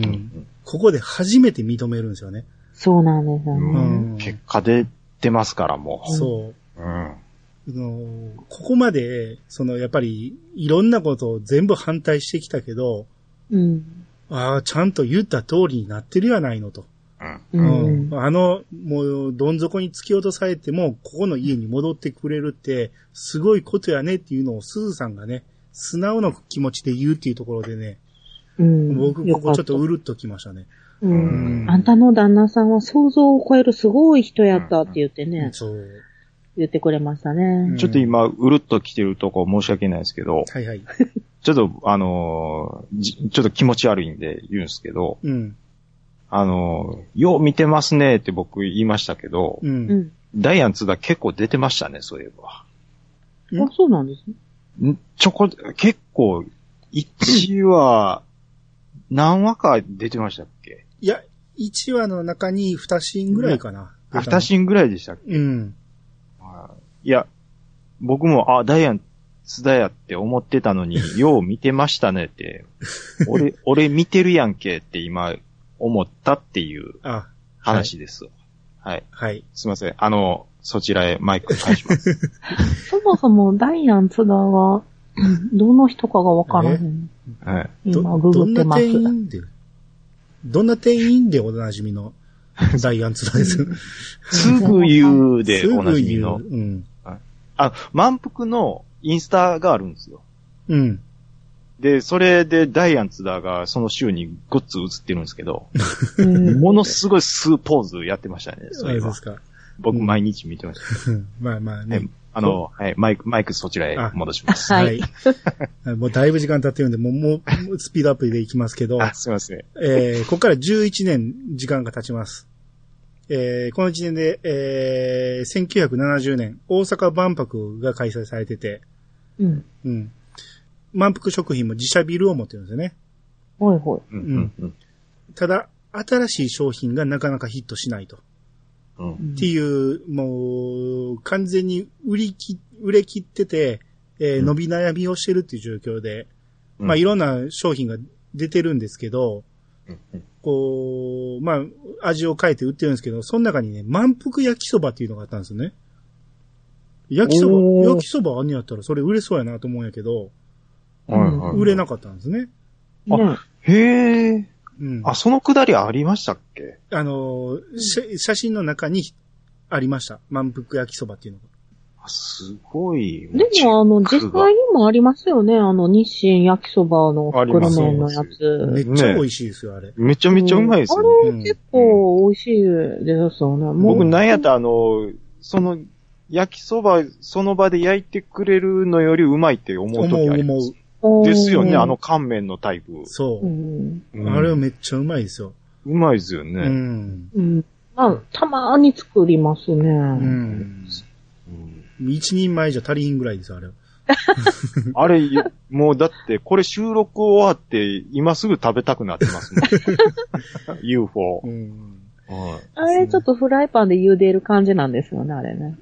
Speaker 1: んここで初めて認めるんですよね。
Speaker 2: そうなんですよ
Speaker 1: う
Speaker 2: ね。
Speaker 1: ん
Speaker 3: 結果出てますから、も。
Speaker 1: そう
Speaker 3: うん。
Speaker 1: う。あのここまで、その、やっぱり、いろんなことを全部反対してきたけど、
Speaker 2: うん。
Speaker 1: ああ、ちゃんと言った通りになってるやないのと。
Speaker 3: うん。
Speaker 2: う
Speaker 1: うん
Speaker 2: ん。
Speaker 1: あの、もう、どん底に突き落とされても、ここの家に戻ってくれるって、すごいことやねっていうのを、すずさんがね、素直な気持ちで言うっていうところでね、
Speaker 2: うん。
Speaker 1: 僕、
Speaker 2: よ
Speaker 1: こ
Speaker 2: か
Speaker 1: こ
Speaker 2: た
Speaker 1: ちょっとうるっときましたね。
Speaker 2: う。
Speaker 1: うんん
Speaker 2: あんたの旦那さんは想像を超えるすごい人やったって言ってね、
Speaker 1: そう。
Speaker 2: 言ってくれましたね。
Speaker 3: ちょっと今、うるっと来てるとこ申し訳ないですけど、
Speaker 1: はいはい。
Speaker 3: ちょっと、あのー、じちょっと気持ち悪いんで言うんですけど、
Speaker 1: うん。
Speaker 3: あのー、よう見てますねって僕言いましたけど、
Speaker 1: う。
Speaker 2: うんん。
Speaker 3: ダイアン2だ結構出てましたね、そういえば。
Speaker 1: うん
Speaker 2: あ、そうなんですね。
Speaker 3: んちょこ、結構、1話、何話か出てましたっけ
Speaker 1: いや、1話の中に2シーンぐらいかな。
Speaker 3: アフタシーンぐらいでしたっけ
Speaker 1: うん。
Speaker 3: いや、僕も、あ、ダイアン、津田やって思ってたの <laughs> に、よう見てましたねって、俺、俺見てるやんけって今、思ったっていう
Speaker 1: あ、
Speaker 3: 話です。はい。
Speaker 1: はい。
Speaker 3: すいません。あの、そちらへマイク返し <laughs> ます。
Speaker 2: そもそもダイアン津田は、うんどの人かがわからへん。
Speaker 3: はい。
Speaker 1: ど
Speaker 2: 今、グ
Speaker 1: ど
Speaker 2: グっ
Speaker 1: ん
Speaker 2: て
Speaker 1: な
Speaker 2: ます。
Speaker 1: 店員で、どんな店員でおなじみ
Speaker 2: <laughs>
Speaker 1: のダイアンツなんです。
Speaker 3: すぐ言うですおな
Speaker 1: ぐ
Speaker 3: じみ
Speaker 1: 言う。
Speaker 3: の。
Speaker 1: うん。
Speaker 3: あ、満腹のインスタがあるんですよ。
Speaker 1: うん。
Speaker 3: で、それでダイアンツだが、その週にごっつ映ってるんですけど、
Speaker 2: うん
Speaker 3: ものすごいスーポーズやってましたね。
Speaker 1: そ
Speaker 3: そうういえ
Speaker 1: で
Speaker 3: ば
Speaker 1: す。か。
Speaker 3: 僕毎日見てました。
Speaker 1: うんまあまあね
Speaker 3: ね。あの、はい、マイク、マイクそちらへ戻します。
Speaker 2: はい
Speaker 1: い。もうだいぶ時間経ってるんで、もう、もうもう、スピードアップでいきますけど、
Speaker 3: <laughs> あ、すいません。
Speaker 1: えー、ここから11年時間が経ちます。えー、この1年で、えー、1970年、大阪万博が開催されてて、
Speaker 2: うん。
Speaker 1: うん。満腹食品も自社ビルを持ってるんですよね。
Speaker 2: ほいほい。
Speaker 3: うんうんうん
Speaker 1: ただ、新しい商品がなかなかヒットしないと。っ
Speaker 3: うん
Speaker 2: うん
Speaker 1: ていう、もう、完全に売りき、売れ切ってて、えー
Speaker 3: うん
Speaker 1: 伸び悩みをしてるっていう状況で、
Speaker 3: うん
Speaker 1: まあ、いろんな商品が出てるんですけど、
Speaker 3: うんうん
Speaker 1: こう、まあ、味を変えて売ってるんですけど、その中にね、満腹焼きそばっていうのがあったんですよね。焼きそ
Speaker 3: お
Speaker 1: ば、
Speaker 3: ー
Speaker 1: 焼きそばあんねやったらそれ売れそうやなと思うんやけど、
Speaker 3: はいはいはい
Speaker 1: 売れなかったんですね。
Speaker 3: あ
Speaker 2: ね
Speaker 3: へえ。
Speaker 1: うん。
Speaker 3: あ、そのくだりありましたっけ
Speaker 1: あのー、写写真の中にありました。満腹焼きそばっていうのが。
Speaker 3: あすごい。
Speaker 2: でも、あの、
Speaker 3: チェッ
Speaker 2: 実
Speaker 3: クが
Speaker 2: 際にもありますよね。あの、日清焼きそばの袋麺のや
Speaker 3: あります
Speaker 1: め
Speaker 2: つ。
Speaker 1: っちゃ美味しいですよ、あれ。
Speaker 3: めちゃめちゃうまいですよね。
Speaker 1: う
Speaker 2: あ
Speaker 1: ん
Speaker 2: れ結構美味しいですよね。もう
Speaker 3: 僕、なんやったら、あの、その、焼きそば、その場で焼いてくれるのよりうまいって思う
Speaker 1: 思
Speaker 3: 時あ
Speaker 1: う
Speaker 3: り
Speaker 1: 思
Speaker 3: ま
Speaker 1: う
Speaker 3: す。。
Speaker 2: おー
Speaker 3: ですよね、あの、乾麺のタイプ。
Speaker 1: そうう。
Speaker 2: ん。
Speaker 3: うん
Speaker 1: あれめっちゃうまいですよ。
Speaker 3: うまいですよ
Speaker 1: う
Speaker 3: ね。
Speaker 1: ん。
Speaker 2: うん。まあ、たまに作りますね。
Speaker 1: う。
Speaker 3: うんん
Speaker 1: 一人前じゃ足りんぐらいです、あれ。
Speaker 3: あれ、もうだって、これ収録終わって、今すぐ食べたくなってますも
Speaker 1: <laughs>
Speaker 3: ん。UFO
Speaker 1: う。ん。
Speaker 3: はい
Speaker 2: あれ、ちょっとフライパンで茹でる感じなんですよね、あれね。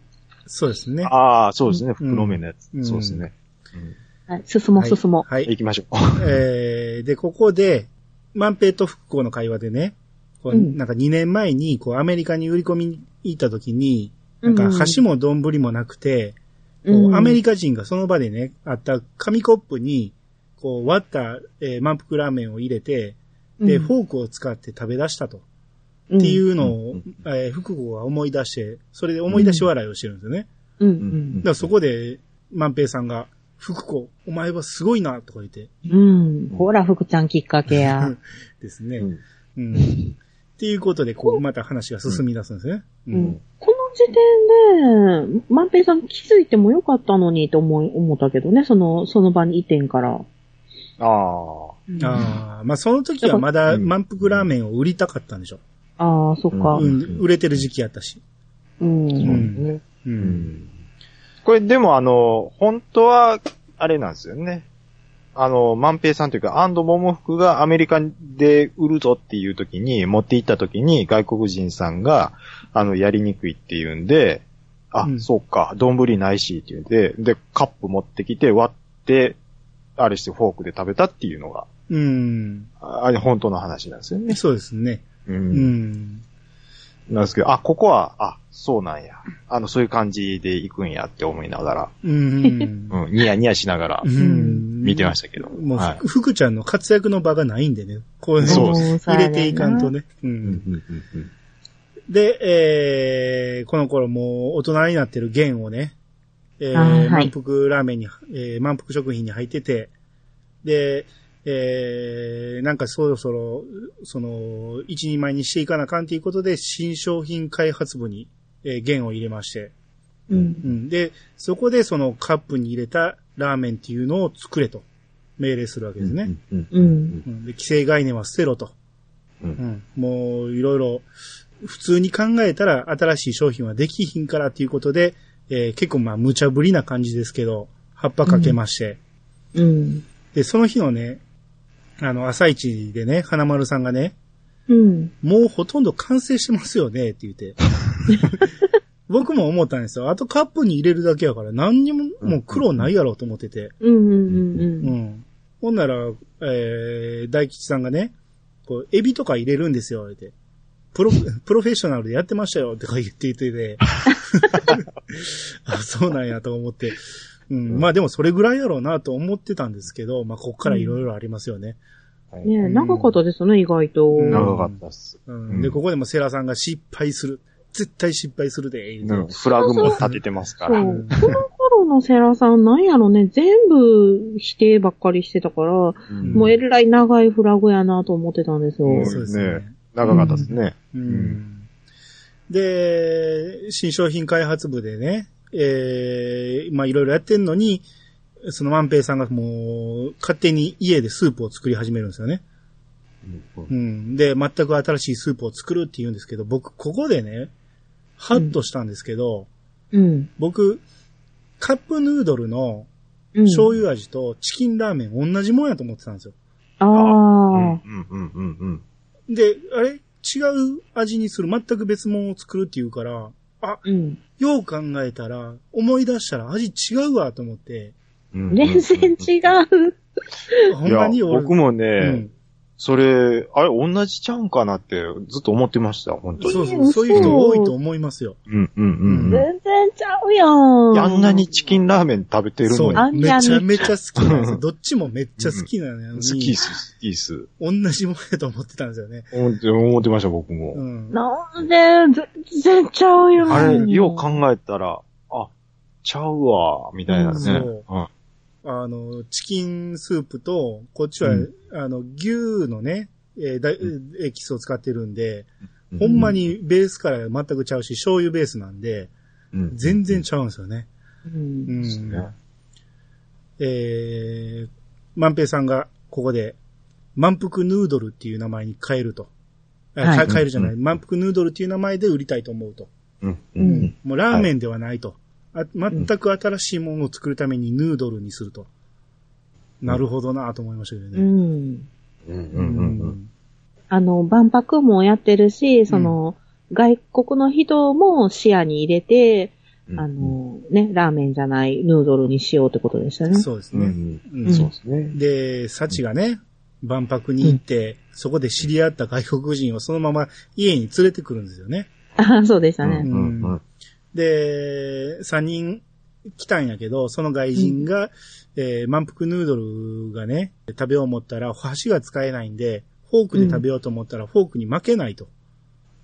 Speaker 1: そうですね。
Speaker 3: ああ、そうですね。袋麺のやつ
Speaker 1: う。ん
Speaker 3: そうですね。うん
Speaker 2: はい、進もう、進もう。
Speaker 1: はい。はい
Speaker 3: 行きましょ
Speaker 1: えー、で、ここで、万平と復興の会話でね、こう
Speaker 2: うん
Speaker 1: なんか2年前に、こう、アメリカに売り込みに行った時に、なんか
Speaker 2: うん
Speaker 1: 箸も丼もなくて、こ
Speaker 2: う
Speaker 1: うんアメリカ人がその場でね、あった紙コップに、こう、割った、えー満腹ラーメンを入れて、で、フォークを使って食べ出したと。
Speaker 2: うん
Speaker 1: っていうのを、
Speaker 3: うん
Speaker 1: えー福子が思い出して、それで思い出し笑いをしてるんですよね。
Speaker 2: うん
Speaker 3: うん
Speaker 1: だからそこで、万平さんが、福子、お前はすごいな、とか言って、
Speaker 2: うん。うん。ほら、福ちゃんきっかけや。
Speaker 1: です
Speaker 3: う
Speaker 1: ね。
Speaker 3: うん。
Speaker 1: うん。っていうことで、こう、また話が進み出すんですね。
Speaker 2: う。んこの時点で、万平さん気づいてもよかったのにと思い、思ったけどね、その、その場にいてんから。
Speaker 3: ああ。
Speaker 1: ああ、まあその時はまだ
Speaker 3: うん
Speaker 1: 満腹ラーメンを売りたかったんでしょ。
Speaker 2: ああ、そっか。
Speaker 1: う
Speaker 2: うんん。、
Speaker 1: 売れてる時期やったし。
Speaker 3: ね
Speaker 1: う。
Speaker 3: うんんこれでもあの、本当は、あれなんですよね。あの、万平さんというか、アンドモモフクがアメリカで売るぞっていう時に、持って行った時に外国人さんが、あの、やりにくいっていうんで、あ、
Speaker 1: うん
Speaker 3: そうか、丼ないしっていうんで、で、カップ持ってきて割って、あれしてフォークで食べたっていうのが、
Speaker 1: うん。
Speaker 3: ああれ本当の話なんですよね。
Speaker 1: そうですね。
Speaker 3: う
Speaker 1: うんん。
Speaker 3: なんですけど、あ、ここは、あ、そうなんや。あの、そういう感じで行くんやって思いながら、
Speaker 1: うん。
Speaker 3: うん、ニヤニヤしながら
Speaker 1: うん
Speaker 3: 見てましたけど。
Speaker 1: もう、
Speaker 3: はい
Speaker 1: ふ福ちゃんの活躍の場がないんでね。こういう
Speaker 3: そ
Speaker 1: の
Speaker 3: う
Speaker 1: を
Speaker 2: です
Speaker 1: 入れていかんと。ね。う
Speaker 3: うん
Speaker 1: ん。
Speaker 3: うんうんうん
Speaker 1: で、えー、この頃もう大人になってる弦をね、えー
Speaker 2: あーはい
Speaker 1: 満腹ラーメンに、えー満腹食品に入ってて、で、えー、なんかそろそろ、その、一人前にしていかなあかんということで、新商品開発部に、えー、弦を入れまして、
Speaker 2: うん。
Speaker 1: うん。で、そこでそのカップに入れたラーメンっていうのを作れと命令するわけですね。
Speaker 3: うん
Speaker 2: うん。
Speaker 1: うん、で規制概念は捨てろと。
Speaker 3: うん
Speaker 1: もう、いろいろ、普通に考えたら新しい商品はできひんからということで、えー結構まあ無茶ぶりな感じですけど、葉っぱかけまして。
Speaker 2: うん。
Speaker 1: で、その日のね、あの、朝一でね、花丸さんがね、
Speaker 2: うん。
Speaker 1: もうほとんど完成してますよね、って言 <laughs> って。僕も思ったんですよ。あとカップに入れるだけやから何にももう苦労ないやろうと思ってて。
Speaker 2: うん。うん。う。
Speaker 1: うんん。ほんなら、えー、大吉さんがね、こう、エビとか入れるんですよ、言うて。プロ、 <laughs> プロフェッショナルでやってましたよって言っていて <laughs> て、あそうなんやと思って、うん、まあでもそれぐらいやろうなと思ってたんですけど、まあこっからいろいろありますよね。
Speaker 3: はい
Speaker 2: ねえ
Speaker 1: うん
Speaker 2: 長かったですね、意外と。
Speaker 1: うん
Speaker 3: 長かったっす。
Speaker 1: うん、で、ここでもセラさんが失敗する。絶対失敗するで、言うて
Speaker 3: うんフラグも立ててますか
Speaker 2: そ
Speaker 3: ら。
Speaker 2: う。この頃のセラさん、なんやろね、全部否定ばっかりしてたから、
Speaker 3: うん
Speaker 2: もうえらい長いフラグやなと思ってたんですよ。
Speaker 3: うん
Speaker 1: そうですね。
Speaker 3: 長かったですね。
Speaker 1: うんで、新商品開発部でね、えー、まあいろいろやってんのに、その万平さんがもう勝手に家でスープを作り始めるんですよね。うん。で、全く新しいスープを作るって言うんですけど、僕、ここでね、ハッとしたんですけど、
Speaker 2: うん。
Speaker 1: 僕、カップヌードルの
Speaker 2: うん、
Speaker 1: 醤油味とチキンラーメン同じもんやと思ってたんですよ。
Speaker 2: あ
Speaker 3: うんうん
Speaker 2: あ、
Speaker 3: うんうんうん。
Speaker 1: で、あれ違う味にする、全く別物を作るって言うから、
Speaker 2: うん。
Speaker 1: よう考えたら、思い出したら味違うわと思って、
Speaker 3: うんうん
Speaker 2: 全然違う。
Speaker 1: ほ
Speaker 3: い
Speaker 1: んま
Speaker 3: や
Speaker 1: に、俺
Speaker 3: 僕もね、
Speaker 1: うん
Speaker 3: それ、あれ、同じちゃうんかなってずっと思ってました、本当
Speaker 1: そ
Speaker 3: に。
Speaker 1: うそう、そういう人多いと思いますよ。
Speaker 3: うんうんう
Speaker 2: 全
Speaker 3: ん。
Speaker 2: 然ちゃうやん。
Speaker 3: あんなにチキンラーメン食べてる
Speaker 1: そ
Speaker 3: の
Speaker 1: う
Speaker 3: に。
Speaker 2: あ。ん
Speaker 1: め
Speaker 2: なに
Speaker 1: ちゃめちゃ好きなん
Speaker 3: <laughs>
Speaker 1: ですよ。どっちもめっちゃ好きなの
Speaker 3: 好
Speaker 1: に、
Speaker 3: きっす、好きっす。
Speaker 1: 同じもんやと思ってたんですよね。
Speaker 3: 思って思ってました、僕も。
Speaker 1: うん。
Speaker 2: なんで、全然ちゃうやん。
Speaker 3: あれ、よう考えたら、あ、ちゃうわ、みたいな
Speaker 1: うん
Speaker 3: ね。
Speaker 1: そう
Speaker 3: うん
Speaker 1: あの、チキンスープと、こっちは、
Speaker 3: うん
Speaker 1: あの、牛のね、えーだエキスを使ってるんで、
Speaker 3: う
Speaker 1: ほんまにベースから全くちゃうし、醤油ベースなんで、
Speaker 3: うん
Speaker 1: 全然ちゃうんですよね。
Speaker 2: うん。
Speaker 1: うん。
Speaker 3: ですね
Speaker 1: えー、万平さんがここで、満腹ヌードルっていう名前に変えると。あ
Speaker 2: はい
Speaker 1: か変えるじゃない、
Speaker 3: う
Speaker 1: 満腹ヌードルっていう名前で売りたいと思うと。
Speaker 3: うんう
Speaker 2: うん
Speaker 3: ん
Speaker 1: もうラーメンではないと。あ全く新しいものを作るためにヌードルにすると。なるほどなぁと思いましたけどね。
Speaker 2: うん。
Speaker 3: うんうん
Speaker 1: うん
Speaker 3: うんうん
Speaker 2: あの、万博もやってるし、その、外国の人も視野に入れて、
Speaker 3: うん
Speaker 2: あの、ね、ラーメンじゃないヌードルにしようってことでしたね。
Speaker 1: そうです
Speaker 3: うんう
Speaker 1: ね。
Speaker 3: ん
Speaker 1: うん
Speaker 2: うん
Speaker 3: そうですね。
Speaker 1: で、サチがね、万博に行って、そこで知り合った外国人をそのまま家に連れてくるんですよね。
Speaker 2: あそうでした
Speaker 3: うん
Speaker 2: ね。
Speaker 3: うんうん
Speaker 1: で、3人来たんやけど、その外人が、えー満腹ヌードルがね、食べよう思ったら、箸が使えないんで、フォークで食べようと思ったら、フォークに負けないと。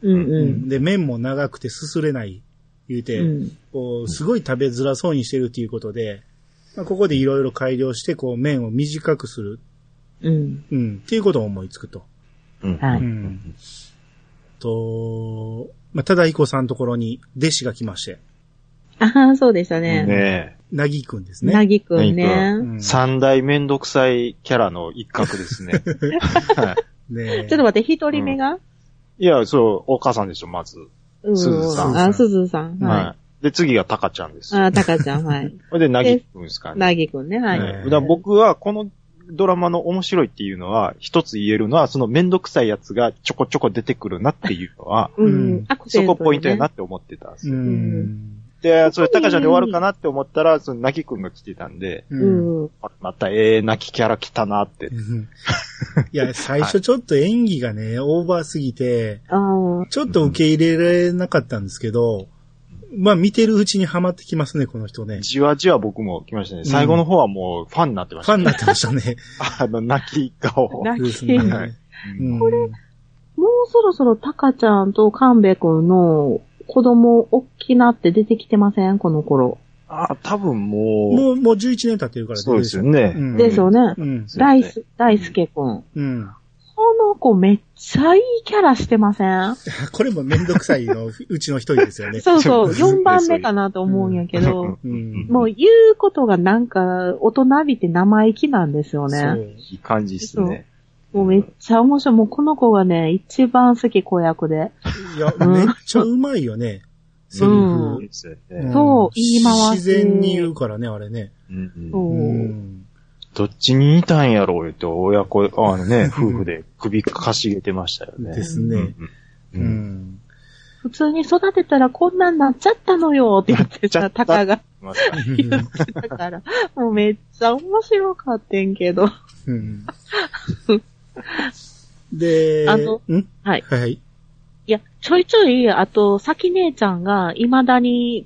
Speaker 2: うんう
Speaker 1: で、麺も長くてすすれない、言うて、
Speaker 2: ん。
Speaker 1: こう、すごい食べづらそうにしてるっていうことで、まあ、ここでいろいろ改良して、こう、麺を短くする、
Speaker 2: うん。
Speaker 1: うん、っていうことを思いつくと。
Speaker 3: うん
Speaker 2: は
Speaker 1: う
Speaker 2: い。
Speaker 1: ん。と、まあ、ただいこさんのところに弟子が来まして、
Speaker 2: あそうでしたね。
Speaker 3: ね
Speaker 1: なぎくんですね。
Speaker 2: なぎくん
Speaker 3: な
Speaker 1: う
Speaker 2: ね。
Speaker 1: ん
Speaker 3: え。三大めんどくさいキャラの一角です <laughs> ね。はい
Speaker 1: ね
Speaker 2: ちょっと待って、一人目が
Speaker 3: いや、そう、お母さんでしょ、まず。
Speaker 2: うん。
Speaker 3: すずさ
Speaker 1: ん
Speaker 2: あ、すずさん。は
Speaker 3: はい。で、次がタカちゃんで
Speaker 2: い。
Speaker 3: す。
Speaker 2: あ、たかちゃん、はい。
Speaker 3: ほいで、なぎくんですかね。
Speaker 2: なぎくんね、は
Speaker 1: ね
Speaker 2: い。
Speaker 3: だから僕は、このドラマの面白いっていうのは、一つ言えるのは、そのめんどくさいやつがちょこちょこ出てくるなっていうの
Speaker 2: <laughs>
Speaker 3: は、
Speaker 2: う
Speaker 1: うん
Speaker 2: ん。あ、個
Speaker 3: そ
Speaker 2: 性
Speaker 3: こポイントやな
Speaker 2: ね。
Speaker 3: って思ってたんです
Speaker 1: う
Speaker 3: よ。
Speaker 1: ん。
Speaker 3: で、それ、タカちゃんで終わるかなって思ったら、そのなぎくんが来てたんで、
Speaker 1: う。
Speaker 2: うんん。
Speaker 3: あまた、ええ、なきキャラ来たなって。
Speaker 1: いや、最初ちょっと演技がね、オーバーすぎて、
Speaker 2: ああ、
Speaker 1: ちょっと受け入れられなかったんですけど、まあ見てるうちにハマってきますね、この人ね。
Speaker 3: じわじわ僕も来ましたね。最後の方はもうファンになってまし
Speaker 1: ファ
Speaker 3: た
Speaker 1: ンに
Speaker 3: ね。
Speaker 1: なってましたね。
Speaker 3: <laughs> あの、泣き
Speaker 2: <laughs>
Speaker 3: 顔。
Speaker 2: な
Speaker 1: です
Speaker 2: き。
Speaker 1: ね。
Speaker 2: も
Speaker 3: はい
Speaker 1: うん
Speaker 2: これうそろそろたかちゃんとかんべくんの子供、大きなって出てきてませんこの頃。
Speaker 3: あ、多分も
Speaker 1: もう、もう11年経ってるか
Speaker 3: う、
Speaker 1: ら
Speaker 3: そうですよ
Speaker 1: ね。
Speaker 3: ね。
Speaker 1: うん
Speaker 2: ですよね。
Speaker 1: うん。
Speaker 2: 大す、大すけくん。
Speaker 1: うん。
Speaker 2: この子めっちゃいいキャラしてません
Speaker 1: これもめんどくさいのうちの一人ですよね。
Speaker 2: そうそう、
Speaker 3: そう
Speaker 2: 4番目かなと思うんやけ
Speaker 3: う
Speaker 2: ど
Speaker 3: ん、
Speaker 1: うん。
Speaker 2: もう言うことがなんか、大人びて生意気なんですよね。
Speaker 3: いい感じですね。
Speaker 2: もうめっちゃ面白い。もうこの子がね、一番好き子役で。
Speaker 1: そう。いや、めっちゃうまいよね。セリ
Speaker 2: うん
Speaker 1: フ。
Speaker 3: ですよ
Speaker 1: ん
Speaker 3: ね
Speaker 2: そう言い回し
Speaker 1: 自然に言うからね、あれね。
Speaker 3: うん
Speaker 2: そう
Speaker 1: うん。
Speaker 3: どっちにいたんやろうよって、親子、あのね、夫婦で首かしげてましたよね。
Speaker 1: ですね。う
Speaker 3: う。
Speaker 1: ん
Speaker 3: うん
Speaker 1: ん。
Speaker 2: 普通に育てたらこんなんなっちゃったのよって言ってた、
Speaker 3: なっちゃっ
Speaker 2: タ
Speaker 3: た
Speaker 2: カが
Speaker 3: まあ
Speaker 2: 言ってたから、もうめっちゃ面白かってんけど。
Speaker 1: うんで、
Speaker 2: あの
Speaker 1: ん
Speaker 2: はい。
Speaker 1: はいはい。
Speaker 2: いや、ちょいちょい、あと、さき姉ちゃんが、未だに、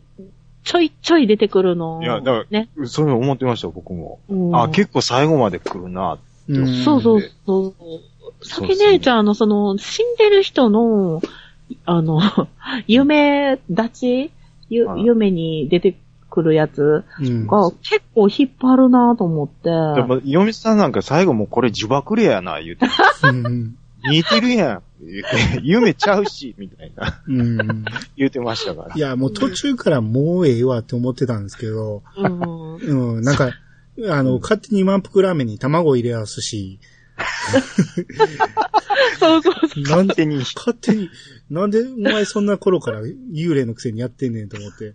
Speaker 2: ちょいちょい出てくるの。
Speaker 3: いやだから
Speaker 2: ね。
Speaker 3: そういうの思ってました、僕も。
Speaker 2: うん
Speaker 3: あ、結構最後まで来るな。
Speaker 1: うん
Speaker 2: そうそうそう。さき姉ちゃんの、その、死んでる人の、あの、 <laughs> 夢立ちゆ
Speaker 3: はい
Speaker 2: 夢に出てくるやつ
Speaker 1: うん
Speaker 2: が結構引っ張るなと思って。
Speaker 3: でも、ヨミさんなんか最後もうこれ呪縛霊やな、言う
Speaker 1: <laughs>
Speaker 3: て。
Speaker 1: うん
Speaker 3: 似てるやん。 <laughs> 言うて夢ちゃうし、みたいな。
Speaker 1: うん
Speaker 3: 言うてましたから
Speaker 1: い。や、もう途中からもうええわって思ってたんですけど、
Speaker 2: うん
Speaker 1: うん、なんか、あの、勝手に満腹ラーメンに卵入れやすし、
Speaker 2: そうそうそう。
Speaker 1: なん
Speaker 3: 勝手に。
Speaker 1: 勝手に、なんでお前そんな頃から幽霊のくせにやってんねんと思って。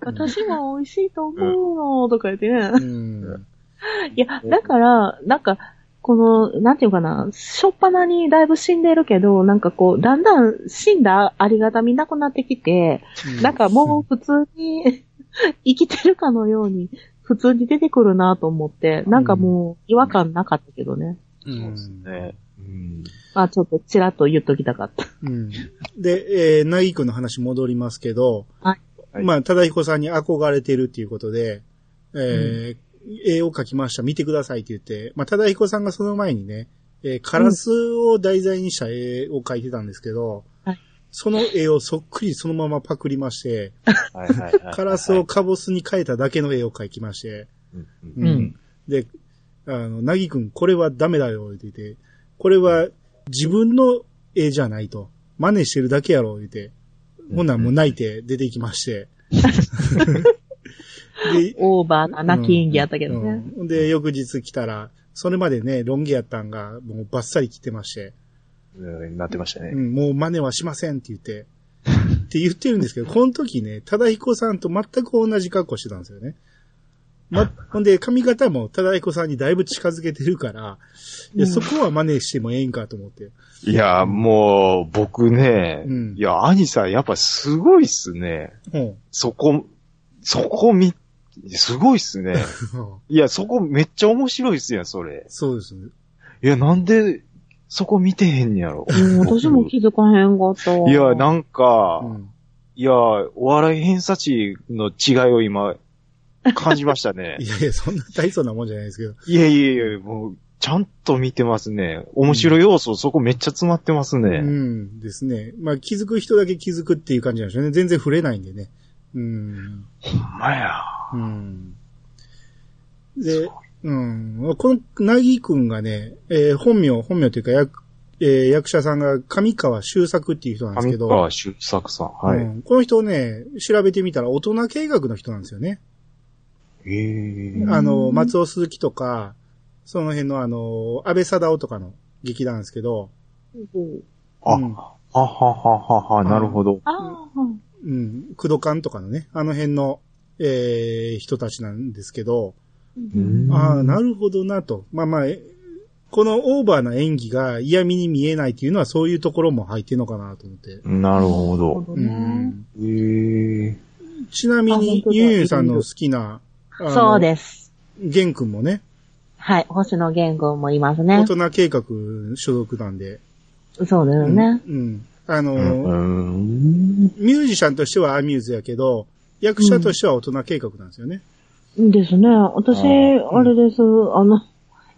Speaker 2: 私も美味しいと思うの、とか言ってね。
Speaker 1: うん。
Speaker 2: いや、だから、なんか、この、なんていうかな、しょっぱなにだいぶ死んでるけど、なんかこう、だんだん死んだありがたみなくなってきて、なんかもう普通に <laughs> 生きてるかのように、普通に出てくるなと思って、なんかもう違和感なかったけどね。
Speaker 1: う
Speaker 3: そうんですね。うん。
Speaker 2: まあちょっとちらっと言っときたかった。
Speaker 1: うん。で、えー、ナイー君の話戻りますけど、
Speaker 2: はい
Speaker 3: はい
Speaker 1: まあ、ただ彦さんに憧れてるっていうことで、えー絵を描きました、見てくださいって言って、まあ、ただ彦さんがその前にね、えーカラスを題材にした絵を描いてたんですけど、
Speaker 2: はい
Speaker 1: その絵をそっくりそのままパクりまして、
Speaker 3: はい
Speaker 1: <laughs>
Speaker 3: はいはいはい。
Speaker 1: カラスをカボスに変えただけの絵を描きまして、
Speaker 3: うんうん。
Speaker 2: うん
Speaker 1: で、あの、なぎくん、これはダメだよ、言ってて、これは自分の絵じゃないと。真似してるだけやろ、言って。ほんなんもう泣いて出ていきまして。で、
Speaker 2: オーバーな泣き演技やったけどね。
Speaker 1: うんで、翌日来たら、それまでね、ロン毛やったんが、もうバッサリ切ってまして、
Speaker 3: うんなってました
Speaker 1: う
Speaker 3: ね。
Speaker 1: ん、もう真似はしませんって言って、 <laughs> って言ってるんですけど、この時ね、忠彦さんと全く同じ格好してたんですよね。ま、ほんで、髪型も忠彦さんにだいぶ近づけてるから、いや、
Speaker 2: うん
Speaker 1: そこは真似してもええんかと思って。
Speaker 3: いや、もう、僕ね
Speaker 1: うん、
Speaker 3: いや、兄さん、やっぱすごいっすね。
Speaker 1: うん。
Speaker 3: そこ、そこみ、すごいっ
Speaker 1: <laughs>
Speaker 3: すね。いや、そこめっちゃ面白いっすやん、それ。
Speaker 1: そうですね。
Speaker 3: いや、なんで、そこ見てへんねやろ。
Speaker 2: うん、私も気づかへんか <laughs> った。
Speaker 3: いや、なんか、
Speaker 1: うん。
Speaker 3: いや、お笑い偏差値の違いを今、感じましたね
Speaker 1: <laughs> い。やいや、そんな大層なもんじゃないですけど。
Speaker 3: いやいやいや、もう、ちゃんと見てますね。面白い要素、そこめっちゃ詰まってますね。
Speaker 1: うん。ですね。まあ、気づく人だけ気づくっていう感じなんでしょうね。全然触れないんでね。うん。
Speaker 3: ほんまや。
Speaker 1: うんで、うん。この、なぎくんがね、えー本名、本名というか役、えー役者さんが上川修作っていう人なんですけ
Speaker 3: 上
Speaker 1: ど、
Speaker 3: 川修作さん。はい。
Speaker 1: うんこの人をね、調べてみたら大人計画の人なんですよね。
Speaker 3: え
Speaker 2: うん
Speaker 1: あの、松尾鈴木とか、その辺のあの、安倍貞夫とかの劇団ですけど、
Speaker 2: うん
Speaker 3: あ、
Speaker 1: うん
Speaker 3: ははははは、なるほど。
Speaker 2: ああ、
Speaker 1: うん、工藤館とかのね、あの辺の、えー人たちなんですけど、
Speaker 2: うん
Speaker 1: ああ、なるほどなと。まあまあ、えこのオーバーな演技が嫌味に見えないっていうのはそういうところも入ってんのかなと思って。
Speaker 3: なるほ
Speaker 2: なる
Speaker 3: ど。
Speaker 2: ほど
Speaker 1: う
Speaker 2: ね。
Speaker 1: ん、
Speaker 3: えー、
Speaker 1: ちなみ
Speaker 2: あ本
Speaker 1: に
Speaker 2: 当、だ
Speaker 1: ユンユンさんの好きな、
Speaker 2: そう
Speaker 1: す。
Speaker 2: です。
Speaker 1: ゲン君もね、
Speaker 2: はい。星野源君もいますね
Speaker 1: 大。人計画所属なんで。
Speaker 2: そうだよね。
Speaker 1: うん。うんあの、
Speaker 3: うん。
Speaker 1: ミュージシャンとしてはアミューズやけど、役者としては大人計画なんですよね。
Speaker 2: ですね。私、
Speaker 3: あー
Speaker 2: あれです。あの、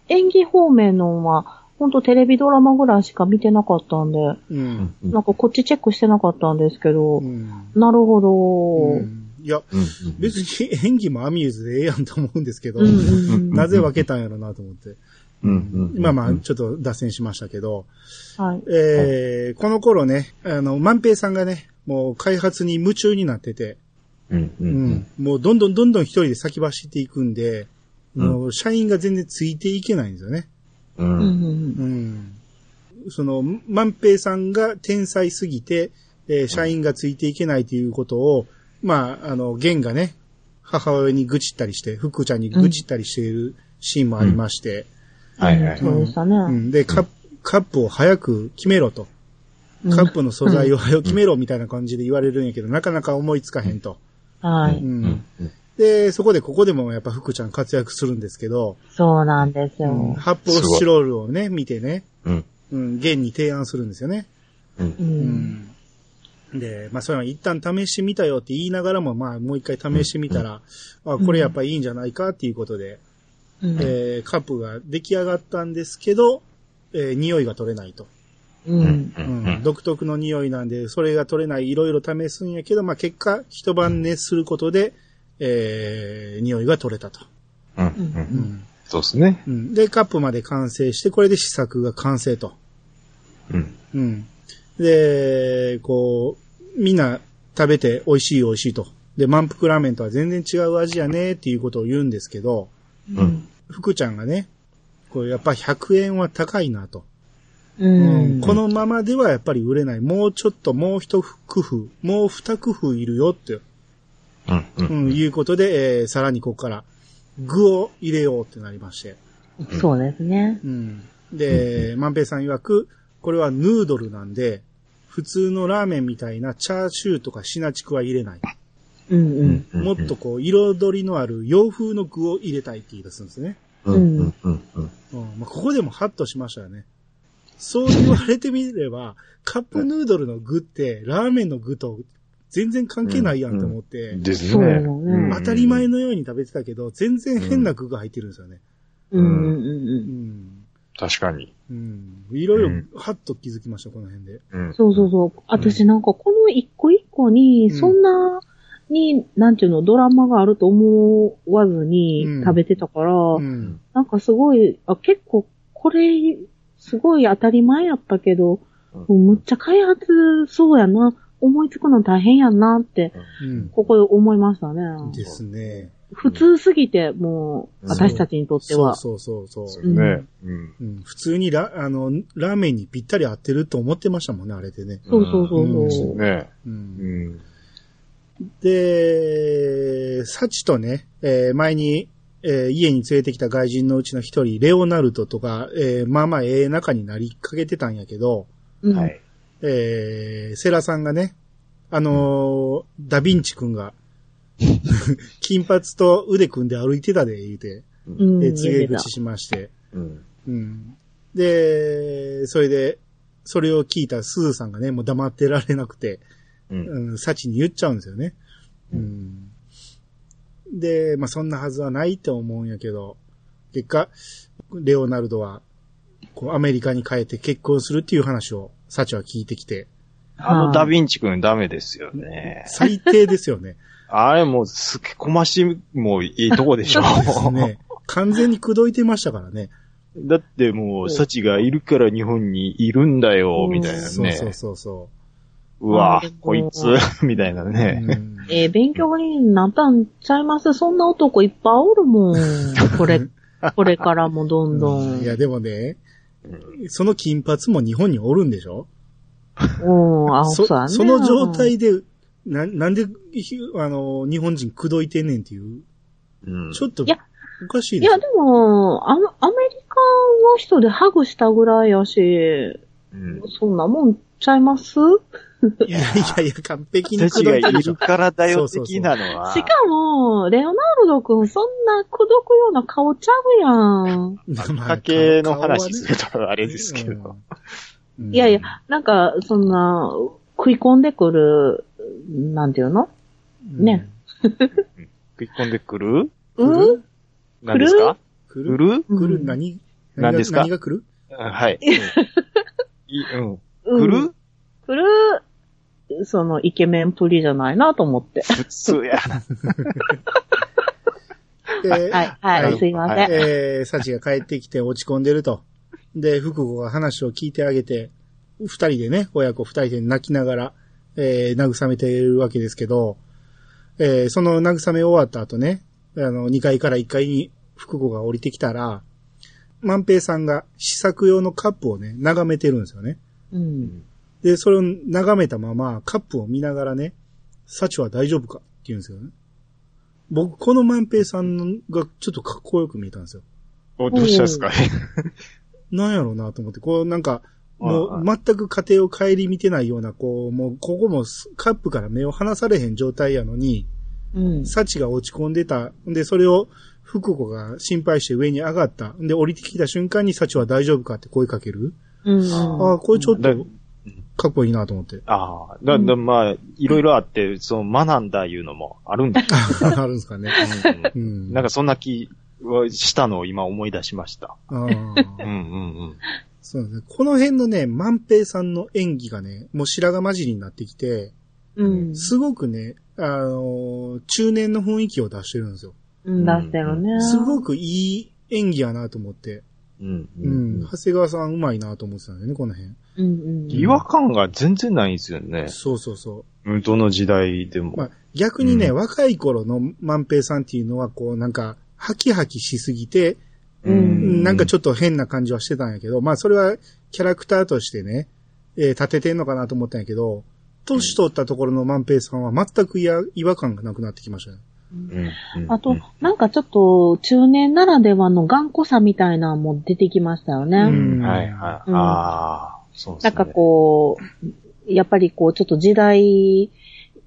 Speaker 2: 演技方面のは、ほんとテレビドラマぐらいしか見てなかったんで、
Speaker 1: うん。
Speaker 3: うん
Speaker 2: なんかこっちチェックしてなかったんですけど、
Speaker 1: うん。
Speaker 2: なるほ
Speaker 1: う
Speaker 2: ど。
Speaker 1: んいや、
Speaker 3: うん
Speaker 1: 別に演技もアミューズでええやんと思うんですけど、
Speaker 2: うんうん
Speaker 1: なぜ分けたんやろなと思って。
Speaker 3: うん
Speaker 1: まあま
Speaker 3: う
Speaker 1: あ、
Speaker 3: ん
Speaker 1: ちょっと脱線しましたけど、
Speaker 2: はい。
Speaker 1: えーこの頃ね、あの、万平さんがね、もう開発に夢中になってて、
Speaker 3: うんう
Speaker 1: うんん、もうどんどんどんどん一人で先走っていくんで、
Speaker 3: うん
Speaker 1: もう社員が全然ついていけないんですよね。
Speaker 3: う。
Speaker 2: うんん
Speaker 1: うん、その、万平さんが天才すぎて、えー社員がついていけないということを、まあ、あの、ゲンがね、母親に愚痴ったりして、福ちゃんに愚痴ったりしているシーンもありまして、
Speaker 3: はいはい。
Speaker 2: そうでしたね。
Speaker 1: うん、で、カップカップを早く決めろと。
Speaker 2: うん
Speaker 1: カップの素材を早く決めろみたいな感じで言われるんやけど、なかなか思いつかへんと。
Speaker 2: は
Speaker 1: う
Speaker 2: い。
Speaker 1: ん。で、そこでここでもやっぱ福ちゃん活躍するんですけど、
Speaker 2: そうなんです
Speaker 1: うん
Speaker 2: よ。
Speaker 1: 発泡スチロールをね、見てね、
Speaker 3: うん。
Speaker 1: うん、現に提案するんですよね。
Speaker 2: う。
Speaker 1: うんん。で、まあ、それは一旦試してみたよって言いながらも、まあ、もう一回試してみたら、あ、これやっぱいいんじゃないかっていうことで、
Speaker 2: うん。
Speaker 1: えーカップが出来上がったんですけど、えー匂いが取れないと。
Speaker 2: う。
Speaker 3: うん
Speaker 1: うん、独特の匂いなんで、それが取れない、いろいろ試すんやけど、まあ、結果、一晩寝することで、えー、匂いが取れたと。
Speaker 3: うん
Speaker 1: う
Speaker 3: うん
Speaker 1: ん。
Speaker 3: そうですね。
Speaker 1: うん、で、カップまで完成して、これで試作が完成と。
Speaker 3: うん。
Speaker 1: うん。で、こう、みんな食べて美味しい美味しいと。で、満腹ラーメンとは全然違う味やねっていうことを言うんですけど、
Speaker 2: うん。
Speaker 1: 福ちゃんがね、これやっぱ100円は高いなと。
Speaker 2: うん。
Speaker 1: このままではやっぱり売れない。もうちょっと、もう一工夫、もう二工夫いるよって、
Speaker 3: うん。う。
Speaker 1: うんん、いうことで、えーさらにここから具を入れようってなりまして。
Speaker 2: そうですね。
Speaker 1: うん。で、万平さん曰く、これはヌードルなんで、普通のラーメンみたいなチャーシューとかシナチクは入れない。
Speaker 2: うんうん。
Speaker 1: もっとこう、彩りのある洋風の具を入れたいって言い出すんですね。
Speaker 3: うん。うん。うん。うん。
Speaker 1: うんまあ、ここでもハッとしましたよね。そう言われてみれば、カップヌードルの具って、ラーメンの具と全然関係ないやんと思って、
Speaker 3: ですね。
Speaker 2: そうね
Speaker 3: うん
Speaker 1: 当たり前のように食べてたけど、全然変な具が入ってるんですよね。
Speaker 2: うんうんう。
Speaker 1: うんん。
Speaker 3: 確かに。
Speaker 1: うん。いろ
Speaker 3: う
Speaker 1: い
Speaker 3: ん
Speaker 1: ろ、ハッと気づきました、この辺で。
Speaker 3: うん。
Speaker 2: そうそうそう。私なんかこの一個一個に、
Speaker 1: うん
Speaker 2: そんなに、なんていうの、ドラマがあると思わずに
Speaker 1: うん
Speaker 2: 食べてたから、
Speaker 1: うん。
Speaker 2: なんかすごい、あ、結構これ、すごい当たり前やったけど、
Speaker 3: う
Speaker 2: もうむっちゃ開発そうやな、思いつくの大変やなって、
Speaker 1: うん。
Speaker 2: ここで思いましたね。
Speaker 1: ですね。
Speaker 2: 普通すぎて、もう、
Speaker 3: うん
Speaker 2: 私たちにとって
Speaker 1: そう
Speaker 2: は。
Speaker 1: そうそうそう。
Speaker 3: ん。ね。うん。
Speaker 1: うん、普通にラ、あの、ラーメンにぴったり合ってると思ってましたもんね、あれでね。
Speaker 2: そうそうそう
Speaker 1: うん
Speaker 2: そう。
Speaker 3: ね。
Speaker 1: う、
Speaker 3: うんん。
Speaker 1: で、サチとね、えー前に、えー家に連れてきた外人のうちの一人、レオナルドとか、えーまあまあええ仲になりかけてたんやけど、
Speaker 2: うん
Speaker 3: はい。
Speaker 1: えーセラさんがね、あのーダヴィンチ君が、 <laughs> 金髪と腕組んで歩いてたで、言うて、
Speaker 2: うん。
Speaker 1: で、告げ
Speaker 2: 言えてた
Speaker 1: 口しまして、
Speaker 3: うん。
Speaker 1: うんで、それで、それを聞いたすずさんがね、もう黙ってられなくて、
Speaker 3: うん。
Speaker 1: うん、サチに言っちゃうんですよね。うん、で、まあ、そんなはずはないって思うんやけど、結果、レオナルドは、こう、アメリカに帰って結婚するっていう話を、サチは聞いてきて、
Speaker 3: あのダヴィンチ君ダメですよね。
Speaker 1: 最低ですよね。
Speaker 3: あれもう、すけこましもいいとこでしょ。
Speaker 1: ですね。完全に口説いてましたからね。
Speaker 3: <laughs> だってもう、サチがいるから日本にいるんだよ、みたいな
Speaker 1: そうそう
Speaker 3: ね。
Speaker 1: そうそう
Speaker 3: わ、こいつ、 <laughs> みたいな
Speaker 1: う。う
Speaker 3: ね。
Speaker 1: ん
Speaker 2: えー勉強になったんちゃいますそんな男いっぱいお
Speaker 1: <laughs>
Speaker 2: るもん。これ、これからもどんどん。
Speaker 1: いや、でもね、その金髪も日本におるんでしょ
Speaker 2: うん、あ、
Speaker 1: そ
Speaker 2: そうやね。
Speaker 1: その状態で、ななんで、ひあの、日本人口説いてんねんっていう、
Speaker 3: うん
Speaker 1: ちょっと
Speaker 2: いや、
Speaker 1: おかしい
Speaker 2: い
Speaker 1: でしょ
Speaker 2: や、でも、あのアメリカの人でハグしたぐらいやし、
Speaker 3: うん
Speaker 2: そんなもんちゃいますし
Speaker 1: いやいやいや、完璧に
Speaker 3: サ
Speaker 1: 口
Speaker 3: チ
Speaker 1: 説
Speaker 3: が
Speaker 1: い
Speaker 3: い
Speaker 1: てるでしょ
Speaker 3: る。からだ
Speaker 1: そ
Speaker 3: よ、
Speaker 1: うそうそう
Speaker 3: 的なのは。
Speaker 2: かも、レオナルド君そんな口説くような顔ちゃうやん。
Speaker 1: まあ
Speaker 3: 家系の話す
Speaker 1: 顔
Speaker 3: るとあれ
Speaker 1: はね
Speaker 3: ですけど。
Speaker 1: うんうん
Speaker 2: いやいや、なんか、そんな、食い込んでくる、なんていうの
Speaker 1: うん
Speaker 2: ね。
Speaker 3: 食い込んでくる
Speaker 2: うん
Speaker 1: 来
Speaker 3: 何ですか
Speaker 1: る
Speaker 3: く
Speaker 1: 来る
Speaker 3: る
Speaker 2: うん
Speaker 1: 来る何
Speaker 3: 何
Speaker 1: が
Speaker 3: ですか
Speaker 1: 何が来る
Speaker 3: あはい。いうん。
Speaker 2: う
Speaker 3: く
Speaker 2: ん
Speaker 3: る
Speaker 2: 来る、その、イケメンプリじゃないなと思って。
Speaker 3: 普通やな。
Speaker 1: で
Speaker 2: はい、は
Speaker 1: はい
Speaker 2: い、すいません。
Speaker 1: えー、サチが帰ってきて落ち込んでると。で、福子が話を聞いてあげて、二人でね、親子二人で泣きながら、えー、慰めているわけですけど、えー、その慰め終わった後ね、あの、2階から1階に福子が降りてきたら、万平さんが試作用のカップをね、眺めてるんですよね。
Speaker 2: うん。
Speaker 1: で、それを眺めたまま、カップを見ながらね、サチは大丈夫かって言うんですよね。僕、この万平さんがちょっとかっこよく見えたんですよ。
Speaker 3: おどうしたんですか
Speaker 1: なんやろうなと思って、こうなんか、も
Speaker 3: は
Speaker 1: う
Speaker 3: い
Speaker 1: 全く家庭を顧みてないような、こう、もうここもすカップから目を離されへん状態やのに、
Speaker 2: うん。
Speaker 1: サチが落ち込んでた。で、それを福子が心配して上に上がった。で、降りてきた瞬間にサチは大丈夫かって声かける。
Speaker 2: うん。
Speaker 1: ああ、これちょっと
Speaker 3: <laughs> だ
Speaker 1: かっこいいなと思って。 <laughs>
Speaker 3: ああ、だ、だ、まあ、いろいろあって、その、学んだいうのもあるんだけ
Speaker 1: あるんですかね。
Speaker 3: ど、うん
Speaker 1: うん。
Speaker 3: なんかそんな気はしたのを今思い出しました。
Speaker 1: あ
Speaker 3: う
Speaker 1: ー
Speaker 3: んうんうん。
Speaker 1: そうですね。この辺のね、万平さんの演技がね、もう白髪混じりになってきて、
Speaker 2: うん。
Speaker 1: すごくね、あのー中年の雰囲気を出してるんですよ。
Speaker 2: うん、出してるね。
Speaker 1: すごくいい演技やなと思って。
Speaker 3: うんう
Speaker 1: うんん。
Speaker 3: うん
Speaker 1: 長谷川さんうまいなと思ってたんだよね、この辺。
Speaker 2: うんうん。
Speaker 3: 違和感が全然ないんですよね。
Speaker 1: そうそうそ
Speaker 3: うんどの時代で
Speaker 1: う。ま
Speaker 3: も。
Speaker 1: あ、逆にね、
Speaker 3: うん
Speaker 1: 若い頃の万平さんっていうのは、こう、なんか、ハキハキしすぎて、
Speaker 2: うん
Speaker 1: なんかち
Speaker 3: ょ
Speaker 1: ょ
Speaker 3: っ
Speaker 1: っと変な感じはしてたんやけど、まあそれはキャラクターとしてね、えー立ててんのかなと思ったんやけど、年取ったところの万平さんは全くいや違和感がなくなってきましたね。
Speaker 2: あと、なんかちょっと、中年ならではの頑固さみたいなのも出てきましたよね。
Speaker 1: うん
Speaker 3: はいは
Speaker 2: う
Speaker 3: い。
Speaker 2: ん
Speaker 3: ああ、そうです
Speaker 2: な
Speaker 3: ね。
Speaker 2: んかこう、やっぱりこう、ちょっと時代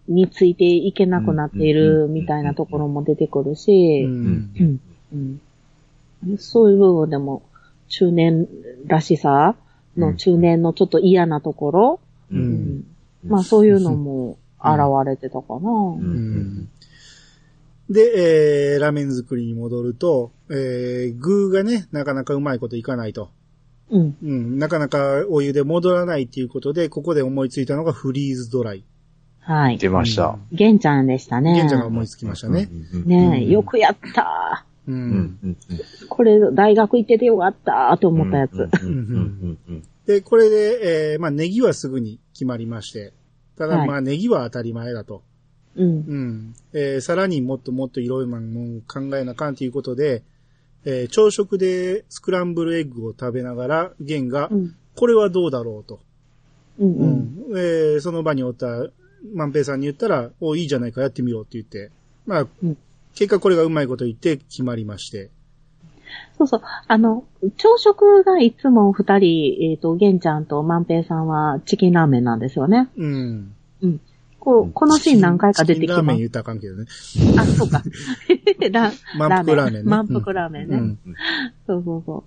Speaker 2: についていけなくなっているみたいなところも出てくる
Speaker 1: う
Speaker 2: し、
Speaker 1: ん。
Speaker 2: うんうんそういう部分でも、中年らしさの中年のちょっと嫌なところ、
Speaker 3: う
Speaker 1: うん
Speaker 3: んうん
Speaker 2: まあそういうのも現れてたかな。
Speaker 3: うんうん
Speaker 1: で、えー、ラーメン作りに戻ると、えー、具がね、なかなかうまいこといかないと。
Speaker 2: うん。
Speaker 1: うん、なかなかお湯で戻らないっていうことで、ここで思いついたのがフリーズドライ。
Speaker 2: はい。
Speaker 3: 出ました。
Speaker 2: 玄ちゃんでしたね。
Speaker 1: 玄ちゃんが思いつきましたね。
Speaker 3: うんうんうん
Speaker 2: ねえ、
Speaker 1: うん
Speaker 2: よくやった
Speaker 1: う
Speaker 3: うんん。うん
Speaker 2: ーこれ、大学行っててよかったーと
Speaker 3: うん
Speaker 2: 思ったやつ。
Speaker 3: うんうんうんうん
Speaker 1: で、これで、えー、まあネギはすぐに決まりまして、ただ
Speaker 2: はい
Speaker 1: まあネギは当たり前だと。
Speaker 2: うん。
Speaker 1: うん。えーさらにもっともっといろいろなものを考えなあかんということで、えー朝食でスクランブルエッグを食べながら、ゲンが
Speaker 2: う、ん。
Speaker 1: これはどうだろうと。
Speaker 2: うん。うん。
Speaker 1: うんえーその場におった万平さんに言ったら、お、いいじゃないか、やってみようって言って。まあ、
Speaker 2: うん
Speaker 1: 結果これがうまいこと言って決まりまして。
Speaker 2: そうそう。あの、朝食がいつもお二人、えっ、と、玄ちゃんと万平さんはチキンラーメンなんですよね。
Speaker 1: うん。
Speaker 2: こ
Speaker 3: うん
Speaker 2: う、このシーン何回か出てき
Speaker 1: チキンラーメ
Speaker 2: ま
Speaker 1: ン
Speaker 2: す
Speaker 1: 言。ったらあかんけどね。
Speaker 2: あ、そうか。 <laughs> ラ
Speaker 1: 満腹ラーメンね。
Speaker 2: 満腹ラーメンね。
Speaker 1: うん
Speaker 2: そうそうそ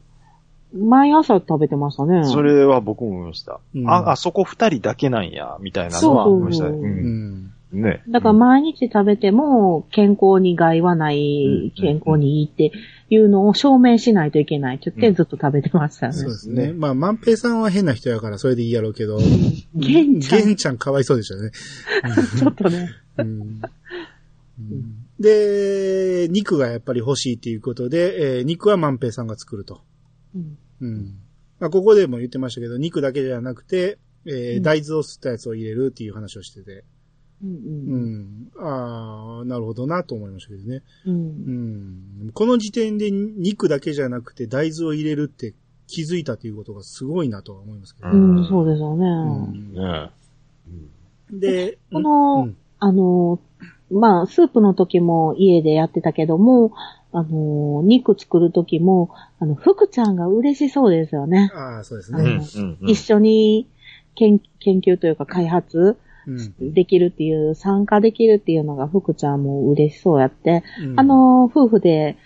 Speaker 2: う。毎朝食べてましたね。
Speaker 3: それは僕も思いました
Speaker 1: う。ん
Speaker 3: あ、あそこ二人だけなんや、みたいなのは思いましたね。
Speaker 2: そう
Speaker 1: う
Speaker 3: うん
Speaker 1: ん。
Speaker 3: ね。
Speaker 2: だから毎日食べても健康に害はない、
Speaker 3: うん
Speaker 2: 健康にいいっていうのを証明しないといけないって言ってずっと食べてましたよ
Speaker 1: そう
Speaker 2: ね。
Speaker 1: ですね。まあ、万平さんは変な人やから、それでいいやろうけど、
Speaker 2: 玄ちゃん、
Speaker 1: 玄ちゃんかわいそうでしたね。
Speaker 2: ちょっとね。
Speaker 1: うんうんで、肉がやっぱり欲しいということで、えー肉は万平さんが作ると。
Speaker 2: うん
Speaker 1: うん。まあ、ここでも言ってましたけど、肉だけではなくて、えー
Speaker 2: うん
Speaker 1: 大豆を吸ったやつを入れるっていう話をしてて。う
Speaker 2: う
Speaker 1: んん。ああ、なるほどなと思いましたけどね。
Speaker 2: う
Speaker 1: うんん。この時点で肉だけじゃなくて大豆を入れるって気づいたということがすごいなとは思いますけど。
Speaker 2: うんうんそうですよね。
Speaker 1: うん
Speaker 3: ね
Speaker 1: で、
Speaker 2: この、
Speaker 1: うん
Speaker 2: あの、まあ、スープの時も家でやってたけども、あの、肉作る時も、あの、福ちゃんが嬉しそうですよね。
Speaker 1: ああ、そうです
Speaker 3: う
Speaker 1: ね。
Speaker 3: んうんうん
Speaker 2: 一緒に研研究というか開発
Speaker 1: うん
Speaker 2: できるっていう、参加できるっていうのが福ちゃんも嬉しそうやって、
Speaker 1: うん
Speaker 2: あの、夫婦で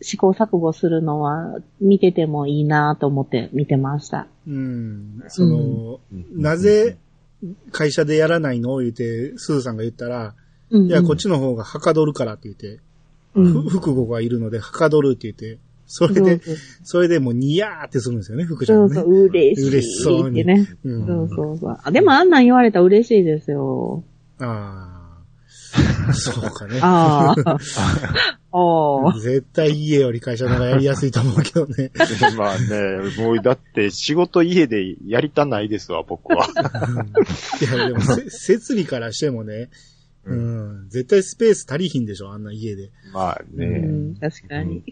Speaker 2: 試行錯誤するのは見ててもいいなと思って見てました。
Speaker 1: うん。その、
Speaker 3: うん
Speaker 1: なぜ会社でやらないのを言って、スーさんが言ったら、
Speaker 2: うん
Speaker 1: いや、こっちの方がはかどるからって言って、
Speaker 2: うん
Speaker 1: ふ福子がいるのではかどるって言って、それ
Speaker 2: そう
Speaker 1: で、
Speaker 2: そう
Speaker 1: それでもうニヤーってするんですよね、福ちゃ
Speaker 2: そ
Speaker 1: ん
Speaker 2: う
Speaker 1: が
Speaker 2: そ
Speaker 1: ね。
Speaker 2: う、嬉しい。
Speaker 1: 嬉しそうに
Speaker 2: ってね。
Speaker 1: う
Speaker 2: そ
Speaker 1: ん
Speaker 2: うそうそう。あでもあんなん言われたら嬉しいですよ。
Speaker 1: ああ。 <laughs> そうかね。
Speaker 2: あ
Speaker 1: <laughs>
Speaker 2: あ。ああ。
Speaker 1: 絶対家より会社の方がやりやすいと思うけどね。
Speaker 3: <laughs> まあね、もうだって仕事家でやりたないですわ、僕は。
Speaker 1: いや、でも
Speaker 2: <laughs>
Speaker 1: せ、設備からしてもね、うん、絶対スペース足りひんでしょ、あんな家で。
Speaker 3: まあ
Speaker 2: う
Speaker 3: ね。
Speaker 2: ん、確かに。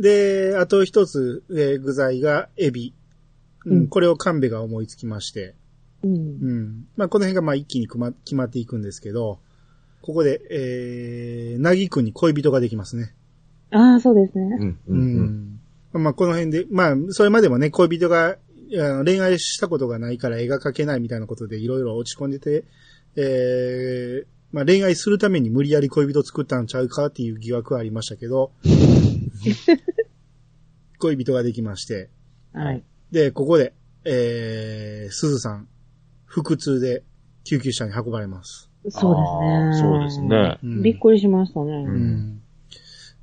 Speaker 1: で、あと一つ、えー具材がエビ。う、
Speaker 2: うんん
Speaker 1: これを神戸が思いつきまして。
Speaker 2: うん。
Speaker 1: うん。まあ、この辺がまあ一気にくま決まっていくんですけど、ここで、えー、なぎくんに恋人ができますね。
Speaker 2: ああ、そうですね。
Speaker 3: うん
Speaker 1: う。
Speaker 3: うんん
Speaker 1: まあ、この辺で、まあ、それまでもね、恋人が、あの恋愛したことがないから絵が描けないみたいなことでいろいろ落ち込んでて、えー、まあ恋愛するために無理やり恋人作ったんちゃうかっていう疑惑はありましたけど、
Speaker 3: <laughs>
Speaker 1: 恋人ができまして、
Speaker 2: はい。
Speaker 1: で、ここで、えー、鈴さん、腹痛で救急車に運ばれます。
Speaker 2: そうですね。
Speaker 3: そうです。ね。
Speaker 1: うん
Speaker 2: びっくりしましたね。
Speaker 1: う。
Speaker 3: うん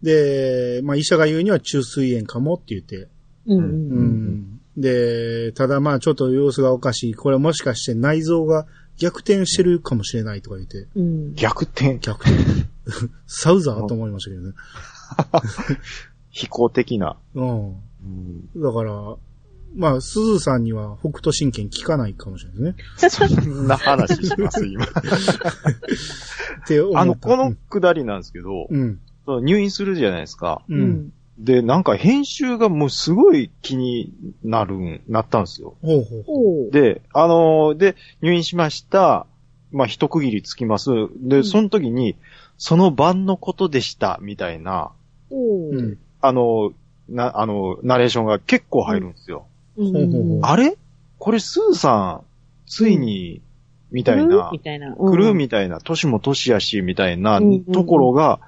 Speaker 1: で、まあ医者が言うには中水炎かもって言って、
Speaker 2: うん
Speaker 1: う
Speaker 2: うん。
Speaker 1: ん。で、ただまあちょっと様子がおかしい。これもしかして内臓が逆転してるかもしれないとか言って、
Speaker 2: うん。
Speaker 3: 逆転、
Speaker 1: 逆転。サウザーと思いましたけどね。
Speaker 3: 飛行的な。
Speaker 1: うん。
Speaker 3: うん
Speaker 1: だから、まあ、鈴さんには北斗神拳効かないかもしれないですね。
Speaker 3: そ <laughs> んな話します、今。
Speaker 1: って思った
Speaker 3: あの、この、くだりなんですけど、
Speaker 1: うん。
Speaker 3: その入院するじゃないですか。
Speaker 1: う。
Speaker 2: うんん。
Speaker 3: で、なんか編集がもうすごい気になるん、なったんですよ。
Speaker 1: ほうほう。
Speaker 2: おう。
Speaker 3: で、あのーで、入院しました。まあ、一区切りつきます。
Speaker 2: う
Speaker 3: で、
Speaker 2: ん
Speaker 3: その時に、その晩のことでした、みたいな、
Speaker 2: おう。
Speaker 1: うん。
Speaker 3: あのーな、あのーナレーションが結構入るんですよ。
Speaker 2: うん
Speaker 1: ほうほうほう
Speaker 3: あれこれ、スーさん、ついに、みたいな
Speaker 2: み、たいな。
Speaker 3: 来る
Speaker 2: み
Speaker 3: みたいな、年も年やし、みたいな
Speaker 2: うん
Speaker 3: ところが、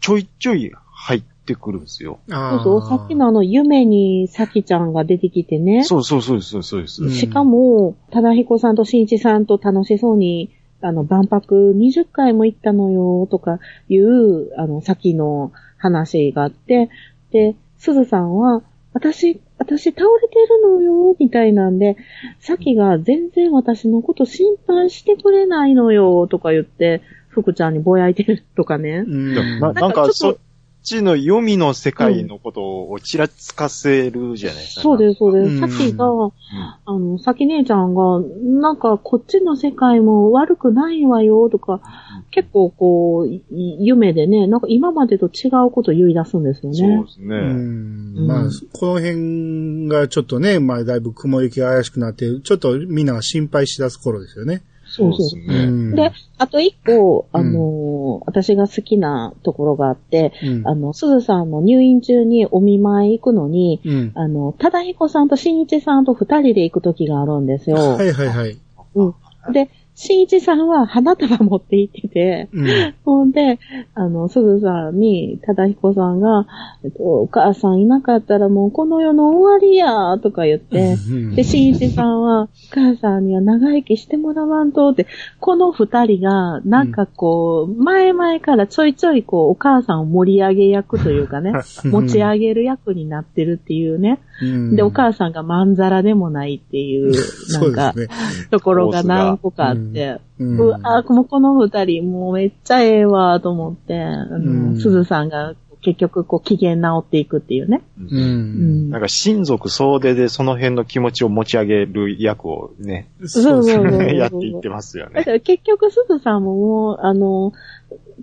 Speaker 3: ちょいちょい入ってくるんですよ。
Speaker 1: あ
Speaker 2: たいな。さっきのあの、夢にさきちゃんが出てきてね。
Speaker 3: そうそうそうです、そうです。
Speaker 1: うん
Speaker 2: しかも、ただひこさんとしんいちさんと楽しそうに、あの、万博20回も行ったのよ、とかいう、あの、先の話があって、で、すずさんは、私、私倒れてるのよ、みたいなんで、さきが全然私のこと心配してくれないのよ、とか言って、福ちゃんにぼやいてるとかね。
Speaker 1: うん。
Speaker 3: ななん
Speaker 2: なんかちょっ
Speaker 3: か、
Speaker 2: と
Speaker 3: そっちの読みの世界のことをちらつかせるじゃないですか。
Speaker 2: そうです、そうで
Speaker 1: うん
Speaker 2: す。さきが、
Speaker 3: うん
Speaker 2: あの、さき姉ちゃんが、なんか、こっちの世界も悪くないわよ、とか、結構こう、い夢でね、なんか今までと違うこと言い出すんですよ
Speaker 3: そう
Speaker 2: ね
Speaker 3: で。すね。
Speaker 1: うん
Speaker 2: うん
Speaker 1: まあ、この辺がちょっとね、まあ、だいぶ雲行きが怪しくなって、ちょっとみんなが心配しだす頃ですよね。
Speaker 2: そう
Speaker 3: で
Speaker 2: そう
Speaker 3: す
Speaker 1: う
Speaker 3: ね。
Speaker 1: ん。
Speaker 2: で、あと一個、あのー私が好きなところがあって、
Speaker 1: うん、
Speaker 2: あの、すずさんの入院中にお見舞い行くのに、
Speaker 1: うん。
Speaker 2: あの、ただひこさんとしんいちさんと二人で行く時があるんですよ。
Speaker 1: はいはいはい。
Speaker 2: で、しんいちさんは花束持って行ってて、
Speaker 1: うん。
Speaker 2: ほんで、あの、すずさんに、ただひこさんが、えっと、お母さんいなかったらもうこの世の終わりやとか言って、
Speaker 1: うん
Speaker 2: で、しんいちさんは、お母さんには長生きしてもらわんと、って、この二人が、なんかこう、前々からちょいちょいこう、お母さんを盛り上げ役というか
Speaker 1: <laughs>
Speaker 2: ね、持ち上げる役になってるっていうね。
Speaker 1: うん
Speaker 2: で、お母さんがまんざらでもないっていう、な
Speaker 1: そ
Speaker 2: ん
Speaker 1: う
Speaker 2: か、
Speaker 1: ですね。
Speaker 2: ところが何個かあって、
Speaker 1: うん
Speaker 2: うわもうこの二人、もうめっちゃええわ、と思って、あ
Speaker 1: う
Speaker 2: の、
Speaker 1: ん
Speaker 2: すずさんが結局、こう、機嫌直っていくっていうね。
Speaker 1: う。
Speaker 2: うんん
Speaker 3: なん。か親族総出でその辺の気持ちを持ち上げる役をね、
Speaker 1: そうです
Speaker 2: そうそう
Speaker 1: ね。
Speaker 2: ん
Speaker 3: <laughs> やっていってますよ
Speaker 2: だ
Speaker 3: ね。
Speaker 2: から結局、すずさんももう、あの、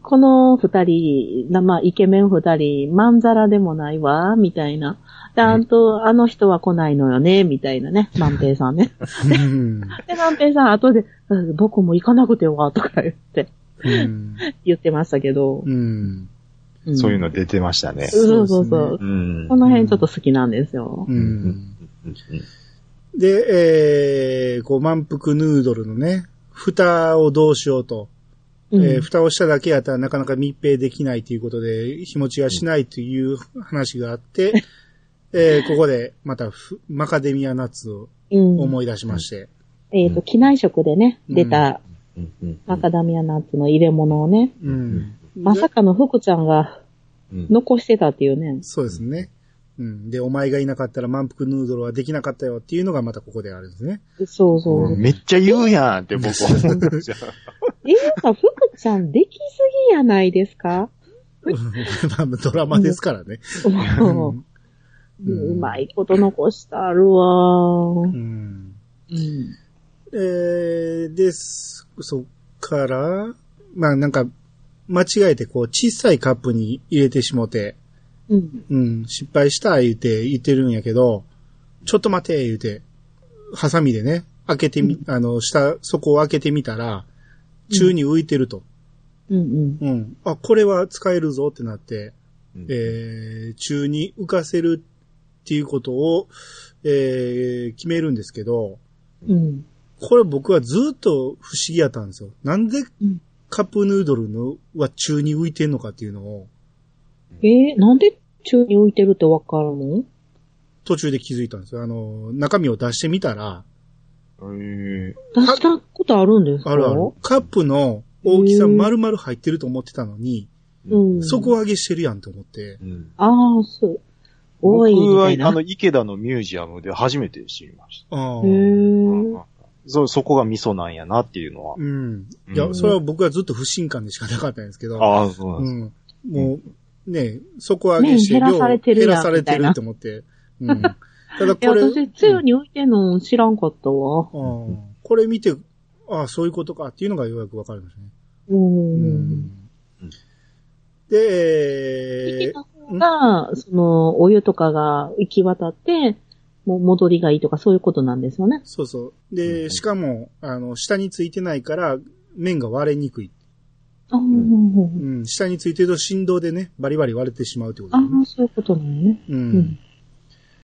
Speaker 2: この二人、なまあ、イケメン二人、まんざらでもないわ、みたいな。で、あんと、あの人は来ないのよね、みたいなね。万平さんね。
Speaker 1: うん
Speaker 2: で、万平さん、後で、うん僕も行かなくては、とか言って、
Speaker 1: うん
Speaker 2: 言ってましたけど。
Speaker 1: うん。
Speaker 2: ん
Speaker 3: そういうの出てましたね。
Speaker 2: そうそう
Speaker 1: そ
Speaker 2: そう
Speaker 1: で
Speaker 2: う。
Speaker 3: うん
Speaker 2: この辺ちょっと好きなんですよ。
Speaker 1: うん。
Speaker 3: うん
Speaker 1: で、えー、こう、満腹ヌードルのね、蓋をどうしようと。
Speaker 2: うん
Speaker 1: えー蓋をしただけやったらなかなか密閉できないということで、日持ちがしないという話があって、えーここでまたふマカデミアナッツを
Speaker 2: うん
Speaker 1: 思い出しまして、
Speaker 2: えっ、と、機内食でね、
Speaker 1: うん
Speaker 2: 出た
Speaker 3: うんうん
Speaker 2: マカダミアナッツの入れ物をね、
Speaker 1: うん。
Speaker 2: まさかの福ちゃんが
Speaker 3: うん
Speaker 2: 残してたっていうね。
Speaker 1: そうですね。うん。で、お前がいなかったら満腹ヌードルはできなかったよっていうのがまたここであるんですね。
Speaker 2: そうそう。
Speaker 3: めっちゃ言うやんって僕思うんです
Speaker 2: <laughs>
Speaker 3: よ。
Speaker 2: え、なんか福ちゃんできすぎやないですか
Speaker 1: まあドラマですからね。
Speaker 2: もう
Speaker 1: うん
Speaker 2: <laughs> うまいこと残したあるわ
Speaker 1: う
Speaker 2: ー。
Speaker 1: ん。
Speaker 2: うん。
Speaker 1: えー、です。そっから、まあなんか、間違えてこう、小さいカップに入れてしもて、
Speaker 2: うん。
Speaker 1: うん、失敗した言うて言ってるんやけど、ちょっと待て言うて、ハサミでね、開けてみ、あの、下、底を開けてみたら、宙に浮いてると。
Speaker 2: うんうん。
Speaker 1: うん。あ、これは使えるぞってなって、
Speaker 3: うん
Speaker 1: えー、宙に浮かせるっていうことを、えー、決めるんですけど、
Speaker 2: うん。
Speaker 1: これ僕はずっと不思議やったんですよ。なんで
Speaker 2: うん
Speaker 1: カップヌードルのは宙に浮いてんのかっていうのを、
Speaker 2: えーなんで宙に浮いてるってわかるの
Speaker 1: 途中で気づいたんですよ。あの、中身を出してみたら、
Speaker 3: え
Speaker 2: 出したことあるんですか
Speaker 1: あるある。カップの大きさ丸々入ってると思ってたのに、
Speaker 2: うん。
Speaker 1: 底上げしてるやんと思って。
Speaker 3: うん。
Speaker 2: ああ、そう。多い
Speaker 3: 僕
Speaker 2: み
Speaker 3: は、
Speaker 2: た
Speaker 3: あ
Speaker 2: いな。
Speaker 3: の、池田のミュージアムで初めて知りました。
Speaker 1: ああ
Speaker 2: へー
Speaker 3: そう、そこがミソなんやなっていうのは。
Speaker 1: うん。いうや、
Speaker 3: ん
Speaker 1: それは僕はずっと不信感でしかなかったんですけど。
Speaker 3: ああ、そうなん
Speaker 1: う
Speaker 3: です。
Speaker 1: ん。もう、ね、底上げして
Speaker 2: ね減らされてるや
Speaker 1: 量
Speaker 2: ん
Speaker 1: 減らされて
Speaker 2: みたい
Speaker 1: る
Speaker 2: な
Speaker 1: と思って。うん。ただ
Speaker 2: <laughs> いや、
Speaker 1: これ、
Speaker 2: 私、つゆに浮いてんの知らんかったわ。
Speaker 1: うんこれ見て、ああ、そういうことかっていうのがようやくわかりましたね。
Speaker 2: う。
Speaker 1: うん
Speaker 3: うん
Speaker 1: で、え
Speaker 2: 池
Speaker 1: ー
Speaker 2: 田が、その、お湯とかが行き渡って、もう戻りがいいとかそういうことなんですよね。
Speaker 1: そうそう。
Speaker 3: う
Speaker 1: で、
Speaker 3: ん
Speaker 1: しかも、あの、下についてないから、面が割れにくい。
Speaker 2: ああ、
Speaker 1: うん。下についてると振動でね、バリバリ割れてしまうってこと
Speaker 2: あ
Speaker 1: だね。
Speaker 2: あそういうことなんやね。
Speaker 1: う。
Speaker 2: うん